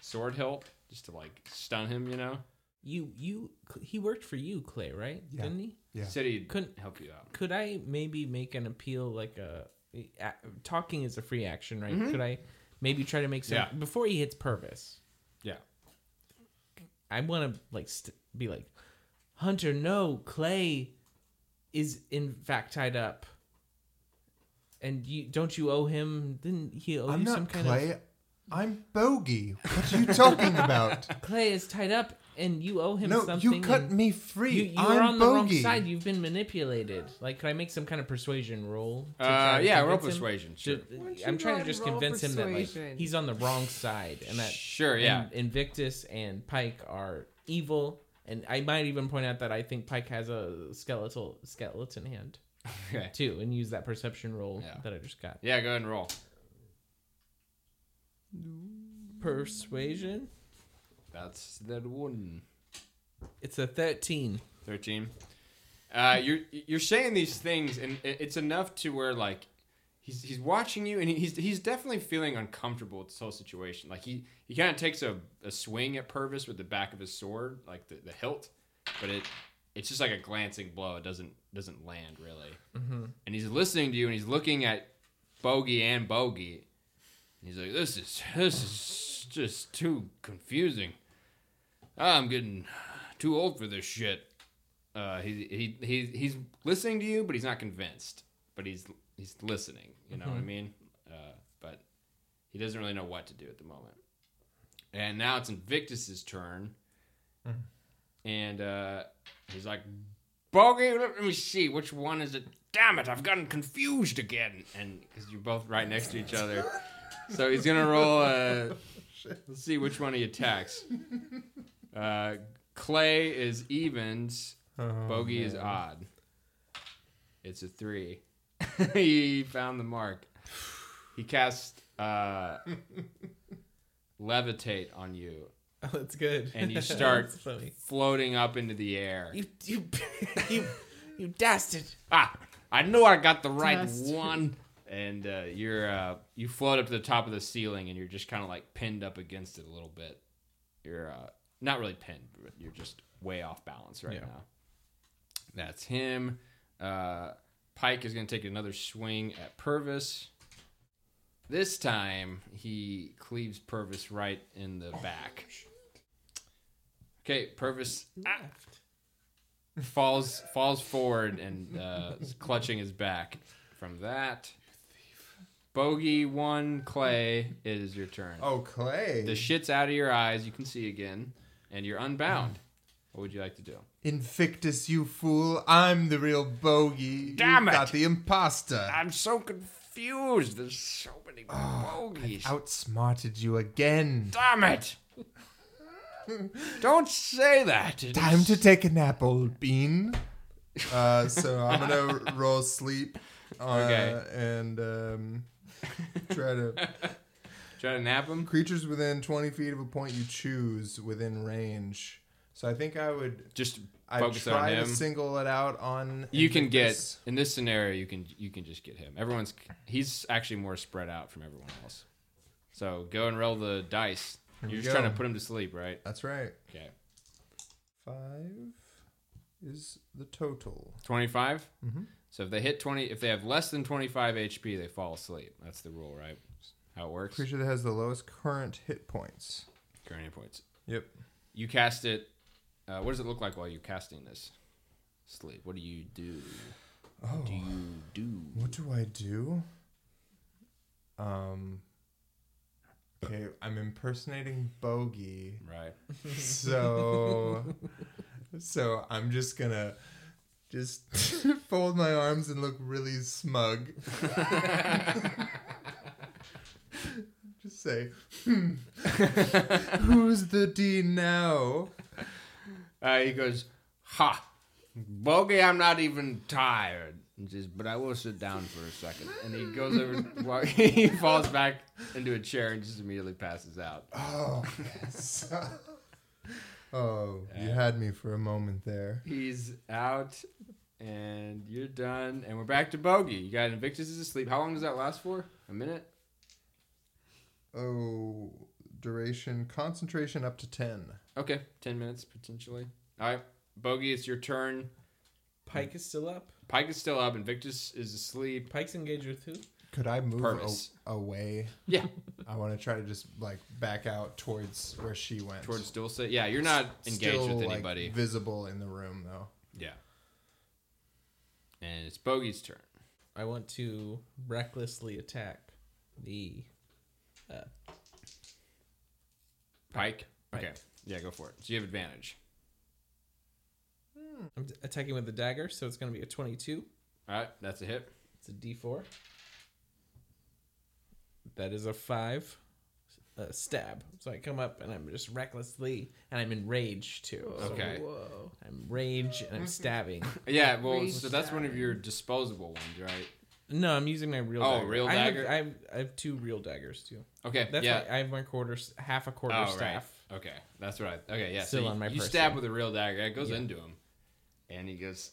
Speaker 1: sword hilt, just to like stun him. You know,
Speaker 5: You you he worked for you, Clay, right?
Speaker 2: Yeah.
Speaker 5: Didn't he?
Speaker 2: Yeah.
Speaker 1: he said he
Speaker 5: Couldn't-
Speaker 1: help you out.
Speaker 5: Could I maybe make an appeal like a, a- talking is a free action, right?
Speaker 2: Mm-hmm.
Speaker 5: Could I maybe try to make some
Speaker 1: Yeah.
Speaker 5: before he hits Purvis?
Speaker 1: Yeah.
Speaker 5: I want to like st- be like, Hunter, no, Clay is in fact tied up, and you don't you owe him? Didn't he owe
Speaker 2: I'm
Speaker 5: you some
Speaker 2: not
Speaker 5: kind
Speaker 2: Clay. I'm Bogey. What are you talking about?
Speaker 5: of? Clay is tied up, and you owe him
Speaker 2: no,
Speaker 5: something.
Speaker 2: you cut
Speaker 5: and
Speaker 2: me free.
Speaker 5: You, you
Speaker 2: I'm
Speaker 5: are on the wrong
Speaker 2: Bogey.
Speaker 5: side. You've been manipulated. Like, could I make some kind of persuasion roll? to try
Speaker 1: Uh,
Speaker 5: to
Speaker 1: yeah, roll
Speaker 5: convince him?
Speaker 1: persuasion. Sure,
Speaker 5: To-
Speaker 4: Why don't you
Speaker 5: I'm trying
Speaker 4: roll-
Speaker 5: to just
Speaker 4: roll
Speaker 5: convince him that like
Speaker 4: persuasion?
Speaker 5: he's on the wrong side, and that
Speaker 1: sure, yeah.
Speaker 5: and Invictus and Pike are evil. And I might even point out that I think Pike has a skeletal skeleton hand
Speaker 1: Okay.
Speaker 5: too, and use that perception roll
Speaker 1: Yeah.
Speaker 5: that I just got.
Speaker 1: Yeah, go ahead and roll.
Speaker 5: Persuasion.
Speaker 1: That's that one.
Speaker 5: It's a thirteen.
Speaker 1: 13 uh, you're you're saying these things and it- it's enough to where like he's he's watching you and he- he's he's definitely feeling uncomfortable with this whole situation like he he kind of takes a, a swing at purvis with the back of his sword like the, the hilt but it it's just like a glancing blow it doesn't doesn't land really and he's listening to you and he's looking at bogey and bogey and he's like this is this is just too confusing i'm getting too old for this shit uh, he, he, he, he's listening to you, but he's not convinced. But he's he's listening. You know what I mean? Uh, but he doesn't really know what to do at the moment. And now it's Invictus's turn, and uh, he's like, "Bogey, let me see which one is it." Damn it! I've gotten confused again, and because you're both right next to each other, so he's gonna roll. Uh, let's see which one he attacks. Uh, Clay is evens.
Speaker 2: Oh,
Speaker 1: Bogey is odd. It's a three. he found the mark. He cast uh, levitate on you,
Speaker 5: Oh, that's good.
Speaker 1: and you start
Speaker 5: That's funny.
Speaker 1: floating up into the air.
Speaker 3: You you you you dastard.
Speaker 1: Ah, I knew I got the right
Speaker 4: Just-
Speaker 1: one. And uh, you're uh, you float up to the top of the ceiling, and you're just kind of like pinned up against it a little bit. You're uh, not really pinned, but you're just way off balance right
Speaker 5: Yeah.
Speaker 1: now. That's him. Uh, Pike is going to take another swing at Purvis. This time, he cleaves Purvis right in the back. Okay, Purvis
Speaker 5: Left.
Speaker 1: falls falls forward and uh, is clutching his back. From that, bogey one clay. It is your turn.
Speaker 2: Oh, Clay.
Speaker 1: The shit's out of your eyes. You can see again, and you're unbound. What would you like to do?
Speaker 2: Invictus, you fool. I'm the real Bogey.
Speaker 1: Damn
Speaker 2: you
Speaker 1: it.
Speaker 2: got the imposter.
Speaker 1: I'm so confused. There's so many
Speaker 2: Oh,
Speaker 1: bogeys.
Speaker 2: Outsmarted you again.
Speaker 1: Damn it! Don't say that. It
Speaker 2: Time
Speaker 1: is-
Speaker 2: to take a nap, old bean. Uh, so I'm gonna roll sleep. Uh,
Speaker 1: Okay.
Speaker 2: And um, try to
Speaker 1: try to nap him.
Speaker 2: creatures within 20 feet of a point you choose within range. So I think I would.
Speaker 1: Just
Speaker 2: I
Speaker 1: focus on
Speaker 2: try to
Speaker 1: him.
Speaker 2: single it out on.
Speaker 1: you can get
Speaker 2: Invictus.
Speaker 1: in this scenario you can you can just get him everyone's he's actually more spread out from everyone else so go and roll the dice
Speaker 2: we
Speaker 1: you're just
Speaker 2: go.
Speaker 1: trying to put him to sleep right
Speaker 2: That's right.
Speaker 1: okay
Speaker 2: Five is the total.
Speaker 1: 25
Speaker 2: Mm-hmm.
Speaker 1: so if they hit 20 if they have less than 25 hp they fall asleep that's the rule right how it works
Speaker 2: Creature that has the lowest current hit points.
Speaker 1: Current hit points
Speaker 2: Yep.
Speaker 1: you cast it uh, what does it look like while you're casting this sleep what do you do what
Speaker 2: Oh.
Speaker 1: do you Oh, do
Speaker 2: What do I do? Um, Okay, I'm impersonating Bogey.
Speaker 1: Right.
Speaker 2: So so I'm just gonna just fold my arms and look really smug. just say, hmm, who's the dean now?
Speaker 1: Uh, he goes, Ha! Bogey, I'm not even tired. He says, but I will sit down for a second. And he goes over, wa- he falls back into a chair and just immediately passes out.
Speaker 2: Oh, yes. oh, you had me for a moment there.
Speaker 1: He's out, and you're done, and we're back to Bogey. You got Invictus is asleep. How long does that last for? A minute?
Speaker 2: Oh, duration, concentration up to 10.
Speaker 1: Okay, 10 minutes potentially. All right, Bogey, it's your turn.
Speaker 5: Pike is still up.
Speaker 1: Pike is still up, Invictus is asleep.
Speaker 5: Pike's engaged with who?
Speaker 2: Could I move
Speaker 1: Purvis.
Speaker 2: a- away?
Speaker 1: Yeah.
Speaker 2: I want to try to just like back out towards where she went.
Speaker 1: Towards Dulce. Yeah, you're not engaged
Speaker 2: Still,
Speaker 1: with
Speaker 2: like,
Speaker 1: anybody.
Speaker 2: visible in the room though.
Speaker 1: yeah. And it's Bogey's turn.
Speaker 5: I want to recklessly attack the
Speaker 1: Pike.
Speaker 5: Pike.
Speaker 1: Okay. Yeah, go for it. So you have advantage.
Speaker 5: I'm attacking with the dagger, so it's going to be a 22.
Speaker 1: All right, that's a hit.
Speaker 5: It's a D4. That is a five. A stab. So I come up and I'm just recklessly, and I'm in rage too. So
Speaker 1: Okay.
Speaker 4: Whoa.
Speaker 5: I'm rage and I'm stabbing.
Speaker 1: Yeah, well,
Speaker 4: Reach
Speaker 1: so that's one of
Speaker 4: down.
Speaker 1: your disposable ones, right?
Speaker 5: No, I'm using my real.
Speaker 1: Oh,
Speaker 5: dagger.
Speaker 1: real
Speaker 5: I have-
Speaker 1: dagger?
Speaker 5: I have, I have, two real daggers too.
Speaker 1: Okay,
Speaker 5: That's
Speaker 1: yeah.
Speaker 5: why I have my quarter, s- half a quarter
Speaker 1: oh,
Speaker 5: staff.
Speaker 1: right. Okay, that's right. Okay, yeah.
Speaker 5: Still
Speaker 1: so you,
Speaker 5: on my
Speaker 1: you
Speaker 5: person.
Speaker 1: stab with a real dagger. It goes
Speaker 5: Yeah.
Speaker 1: into him, and he goes,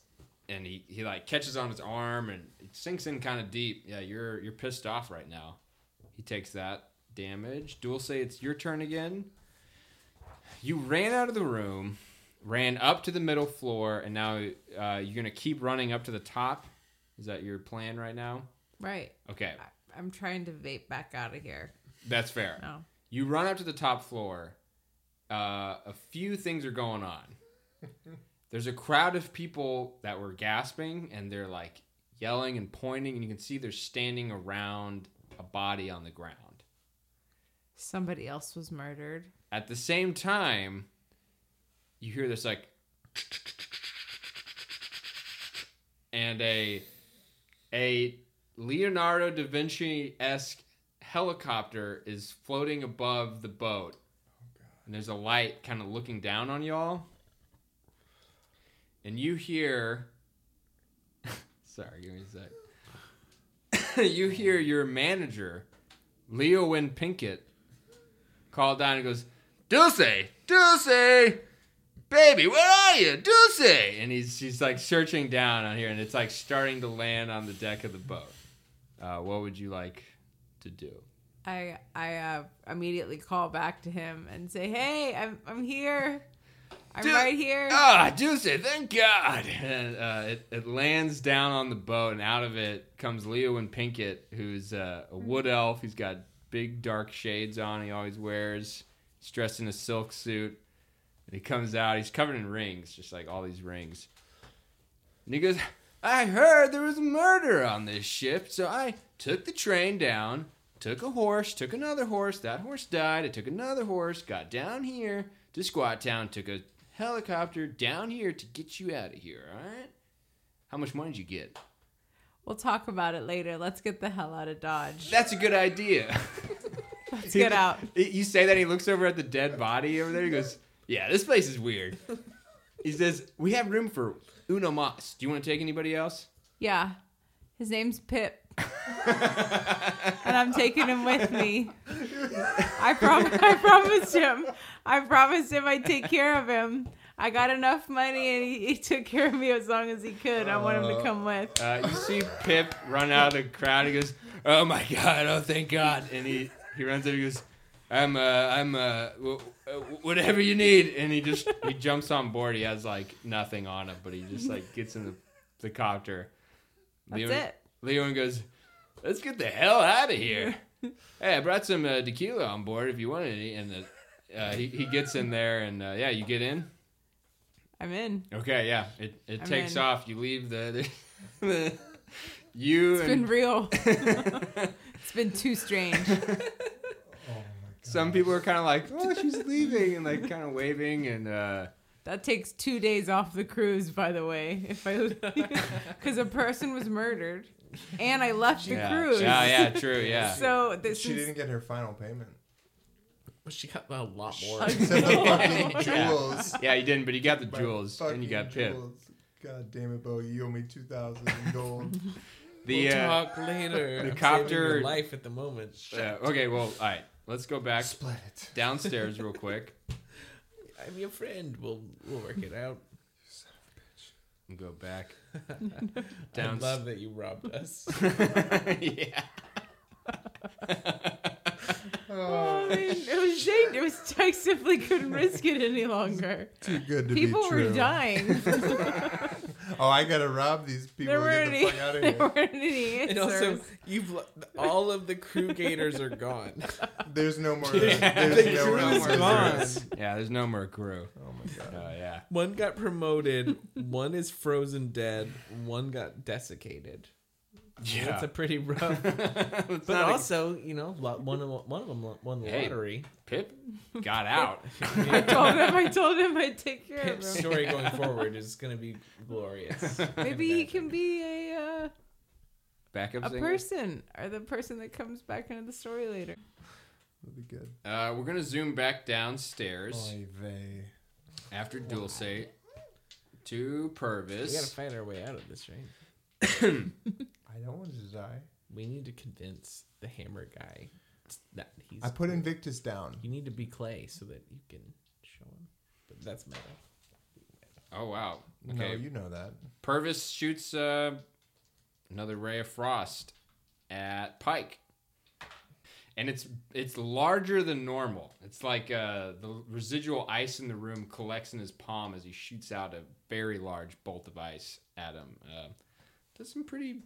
Speaker 1: and he he like catches on his arm and it sinks in kind of deep. Yeah, you're you're pissed off right now. He takes that damage. Duel say it's your turn again. You ran out of the room, ran up to the middle floor, and now uh, you're gonna keep running up to the top. Is that your plan right now?
Speaker 4: Right.
Speaker 1: Okay,
Speaker 4: I, I'm trying to vape back out of here.
Speaker 1: that's fair.
Speaker 4: No.
Speaker 1: You run up to the top floor. Uh, a few things are going on. There's a crowd of people that were gasping and they're like yelling and pointing, and you can see they're standing around a body on the ground.
Speaker 4: Somebody else was murdered.
Speaker 1: At the same time, you hear this like, and a a Leonardo da Vinci esque helicopter is floating above the boat, and there's a light kind of looking down on y'all, and you hear. Sorry, give me a sec. you hear your manager, Leo Wynn Pinkett, call down and goes, Dulce, Dulce, baby, where are you, Dulce? And he's she's like searching down on here, and it's like starting to land on the deck of the boat. Uh, what would you like to do?
Speaker 4: I I uh, immediately call back to him and say, "Hey, I'm I'm here. I'm
Speaker 1: Dude,
Speaker 4: right here."
Speaker 1: Ah, Dulce, thank God. And uh, it, it lands down on the boat, and out of it comes Leo and Pinkett, who's uh, a wood elf. He's got big dark shades on. He always wears. He's dressed in a silk suit, and he comes out. He's covered in rings, just like all these rings. And he goes, I heard there was a murder on this ship, so I took the train down, took a horse, took another horse, that horse died, I took another horse, got down here to Squat Town, took a helicopter down here to get you out of here, alright? How much money did you get?
Speaker 4: We'll talk about it later. Let's get the hell out of Dodge.
Speaker 1: That's a good idea.
Speaker 4: Let's get out.
Speaker 1: You say that, he looks over at the dead body over there, he goes, Yeah, this place is weird. He says, We have room for uno mas. Do you want to take anybody else?
Speaker 4: Yeah. His name's Pip. and I'm taking him with me. I, prom- I promised him. I promised him I'd take care of him. I got enough money and he, he took care of me as long as he could. I want him to come with.
Speaker 1: Uh, you see Pip run out of the crowd. He goes, "Oh my god! Oh thank God!" And he he runs up. He goes, "I'm uh I'm uh, w- uh whatever you need." And he just he jumps on board. He has like nothing on him, but he just like gets in the, the copter.
Speaker 4: That's
Speaker 1: Leo,
Speaker 4: it.
Speaker 1: Leo goes, "Let's get the hell out of here." hey, I brought some uh, tequila on board if you want any. And the, uh, he he gets in there, and uh, yeah, you get in.
Speaker 4: I'm in.
Speaker 1: Okay, yeah, it it
Speaker 4: I'm
Speaker 1: takes
Speaker 4: in.
Speaker 1: off. You leave the. the, the you
Speaker 4: It's
Speaker 1: and
Speaker 4: been real. it's been too strange.
Speaker 2: Oh my god.
Speaker 1: Some people are kind of like, oh, she's leaving, and like kind of waving, and uh,
Speaker 4: That takes two days off the cruise, by the way, if I because a person was murdered, and I left the
Speaker 1: yeah,
Speaker 4: cruise.
Speaker 1: yeah, yeah, true, yeah.
Speaker 4: So this
Speaker 2: She
Speaker 4: is
Speaker 2: didn't get her final payment.
Speaker 5: But she uh, got a lot more.
Speaker 2: Except the fucking
Speaker 1: Yeah.
Speaker 2: jewels.
Speaker 1: yeah, you didn't, but you got the
Speaker 2: My
Speaker 1: jewels, and you
Speaker 2: fucking
Speaker 1: got Pip.
Speaker 2: jewels. God damn it, Bo! You owe me two thousand in gold.
Speaker 1: The
Speaker 5: we'll
Speaker 1: uh,
Speaker 5: talk later.
Speaker 1: the
Speaker 5: I'm saving
Speaker 1: copter-
Speaker 5: your life at the moment.
Speaker 1: yeah, okay, well, all right, let's go back
Speaker 2: Split it.
Speaker 1: downstairs real quick
Speaker 5: I'm your friend. We'll we'll work it out.
Speaker 1: and go back
Speaker 5: I love
Speaker 1: downstairs.
Speaker 5: that you robbed us.
Speaker 1: yeah.
Speaker 2: Oh,
Speaker 4: I mean, it was shame. It was I simply couldn't risk it any longer.
Speaker 2: too good to
Speaker 4: People
Speaker 2: be true.
Speaker 4: were dying.
Speaker 2: Oh, I gotta rob these people.
Speaker 4: there
Speaker 2: and
Speaker 4: weren't
Speaker 2: get
Speaker 4: any.
Speaker 2: the fuck out of here.
Speaker 4: There weren't any answers.
Speaker 5: and also, you've lo- all of the crew gators are gone.
Speaker 2: There's no more.
Speaker 1: the
Speaker 2: There's no
Speaker 1: crew
Speaker 2: more.
Speaker 1: is
Speaker 2: lizards.
Speaker 1: gone.
Speaker 2: Oh
Speaker 1: Yeah, there's no more crew.
Speaker 2: my god.
Speaker 1: Oh, yeah.
Speaker 5: One got promoted. One is frozen dead. One got desiccated.
Speaker 1: Yeah.
Speaker 5: That's a pretty rough.
Speaker 1: Let's
Speaker 5: But
Speaker 1: not-
Speaker 5: also, you know, lo- one of one of them lo- won the
Speaker 1: Hey.
Speaker 5: lottery.
Speaker 1: Pip got out.
Speaker 4: I told him. I told him I'd take care
Speaker 5: Pip's
Speaker 4: of him.
Speaker 5: story going forward is going to be glorious.
Speaker 4: Maybe he can be a uh,
Speaker 1: Backup
Speaker 4: a
Speaker 1: singer.
Speaker 4: person or the person that comes back into the story later.
Speaker 2: That'd be good.
Speaker 1: Uh, we're gonna zoom back downstairs
Speaker 2: Oy vey.
Speaker 1: after Dulce to
Speaker 5: We got to
Speaker 1: Purvis.
Speaker 5: fight our way out of this, right?
Speaker 2: I don't want to die.
Speaker 5: We need to convince the hammer guy that he's.
Speaker 2: I put Invictus down.
Speaker 5: You need to be Clay so that you can show him. But that's meta.
Speaker 1: Oh wow.
Speaker 2: No,
Speaker 1: Okay.
Speaker 2: you know that.
Speaker 1: Purvis shoots uh, another ray of frost at Pike, and it's it's larger than normal. It's like uh, the residual ice in the room collects in his palm as he shoots out a very large bolt of ice at him. Uh, does some pretty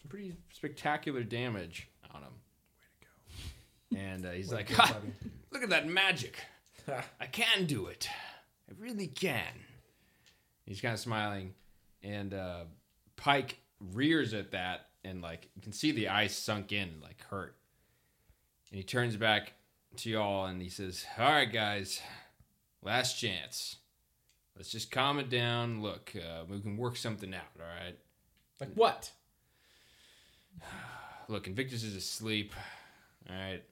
Speaker 1: some pretty spectacular damage on him. Way to go! And uh, he's like,
Speaker 2: Good
Speaker 1: ha,
Speaker 2: buddy.
Speaker 1: Look at that magic. I can do it. I really can. He's kind of smiling, and uh, Pike rears at that, and like you can see the eyes sunk in, like hurt. And he turns back to y'all, and he says, "All right, guys, last chance. Let's just calm it down. Look, uh, we can work something out. All right.
Speaker 5: Like what?
Speaker 1: Look, Invictus is asleep. All right.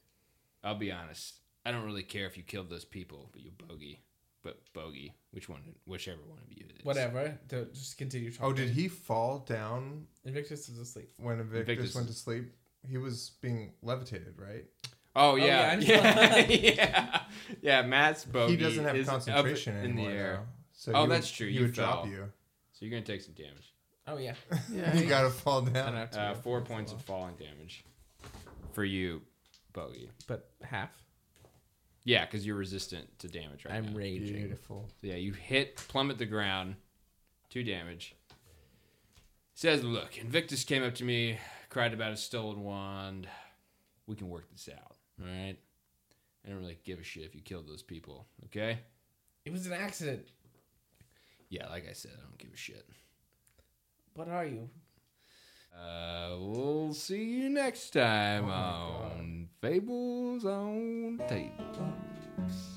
Speaker 1: I'll be honest. I don't really care if you killed those people, but you bogey. But bogey, which one, whichever one of you it is.
Speaker 5: Whatever. Don't, just continue talking.
Speaker 2: Oh, did he fall down
Speaker 5: Invictus is asleep.
Speaker 2: when Invictus,
Speaker 1: Invictus
Speaker 2: went to sleep? He was being levitated, right?
Speaker 1: Oh yeah,
Speaker 5: yeah, I'm
Speaker 1: yeah, yeah, yeah. Matt's bogey.
Speaker 2: he doesn't have
Speaker 1: Oh, is up
Speaker 2: concentration
Speaker 1: in
Speaker 2: anymore.
Speaker 1: the air.
Speaker 2: though. So
Speaker 1: Oh,
Speaker 2: he would-
Speaker 1: that's true.
Speaker 2: He
Speaker 1: You
Speaker 2: would drop
Speaker 1: fell.
Speaker 2: you.
Speaker 1: So you're gonna take some damage.
Speaker 5: Oh yeah.
Speaker 2: you gotta fall down.
Speaker 5: Don't have to
Speaker 1: Uh,
Speaker 5: go
Speaker 1: four
Speaker 5: for
Speaker 1: points
Speaker 5: long.
Speaker 1: of falling damage for you, bogey.
Speaker 5: But half.
Speaker 1: Yeah, because you're resistant to damage right now.
Speaker 5: I'm raging.
Speaker 2: Beautiful.
Speaker 1: So yeah, you hit, plummet the ground, two damage. Says, look, Invictus came up to me, cried about his stolen wand. We can work this out, all right? I don't really give a shit if you killed those people, okay?
Speaker 5: It was an accident.
Speaker 1: Yeah, like I said, I don't give a shit.
Speaker 5: What are you?
Speaker 1: Uh, we'll see you next time on Fables on Tables.